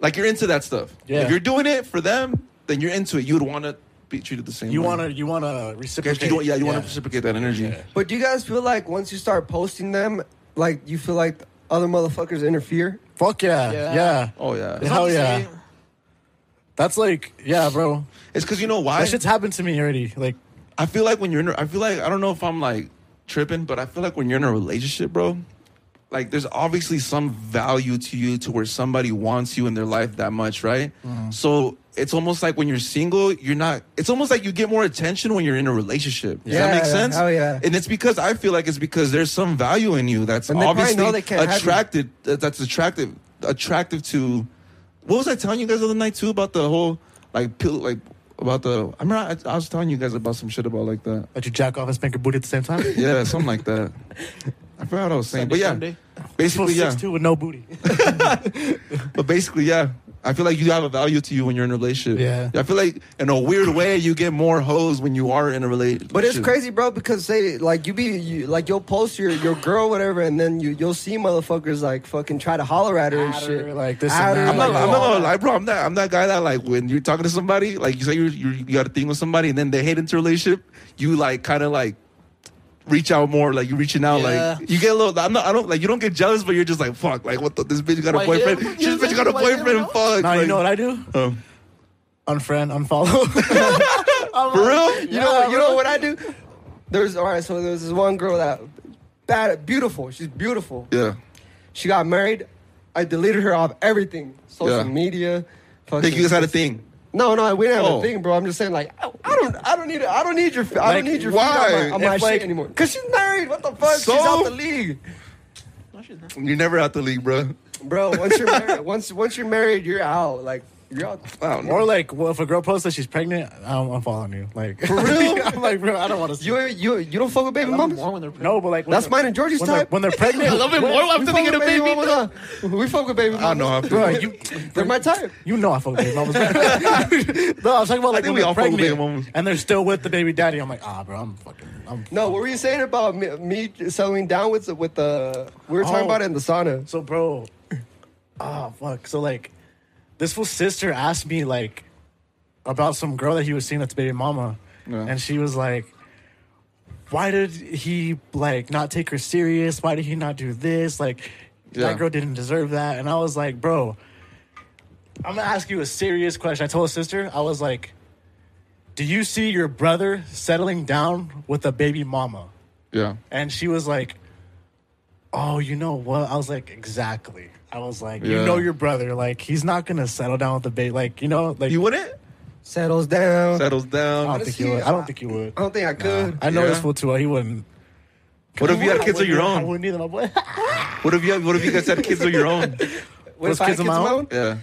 [SPEAKER 2] like you're into that stuff.
[SPEAKER 4] Yeah.
[SPEAKER 2] If you're doing it for them, then you're into it. You would want to be treated the same.
[SPEAKER 4] You
[SPEAKER 2] way.
[SPEAKER 4] want to you want to
[SPEAKER 2] Because
[SPEAKER 4] reciprocate.
[SPEAKER 2] Mm-hmm. you don't, yeah, you want to reciprocate that energy.
[SPEAKER 3] But do you guys feel like once you start posting them, like you feel like other motherfuckers interfere?
[SPEAKER 4] Fuck yeah,
[SPEAKER 1] Yeah.
[SPEAKER 4] yeah.
[SPEAKER 2] Oh yeah,
[SPEAKER 4] Yeah. Hell yeah.
[SPEAKER 1] Honestly,
[SPEAKER 4] That's like yeah, bro.
[SPEAKER 2] it's because you know why.
[SPEAKER 4] That shit's happened to me already. Like
[SPEAKER 2] I feel like when you're in, a- I feel like I don't know if I'm like tripping, but I feel like when you're in a relationship, bro, like there's obviously some value to you to where somebody wants you in their life that much, right?
[SPEAKER 3] Mm-hmm.
[SPEAKER 2] So it's almost like when you're single, you're not. It's almost like you get more attention when you're in a relationship. Does that
[SPEAKER 3] Yeah,
[SPEAKER 2] make sense?
[SPEAKER 3] hell yeah.
[SPEAKER 2] And it's because I feel like it's because there's some value in you that's
[SPEAKER 3] And they probably
[SPEAKER 2] obviously
[SPEAKER 3] know they can't have you.
[SPEAKER 2] attracted. that- That's attractive. Attractive to. What was I telling you guys the other night too about the whole like pill like about the? I remember I, I was telling you guys about some shit about like that.
[SPEAKER 4] that you jack off and spank your booty at the same time.
[SPEAKER 2] Yeah, something like that. I forgot what I was saying,
[SPEAKER 1] Sunday,
[SPEAKER 2] but yeah,
[SPEAKER 1] Sunday.
[SPEAKER 2] basically yeah.
[SPEAKER 4] Six two with no booty.
[SPEAKER 2] But basically yeah, I feel like you have a value to you when you're in a relationship.
[SPEAKER 4] Yeah.
[SPEAKER 2] I feel like in a weird way you get more hoes when you are in a relationship.
[SPEAKER 3] But it's crazy, bro, because say like you be you, like you'll post your your girl whatever, and then you you'll see motherfuckers like fucking try to holler at her and
[SPEAKER 4] At
[SPEAKER 3] shit.
[SPEAKER 4] her, like this
[SPEAKER 3] At
[SPEAKER 4] and
[SPEAKER 3] her,
[SPEAKER 4] that.
[SPEAKER 2] I'm not,
[SPEAKER 3] like,
[SPEAKER 2] I'm not
[SPEAKER 1] oh.
[SPEAKER 2] gonna lie, bro. I'm that. I'm that guy that like when you're talking to somebody, like you say you you you got a thing with somebody, and then they hate into a relationship. You like kind of like reach out more, like you reaching out,
[SPEAKER 1] Yeah.
[SPEAKER 2] like you get a little. I'm not. I don't like you don't get jealous, but you're just like fuck, like what the, this bitch got a
[SPEAKER 1] Why
[SPEAKER 2] boyfriend.
[SPEAKER 1] him?
[SPEAKER 2] This bitch got a
[SPEAKER 1] Why him,
[SPEAKER 2] boyfriend.
[SPEAKER 1] no?
[SPEAKER 2] Fuck.
[SPEAKER 4] now
[SPEAKER 2] like,
[SPEAKER 4] you know what I do?
[SPEAKER 2] oh.
[SPEAKER 4] Unfriend, unfollow. Um,
[SPEAKER 2] for real?
[SPEAKER 3] You know, you know what I do? There's all right. So there's this one girl that bad, beautiful. She's beautiful.
[SPEAKER 2] Yeah.
[SPEAKER 3] She got married. I deleted her off everything, social
[SPEAKER 2] Yeah.
[SPEAKER 3] media.
[SPEAKER 2] I
[SPEAKER 3] Fucking,
[SPEAKER 2] think you guys had a thing.
[SPEAKER 3] No, no, we didn't have
[SPEAKER 2] Oh.
[SPEAKER 3] a thing, bro. I'm just saying, like, I, I don't, I don't need, I don't need your, I
[SPEAKER 4] Like,
[SPEAKER 3] don't need your
[SPEAKER 2] why?
[SPEAKER 3] feet on my, on
[SPEAKER 4] If,
[SPEAKER 3] my
[SPEAKER 4] like-
[SPEAKER 3] shit anymore. Cause she's married. What the fuck? she's
[SPEAKER 2] So?
[SPEAKER 3] out the league,
[SPEAKER 1] no, she's not.
[SPEAKER 2] You're never out the league, bro.
[SPEAKER 3] bro. Once you're married, once once you're married, you're out. Like, you're out.
[SPEAKER 2] I don't know.
[SPEAKER 4] or like, well, if a girl posts that she's pregnant, I'm unfollowing you. Like for
[SPEAKER 3] real?
[SPEAKER 4] I'm like, bro, I don't want to.
[SPEAKER 3] You, you, you don't fuck with baby
[SPEAKER 1] I love it
[SPEAKER 3] mamas.
[SPEAKER 1] more when they're pregnant.
[SPEAKER 4] no, but like when
[SPEAKER 3] That's
[SPEAKER 4] they're-
[SPEAKER 3] mine and Georgie's
[SPEAKER 4] when they're-
[SPEAKER 3] type.
[SPEAKER 4] when they're pregnant.
[SPEAKER 1] I love it more
[SPEAKER 3] We
[SPEAKER 1] after
[SPEAKER 3] fuck
[SPEAKER 1] they get a
[SPEAKER 3] with
[SPEAKER 1] baby. no.
[SPEAKER 3] mamas, huh? We fuck with baby.
[SPEAKER 2] I know how I
[SPEAKER 3] mamas.
[SPEAKER 2] feel.
[SPEAKER 4] Bro, you
[SPEAKER 3] They're my type.
[SPEAKER 4] you know I fuck with baby mamas. no, I was talking about like
[SPEAKER 2] think
[SPEAKER 4] when
[SPEAKER 2] we all
[SPEAKER 4] they're
[SPEAKER 2] fuck with baby
[SPEAKER 4] pregnant
[SPEAKER 2] mamas.
[SPEAKER 4] and they're still with the baby daddy. I'm like, ah, bro, I'm fucking. I'm
[SPEAKER 3] No, what were you saying about me, me settling down with the- with the? We were talking
[SPEAKER 4] Oh.
[SPEAKER 3] about it in the sauna.
[SPEAKER 4] So, bro, ah, fuck. So, like, this fool's sister asked me, like, about some girl that he was seeing that's baby mama.
[SPEAKER 2] Yeah.
[SPEAKER 4] And she was like, why did he, like, not take her serious? Why did he not do this? Like,
[SPEAKER 2] Yeah.
[SPEAKER 4] that girl didn't deserve that. And I was like, bro, I'm gonna ask you a serious question. I told his sister, I was like, do you see your brother settling down with a baby mama?
[SPEAKER 2] Yeah.
[SPEAKER 4] And she was like, Oh, you know what? I was like, Exactly. I was like,
[SPEAKER 2] Yeah.
[SPEAKER 4] You know your brother. Like, he's not going to settle down with the baby. Like, you know, like,
[SPEAKER 2] You wouldn't?
[SPEAKER 3] Settles down.
[SPEAKER 2] Settles down.
[SPEAKER 4] I don't think he
[SPEAKER 3] Honestly,
[SPEAKER 4] would. I don't think he would.
[SPEAKER 3] I don't think I could.
[SPEAKER 4] I know
[SPEAKER 2] Uh, Yeah.
[SPEAKER 4] this fool too well. He wouldn't.
[SPEAKER 2] what if you had
[SPEAKER 4] I
[SPEAKER 2] kids of
[SPEAKER 4] wouldn't-
[SPEAKER 2] your
[SPEAKER 4] I
[SPEAKER 2] own?
[SPEAKER 4] wouldn't either, my boy.
[SPEAKER 2] What if you had, what if you guys had kids of your own?
[SPEAKER 3] What
[SPEAKER 4] Those kids of my own?
[SPEAKER 2] Yeah.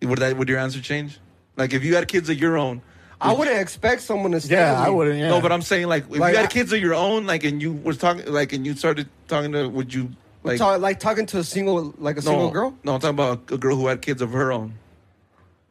[SPEAKER 2] Would that would your answer change? Like if you had kids of your own.
[SPEAKER 3] I wouldn't expect someone to. Stay
[SPEAKER 4] yeah,
[SPEAKER 3] with
[SPEAKER 4] I
[SPEAKER 3] me.
[SPEAKER 4] wouldn't. Yeah.
[SPEAKER 2] No, but I'm saying like if
[SPEAKER 3] Like,
[SPEAKER 2] you
[SPEAKER 3] I-
[SPEAKER 2] had kids of your own, like and you were talking like and you started talking to would you like
[SPEAKER 3] Talk, like talking to a single, like a
[SPEAKER 2] no,
[SPEAKER 3] single girl.
[SPEAKER 2] No, I'm talking about a girl who had kids of her own.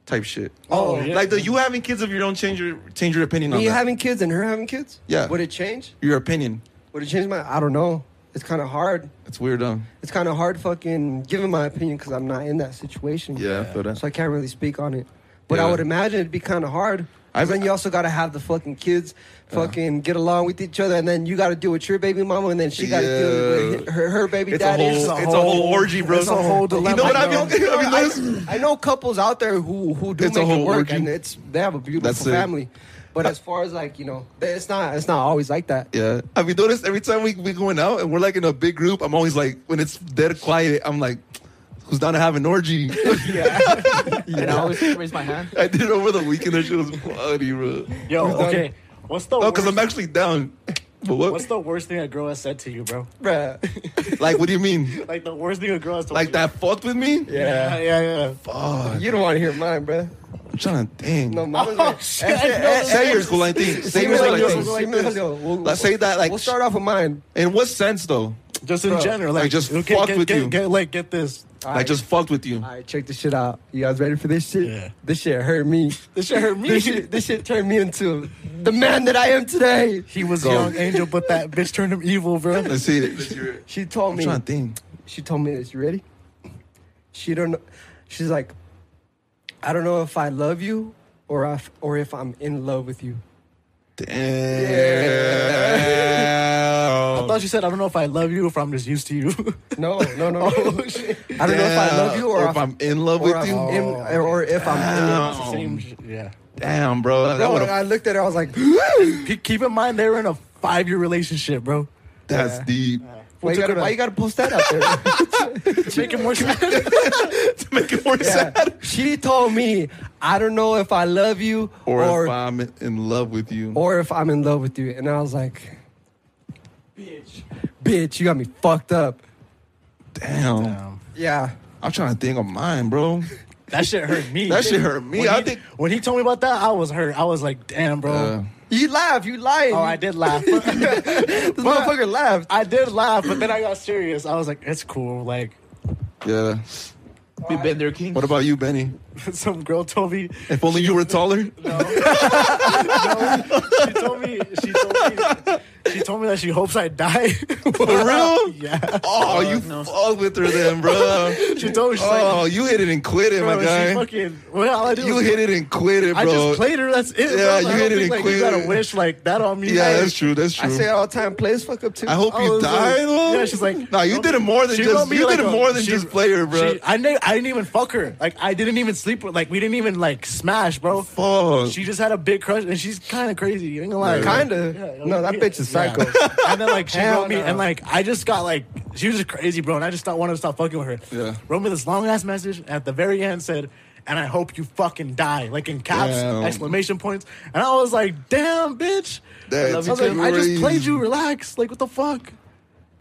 [SPEAKER 2] Type shit.
[SPEAKER 3] Oh,
[SPEAKER 4] yeah.
[SPEAKER 2] Like the you having kids of your own change your change your opinion on
[SPEAKER 3] Me
[SPEAKER 2] that.
[SPEAKER 3] having kids and her having kids.
[SPEAKER 2] Yeah.
[SPEAKER 3] Would it change?
[SPEAKER 2] your opinion.
[SPEAKER 3] Would it change my? I don't know. It's kind of hard.
[SPEAKER 2] It's weird, huh?
[SPEAKER 3] It's kind of hard, fucking giving my opinion because I'm not in that situation.
[SPEAKER 2] Yeah, I feel that.
[SPEAKER 3] So I can't really speak on it. But I
[SPEAKER 2] Yeah.
[SPEAKER 3] would imagine it'd be kind of hard.
[SPEAKER 2] I've-
[SPEAKER 3] Because then you also got to have the fucking kids fucking get along with each other, and then you got to deal with your baby mama, and then she got to deal
[SPEAKER 2] Yeah.
[SPEAKER 3] with her, her baby
[SPEAKER 2] It's a
[SPEAKER 3] daddy.
[SPEAKER 2] whole it's a whole orgy, bro.
[SPEAKER 4] it's a whole dilemma.
[SPEAKER 2] You know what I
[SPEAKER 4] bro.
[SPEAKER 2] mean? I mean that's-
[SPEAKER 3] I, I know couples out there who who do
[SPEAKER 2] It's a
[SPEAKER 3] make
[SPEAKER 2] whole
[SPEAKER 3] it work,
[SPEAKER 2] orgy.
[SPEAKER 3] and it's they have a beautiful
[SPEAKER 2] That's it.
[SPEAKER 3] family. But as far as like you know, it's not it's not always like that.
[SPEAKER 2] Yeah. Have you noticed every time we we going out and we're like in a big group, I'm always like when it's dead quiet, I'm like, who's down to have an orgy?
[SPEAKER 1] And I always raise my hand.
[SPEAKER 2] I did it over the weekend. That shit was funny, bro.
[SPEAKER 4] Yo,
[SPEAKER 3] done?
[SPEAKER 4] okay. What's the,
[SPEAKER 2] No,
[SPEAKER 4] worst,
[SPEAKER 2] because I'm actually down. But what?
[SPEAKER 4] what's the worst thing a girl has said to you, bro?
[SPEAKER 3] Bruh.
[SPEAKER 2] like, what do you mean?
[SPEAKER 4] Like, the worst thing a girl has told
[SPEAKER 2] Like
[SPEAKER 4] you.
[SPEAKER 2] that fucked with me?
[SPEAKER 4] Yeah, yeah, yeah.
[SPEAKER 2] Oh,
[SPEAKER 3] You don't want to hear mine, bruh.
[SPEAKER 2] I'm trying to think.
[SPEAKER 3] No, mine was like,
[SPEAKER 4] shit.
[SPEAKER 2] say yours, cool. I think. Say
[SPEAKER 3] Say me
[SPEAKER 2] yours,
[SPEAKER 3] like
[SPEAKER 2] like
[SPEAKER 3] this.
[SPEAKER 2] things.
[SPEAKER 3] Say me like this. We'll-
[SPEAKER 2] Let's say that, like,
[SPEAKER 3] We'll start off with mine.
[SPEAKER 2] in what sense though?
[SPEAKER 4] Just in
[SPEAKER 3] Bro,
[SPEAKER 4] general,
[SPEAKER 2] I
[SPEAKER 4] like
[SPEAKER 2] just
[SPEAKER 4] get,
[SPEAKER 2] fucked
[SPEAKER 4] get,
[SPEAKER 2] with
[SPEAKER 4] get,
[SPEAKER 2] you.
[SPEAKER 4] get- like get this.
[SPEAKER 2] I just fucked with you.
[SPEAKER 3] All right, check this shit out. You guys ready for this shit?
[SPEAKER 4] Yeah.
[SPEAKER 3] This shit hurt me.
[SPEAKER 4] This shit hurt me.
[SPEAKER 3] This shit, this shit turned me into the man that I am today.
[SPEAKER 4] He was
[SPEAKER 2] Go.
[SPEAKER 4] young angel, but that bitch turned him evil, bro.
[SPEAKER 2] Let's see it.
[SPEAKER 3] She told
[SPEAKER 2] I'm
[SPEAKER 3] me.
[SPEAKER 2] trying to think.
[SPEAKER 3] She told me this. You ready? She don't. know. She's like, I don't know if I love you or if or if I'm in love with you.
[SPEAKER 4] I
[SPEAKER 2] Damn.
[SPEAKER 4] thought you said, I don't know if I love you or if I'm just used to you.
[SPEAKER 3] No, no, no.
[SPEAKER 4] Oh,
[SPEAKER 3] no. I don't know if I love you or,
[SPEAKER 2] if I'm in love
[SPEAKER 3] or
[SPEAKER 2] with
[SPEAKER 3] if I'm
[SPEAKER 2] you. Oh,
[SPEAKER 3] in, or if I'm. In love.
[SPEAKER 4] It's
[SPEAKER 2] Um,
[SPEAKER 4] the same shit, yeah.
[SPEAKER 2] Damn, bro. That
[SPEAKER 3] No,
[SPEAKER 2] would
[SPEAKER 3] and
[SPEAKER 2] have.
[SPEAKER 3] I looked at her. I was like,
[SPEAKER 4] Keep- Keep in mind, they were in a five year relationship, bro.
[SPEAKER 2] That's deep.
[SPEAKER 3] why you,
[SPEAKER 4] took
[SPEAKER 3] gotta,
[SPEAKER 4] her to-
[SPEAKER 3] why you gotta post that out there?
[SPEAKER 4] Make it more
[SPEAKER 2] to make it more
[SPEAKER 3] Yeah.
[SPEAKER 2] sad.
[SPEAKER 3] She told me, I don't know if I love you
[SPEAKER 2] Or, if I'm in love with you.
[SPEAKER 3] or if I'm in love with you. And I was like, bitch, bitch, you got me fucked up.
[SPEAKER 2] Damn.
[SPEAKER 4] Damn.
[SPEAKER 3] Yeah.
[SPEAKER 2] I'm trying to think of mine, bro.
[SPEAKER 4] That shit hurt me.
[SPEAKER 2] That shit hurt me.
[SPEAKER 4] When
[SPEAKER 2] I
[SPEAKER 4] he,
[SPEAKER 2] think-
[SPEAKER 4] when he told me about that, I was hurt. I was like, damn, bro.
[SPEAKER 2] Uh,
[SPEAKER 3] You laugh, you lying.
[SPEAKER 4] oh, I did laugh. but-
[SPEAKER 3] This motherfucker laughed.
[SPEAKER 4] I did laugh, but then I got serious. I was like, it's cool. Like,
[SPEAKER 2] yeah.
[SPEAKER 1] We been there, King.
[SPEAKER 2] What about you, Benny?
[SPEAKER 4] some girl told me,
[SPEAKER 2] If only you were taller.
[SPEAKER 4] she told me, she told me, she told me that she hopes I die.
[SPEAKER 2] For real?
[SPEAKER 4] yeah.
[SPEAKER 2] Oh, you fuck with her then, bro.
[SPEAKER 4] She told me, she's
[SPEAKER 2] Oh,
[SPEAKER 4] like,
[SPEAKER 2] you hit it and quit it,
[SPEAKER 4] bro,
[SPEAKER 2] my
[SPEAKER 4] she
[SPEAKER 2] guy.
[SPEAKER 4] fucking, well, all I did
[SPEAKER 2] You
[SPEAKER 4] was-
[SPEAKER 2] hit it and quit it, bro.
[SPEAKER 4] I just played her. That's it.
[SPEAKER 2] Yeah,
[SPEAKER 4] bro. I
[SPEAKER 2] you
[SPEAKER 4] don't
[SPEAKER 2] hit it
[SPEAKER 4] think,
[SPEAKER 2] and
[SPEAKER 4] like,
[SPEAKER 2] quit
[SPEAKER 4] You gotta
[SPEAKER 2] it.
[SPEAKER 4] wish like that on me.
[SPEAKER 2] yeah,
[SPEAKER 4] Like,
[SPEAKER 2] that's true. That's true.
[SPEAKER 3] I say it all the time, players fuck up too. Oh,
[SPEAKER 2] I hope
[SPEAKER 4] I
[SPEAKER 2] you
[SPEAKER 4] was
[SPEAKER 2] died.
[SPEAKER 4] like-
[SPEAKER 2] though.
[SPEAKER 4] Yeah, she's like-
[SPEAKER 2] no, you did it more than
[SPEAKER 4] She
[SPEAKER 2] just.
[SPEAKER 4] wrote me,
[SPEAKER 2] You
[SPEAKER 4] like,
[SPEAKER 2] did it
[SPEAKER 4] a-
[SPEAKER 2] more than
[SPEAKER 4] she-
[SPEAKER 2] just player, bro.
[SPEAKER 4] She, I didn't. I didn't even fuck her. Like I didn't even sleep. with Like we didn't even like smash, bro.
[SPEAKER 2] Fuck.
[SPEAKER 4] She just had a big crush, and she's kind of crazy. You ain't gonna lie.
[SPEAKER 2] Yeah.
[SPEAKER 3] Kinda. No, that bitch is psycho.
[SPEAKER 4] and then like she
[SPEAKER 3] Hell
[SPEAKER 4] wrote me,
[SPEAKER 3] no.
[SPEAKER 4] and like I just got like she was just crazy, bro. And I just not wanted to stop fucking with her.
[SPEAKER 2] Yeah.
[SPEAKER 4] Wrote me this long ass message and at the very end said. And I hope you fucking die, like in caps,
[SPEAKER 2] Damn.
[SPEAKER 4] exclamation points. And I was like, "Damn, bitch!
[SPEAKER 2] That's
[SPEAKER 4] I, was like, I
[SPEAKER 2] crazy.
[SPEAKER 4] just played you. Relax. Like, what the fuck?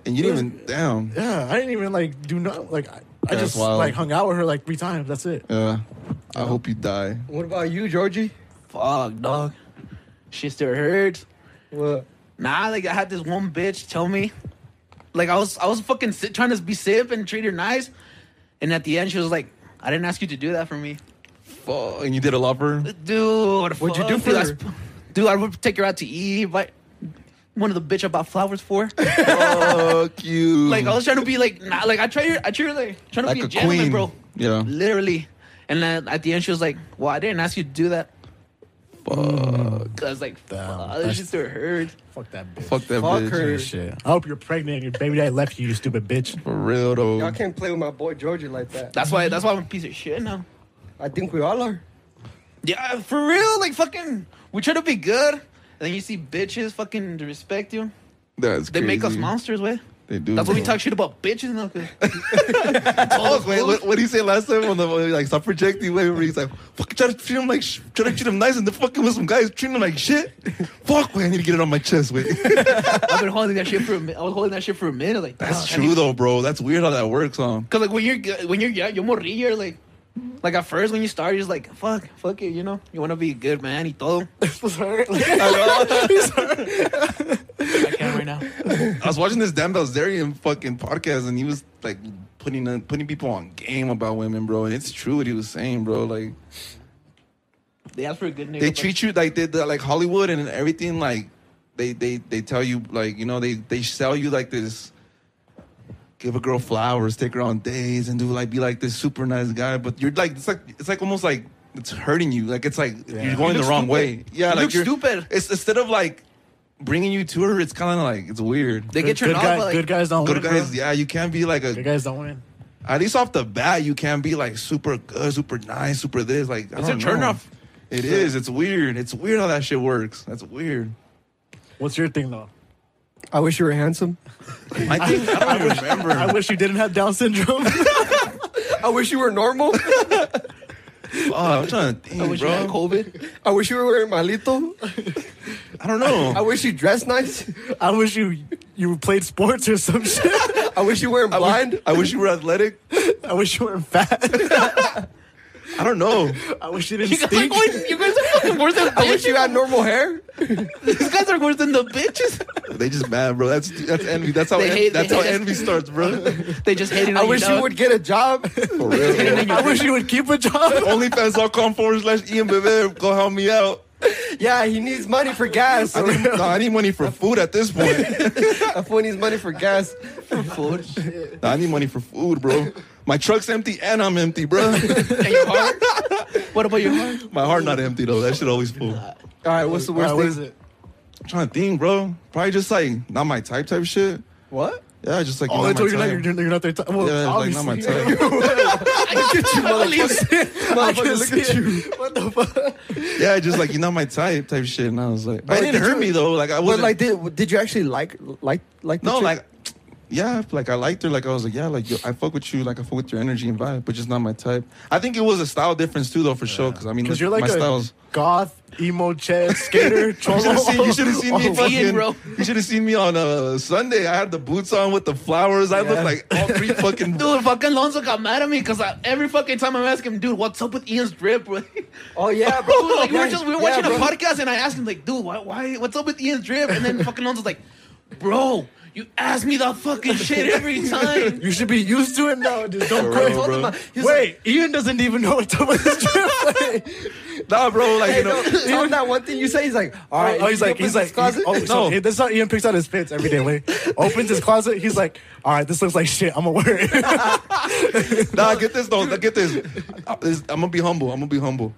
[SPEAKER 2] and you didn't even. Damn.
[SPEAKER 4] Yeah, I didn't even like do not like I, I
[SPEAKER 2] That's
[SPEAKER 4] just
[SPEAKER 2] wild.
[SPEAKER 4] like hung out with her like three times. That's it.
[SPEAKER 2] Yeah. Uh, I hope you die.
[SPEAKER 3] What about you, Georgie?
[SPEAKER 1] Fuck, dog. Shit still hurts.
[SPEAKER 3] What?
[SPEAKER 1] Nah, like I had this one bitch tell me, like I was I was fucking sit, trying to be sip and treat her nice, and at the end she was like, "I didn't ask you to do that for me,
[SPEAKER 2] Fuck. And you did a lover.
[SPEAKER 1] dude."
[SPEAKER 3] What'd you do
[SPEAKER 1] fuck,
[SPEAKER 3] for
[SPEAKER 1] dude, I
[SPEAKER 3] her?
[SPEAKER 1] sp- dude, I would take her out to eat, but one of the bitch I bought flowers for.
[SPEAKER 2] Fuck you.
[SPEAKER 1] like oh, I was trying to be like, nah, like I tried her, I tried her like trying to
[SPEAKER 2] like
[SPEAKER 1] be
[SPEAKER 2] a
[SPEAKER 1] a, gentleman,
[SPEAKER 2] queen,
[SPEAKER 1] bro.
[SPEAKER 2] Yeah.
[SPEAKER 1] Literally, and then at the end she was like, "Well, I didn't ask you to do that." Fuck. I was like,
[SPEAKER 4] Damn,
[SPEAKER 1] "Fuck,
[SPEAKER 4] that's-
[SPEAKER 1] that shit still hurt."
[SPEAKER 4] Fuck that bitch.
[SPEAKER 2] Fuck that
[SPEAKER 3] Fuck
[SPEAKER 2] bitch.
[SPEAKER 3] her.
[SPEAKER 4] Shit. I hope you're pregnant and your baby daddy left you, you stupid bitch.
[SPEAKER 2] For real though.
[SPEAKER 3] Y'all can't play with my boy Georgie like that.
[SPEAKER 1] That's why. That's why I'm a piece of shit now.
[SPEAKER 3] I think we all are.
[SPEAKER 1] Yeah, for real. Like fucking, we try to be good, and then you see bitches fucking respect you.
[SPEAKER 2] That's
[SPEAKER 1] They make us
[SPEAKER 2] crazy.
[SPEAKER 1] monsters, way.
[SPEAKER 2] They do.
[SPEAKER 1] That's why we
[SPEAKER 2] bro.
[SPEAKER 1] talk shit about bitches now. 'cause-
[SPEAKER 2] Oh, wait, what, what did he say last time on the like stop projecting? Wait, where he's like, fuck, try to treat him like, sh- try to treat him nice, and then fucking with some guys treating him like shit. Fuck, wait, I need to get it on my chest. Wait,
[SPEAKER 1] I've been holding that shit for. A mi- I was holding that shit for a minute. Like
[SPEAKER 2] that's true though, bro. That's weird how that works, huh?
[SPEAKER 1] Cause like when you're g- when you're young, you're morir, you're like. Like at first when you start, you're just like, fuck, fuck it, you know? You wanna be a good man y todo.
[SPEAKER 4] This was her.
[SPEAKER 1] I can't right now.
[SPEAKER 2] I was watching this Dan Balzerian fucking podcast, and he was like putting uh, putting people on game about women, bro. And it's true what he was saying, bro. Like
[SPEAKER 1] They ask for a good nigga.
[SPEAKER 2] they treat you like they they're like Hollywood and everything. Like they they they tell you like you know they they sell you like this. Give a girl flowers, take her on days, and do like be like this super nice guy. But you're like it's like it's like almost like it's hurting you. Like it's like you're going the
[SPEAKER 1] You look
[SPEAKER 2] wrong
[SPEAKER 1] stupid.
[SPEAKER 2] way. Yeah,
[SPEAKER 1] You
[SPEAKER 2] like
[SPEAKER 1] look stupid.
[SPEAKER 2] It's instead of like bringing you to her, it's kind of like it's weird.
[SPEAKER 1] They get
[SPEAKER 4] good,
[SPEAKER 1] turned off
[SPEAKER 4] guy-
[SPEAKER 1] by like
[SPEAKER 4] good guys don't
[SPEAKER 2] Good
[SPEAKER 4] win.
[SPEAKER 2] guys,
[SPEAKER 4] bro.
[SPEAKER 2] yeah, you can't be like
[SPEAKER 4] Good
[SPEAKER 2] a
[SPEAKER 4] guys don't win.
[SPEAKER 2] at least off the bat you can't be like super good, super nice, super this. Like I
[SPEAKER 1] It's a
[SPEAKER 2] don't know.
[SPEAKER 1] turnoff.
[SPEAKER 2] It is. It's weird. It's weird how that shit works. That's weird.
[SPEAKER 4] What's your thing though?
[SPEAKER 3] I wish you were handsome.
[SPEAKER 2] I think I don't even remember.
[SPEAKER 4] I wish you didn't have Down syndrome.
[SPEAKER 3] I wish you were normal.
[SPEAKER 2] Oh, I'm trying to think,
[SPEAKER 1] I wish you
[SPEAKER 2] bro.
[SPEAKER 1] had COVID.
[SPEAKER 3] I wish you were wearing malito.
[SPEAKER 2] I don't know.
[SPEAKER 3] I wish you dressed nice.
[SPEAKER 4] I wish you you played sports or some shit.
[SPEAKER 3] I wish you weren't
[SPEAKER 2] I wish-
[SPEAKER 3] blind.
[SPEAKER 2] I wish you were athletic.
[SPEAKER 4] I wish you weren't fat.
[SPEAKER 2] I don't know.
[SPEAKER 4] I wish you didn't
[SPEAKER 1] You guys, are
[SPEAKER 4] stink.
[SPEAKER 1] going, you guys are fucking worse than
[SPEAKER 3] I wish you
[SPEAKER 1] bitches.
[SPEAKER 3] had normal hair.
[SPEAKER 1] These guys are worse than the bitches.
[SPEAKER 2] They just mad, bro. That's that's envy. That's how
[SPEAKER 1] They
[SPEAKER 2] en-
[SPEAKER 1] hate-
[SPEAKER 2] that's
[SPEAKER 1] they
[SPEAKER 2] how
[SPEAKER 1] hate us.
[SPEAKER 2] envy starts, bro.
[SPEAKER 1] They just hated on
[SPEAKER 3] I wish you
[SPEAKER 1] dog.
[SPEAKER 3] would get a job.
[SPEAKER 2] For real. bro.
[SPEAKER 4] I wish you would keep a job.
[SPEAKER 2] OnlyFans.com forward slash Ian Bevere. Go help me out.
[SPEAKER 3] yeah, he needs money for gas.
[SPEAKER 2] I need, no, I need money for food at this point.
[SPEAKER 3] A fool needs money for gas.
[SPEAKER 1] Food.
[SPEAKER 2] No, I need money for food, bro. My truck's empty and I'm empty, bro.
[SPEAKER 1] And your heart? What about your heart?
[SPEAKER 2] My heart not empty though. That shit always full. I'm
[SPEAKER 3] All right, what's the
[SPEAKER 4] All
[SPEAKER 3] worst
[SPEAKER 4] right, what
[SPEAKER 3] thing?
[SPEAKER 4] is it?
[SPEAKER 2] trying to think, bro. Probably just like not my type type shit.
[SPEAKER 3] What?
[SPEAKER 2] Yeah, just like
[SPEAKER 4] Oh,
[SPEAKER 2] not
[SPEAKER 4] they told you
[SPEAKER 2] my
[SPEAKER 4] like
[SPEAKER 2] type.
[SPEAKER 4] you're, you're not their type. Well,
[SPEAKER 2] Yeah, like
[SPEAKER 4] obviously.
[SPEAKER 2] not my type.
[SPEAKER 4] I
[SPEAKER 3] Motherfucker,
[SPEAKER 4] can
[SPEAKER 3] look
[SPEAKER 4] see
[SPEAKER 3] at you.
[SPEAKER 4] it. What the fuck?
[SPEAKER 2] yeah, just like you're not my type type shit. And I was like,
[SPEAKER 3] But
[SPEAKER 2] it didn't
[SPEAKER 3] did
[SPEAKER 2] hurt
[SPEAKER 3] you-
[SPEAKER 2] me though. Like I
[SPEAKER 3] But
[SPEAKER 2] wasn't
[SPEAKER 3] like, did, did you actually like like like? the
[SPEAKER 2] no
[SPEAKER 3] chick?
[SPEAKER 2] like. Yeah, like I liked her. Like I was like, yeah, like yo, I fuck with you. Like I fuck with your energy and vibe, but just not my type. I think it was a style difference too, though, for sure. Because I mean,
[SPEAKER 4] Because you're like
[SPEAKER 2] my
[SPEAKER 4] a
[SPEAKER 2] styles.
[SPEAKER 4] goth, emo, chad, skater,
[SPEAKER 2] You should have seen, you
[SPEAKER 4] troll.
[SPEAKER 2] should've seen me
[SPEAKER 1] Oh,
[SPEAKER 2] fucking,
[SPEAKER 1] Ian, bro.
[SPEAKER 2] You should have seen me on uh, Sunday. I had the boots on with the flowers. I looked like all three fucking.
[SPEAKER 1] Dude, fucking Lonzo got mad at me because every fucking time I'm asking him, dude, what's up with Ian's drip, bro?
[SPEAKER 3] oh yeah, bro.
[SPEAKER 1] Dude, like we were
[SPEAKER 3] Yeah,
[SPEAKER 1] just we were
[SPEAKER 3] yeah,
[SPEAKER 1] watching
[SPEAKER 3] bro.
[SPEAKER 1] a podcast and I asked him like, dude, why, why what's up with Ian's drip? And then fucking Lonzo's like, bro, you ask me that fucking shit every time.
[SPEAKER 4] You should be used to it now, dude. Don't
[SPEAKER 2] real,
[SPEAKER 4] quit.
[SPEAKER 2] bro.
[SPEAKER 4] Wait, Ian doesn't even know what's up with this trip.
[SPEAKER 2] Nah, bro. Like
[SPEAKER 3] Hey,
[SPEAKER 2] you
[SPEAKER 3] no,
[SPEAKER 2] know.
[SPEAKER 3] tell him that one thing you say. He's like, all right.
[SPEAKER 4] oh, he's
[SPEAKER 3] you
[SPEAKER 4] like,
[SPEAKER 3] open
[SPEAKER 4] he's
[SPEAKER 3] this
[SPEAKER 4] like,
[SPEAKER 3] closet?
[SPEAKER 4] oh, so
[SPEAKER 2] No.
[SPEAKER 4] he- this is how Ian picks out his pants every day. Wait, opens his closet. He's like, all right, this looks like shit. I'm gonna wear it.
[SPEAKER 2] Nah, get this though. Get this. I- this- I'm gonna be humble. I'm gonna be humble.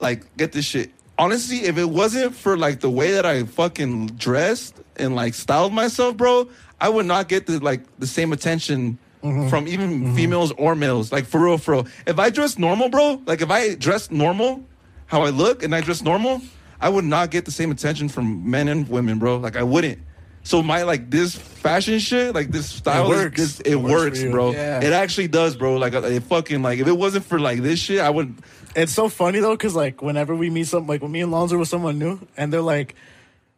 [SPEAKER 2] Like, get this shit. Honestly, if it wasn't for like the way that I fucking dressed and like styled myself, bro, I would not get the like the same attention
[SPEAKER 4] Mm-hmm.
[SPEAKER 2] from even females or males. Like for real, for real. If I dress normal, bro, like if I dress normal, how I look and I dress normal, I would not get the same attention from men and women, bro. Like I wouldn't. So my like this fashion shit, like this style, is-
[SPEAKER 4] works.
[SPEAKER 2] this-
[SPEAKER 4] It
[SPEAKER 2] it
[SPEAKER 4] works for
[SPEAKER 2] works
[SPEAKER 4] you.
[SPEAKER 2] bro.
[SPEAKER 3] Yeah.
[SPEAKER 2] It actually does, bro. Like uh, it fucking like if it wasn't for like this shit, I would.
[SPEAKER 4] it's so funny though, because like whenever we meet some, like when me and Lonzo with someone new, and they're like,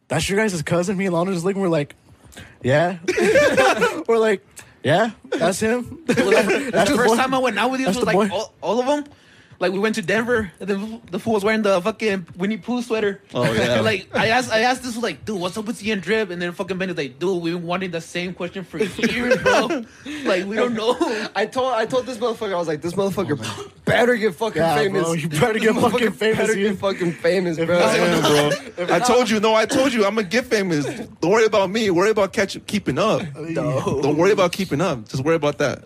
[SPEAKER 4] "That's your guys' cousin." Me and Lonzo just looking, we're like, "Yeah," we're like, "Yeah, that's him."
[SPEAKER 1] That's
[SPEAKER 4] that's
[SPEAKER 1] the first time I went out with you
[SPEAKER 4] that's
[SPEAKER 1] was
[SPEAKER 4] the
[SPEAKER 1] like
[SPEAKER 4] boy.
[SPEAKER 1] all, all of them. Like we went to Denver, and the, the fool was wearing the fucking Winnie Pooh sweater.
[SPEAKER 2] Oh, yeah.
[SPEAKER 1] like I asked, I asked this fool, like, dude, what's up with Ian Drip? And then fucking Ben is like, dude, we've been wanting the same question for years, bro. like we don't know.
[SPEAKER 3] I told I told this motherfucker. I was like, this motherfucker better get fucking
[SPEAKER 4] Oh, Yeah,
[SPEAKER 3] famous.
[SPEAKER 4] bro, you better get
[SPEAKER 3] This
[SPEAKER 4] fucking
[SPEAKER 3] motherfucker
[SPEAKER 4] famous,
[SPEAKER 3] Better
[SPEAKER 4] you.
[SPEAKER 3] get fucking famous, bro.
[SPEAKER 2] Damn, bro. I told you, no, I told you, I'm gonna get famous. Don't worry about me. Worry about catch keeping up. Don't worry about keeping up. Just worry about that.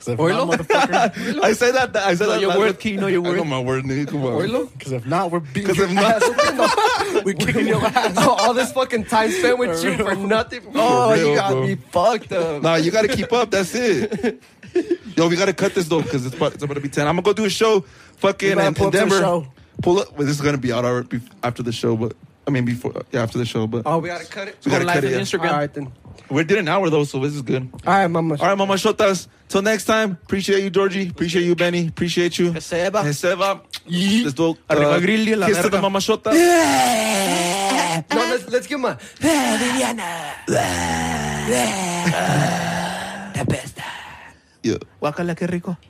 [SPEAKER 4] Because
[SPEAKER 2] I say that. I say
[SPEAKER 1] Know
[SPEAKER 2] that.
[SPEAKER 1] your
[SPEAKER 2] last-
[SPEAKER 1] worth, King, know your
[SPEAKER 2] I know
[SPEAKER 1] worth.
[SPEAKER 2] my word, nigga. Come on.
[SPEAKER 3] Orlo?
[SPEAKER 4] if not, we're beating
[SPEAKER 2] 'Cause
[SPEAKER 4] your
[SPEAKER 2] if not-
[SPEAKER 4] ass. we're kicking your ass.
[SPEAKER 3] all, all this fucking time spent with you for nothing. Oh,
[SPEAKER 2] real,
[SPEAKER 3] you got
[SPEAKER 2] bro.
[SPEAKER 3] me fucked up.
[SPEAKER 2] Nah, you gotta keep up. That's it. Yo, we gotta cut this though because it's, about- it's about to be ten. I'm gonna go do a show,
[SPEAKER 4] You
[SPEAKER 2] fucking
[SPEAKER 4] better
[SPEAKER 2] and,
[SPEAKER 4] pull
[SPEAKER 2] and
[SPEAKER 4] up to the
[SPEAKER 2] Denver.
[SPEAKER 4] show.
[SPEAKER 2] Pull up. Well, this is gonna be out already bef- after the show, but I mean before, yeah, after the show, but
[SPEAKER 3] Oh, we gotta cut it.
[SPEAKER 2] We gotta
[SPEAKER 1] Going
[SPEAKER 2] cut
[SPEAKER 1] live on
[SPEAKER 2] it, yeah.
[SPEAKER 3] All
[SPEAKER 1] Instagram.
[SPEAKER 3] right then.
[SPEAKER 2] we did an hour though, so this is good.
[SPEAKER 3] All right, mama.
[SPEAKER 2] All right, mama shotas. Till next time, appreciate you, Georgie. Appreciate you, Benny. Appreciate you.
[SPEAKER 1] Que sepa.
[SPEAKER 2] Que sepa. Let's do.
[SPEAKER 1] Arriba Grilli, la
[SPEAKER 2] kiss to the
[SPEAKER 1] verga. Eh.
[SPEAKER 2] mama shotas.
[SPEAKER 3] No, let's let's give him a.
[SPEAKER 2] Yeah.
[SPEAKER 1] Guacala, qué rico.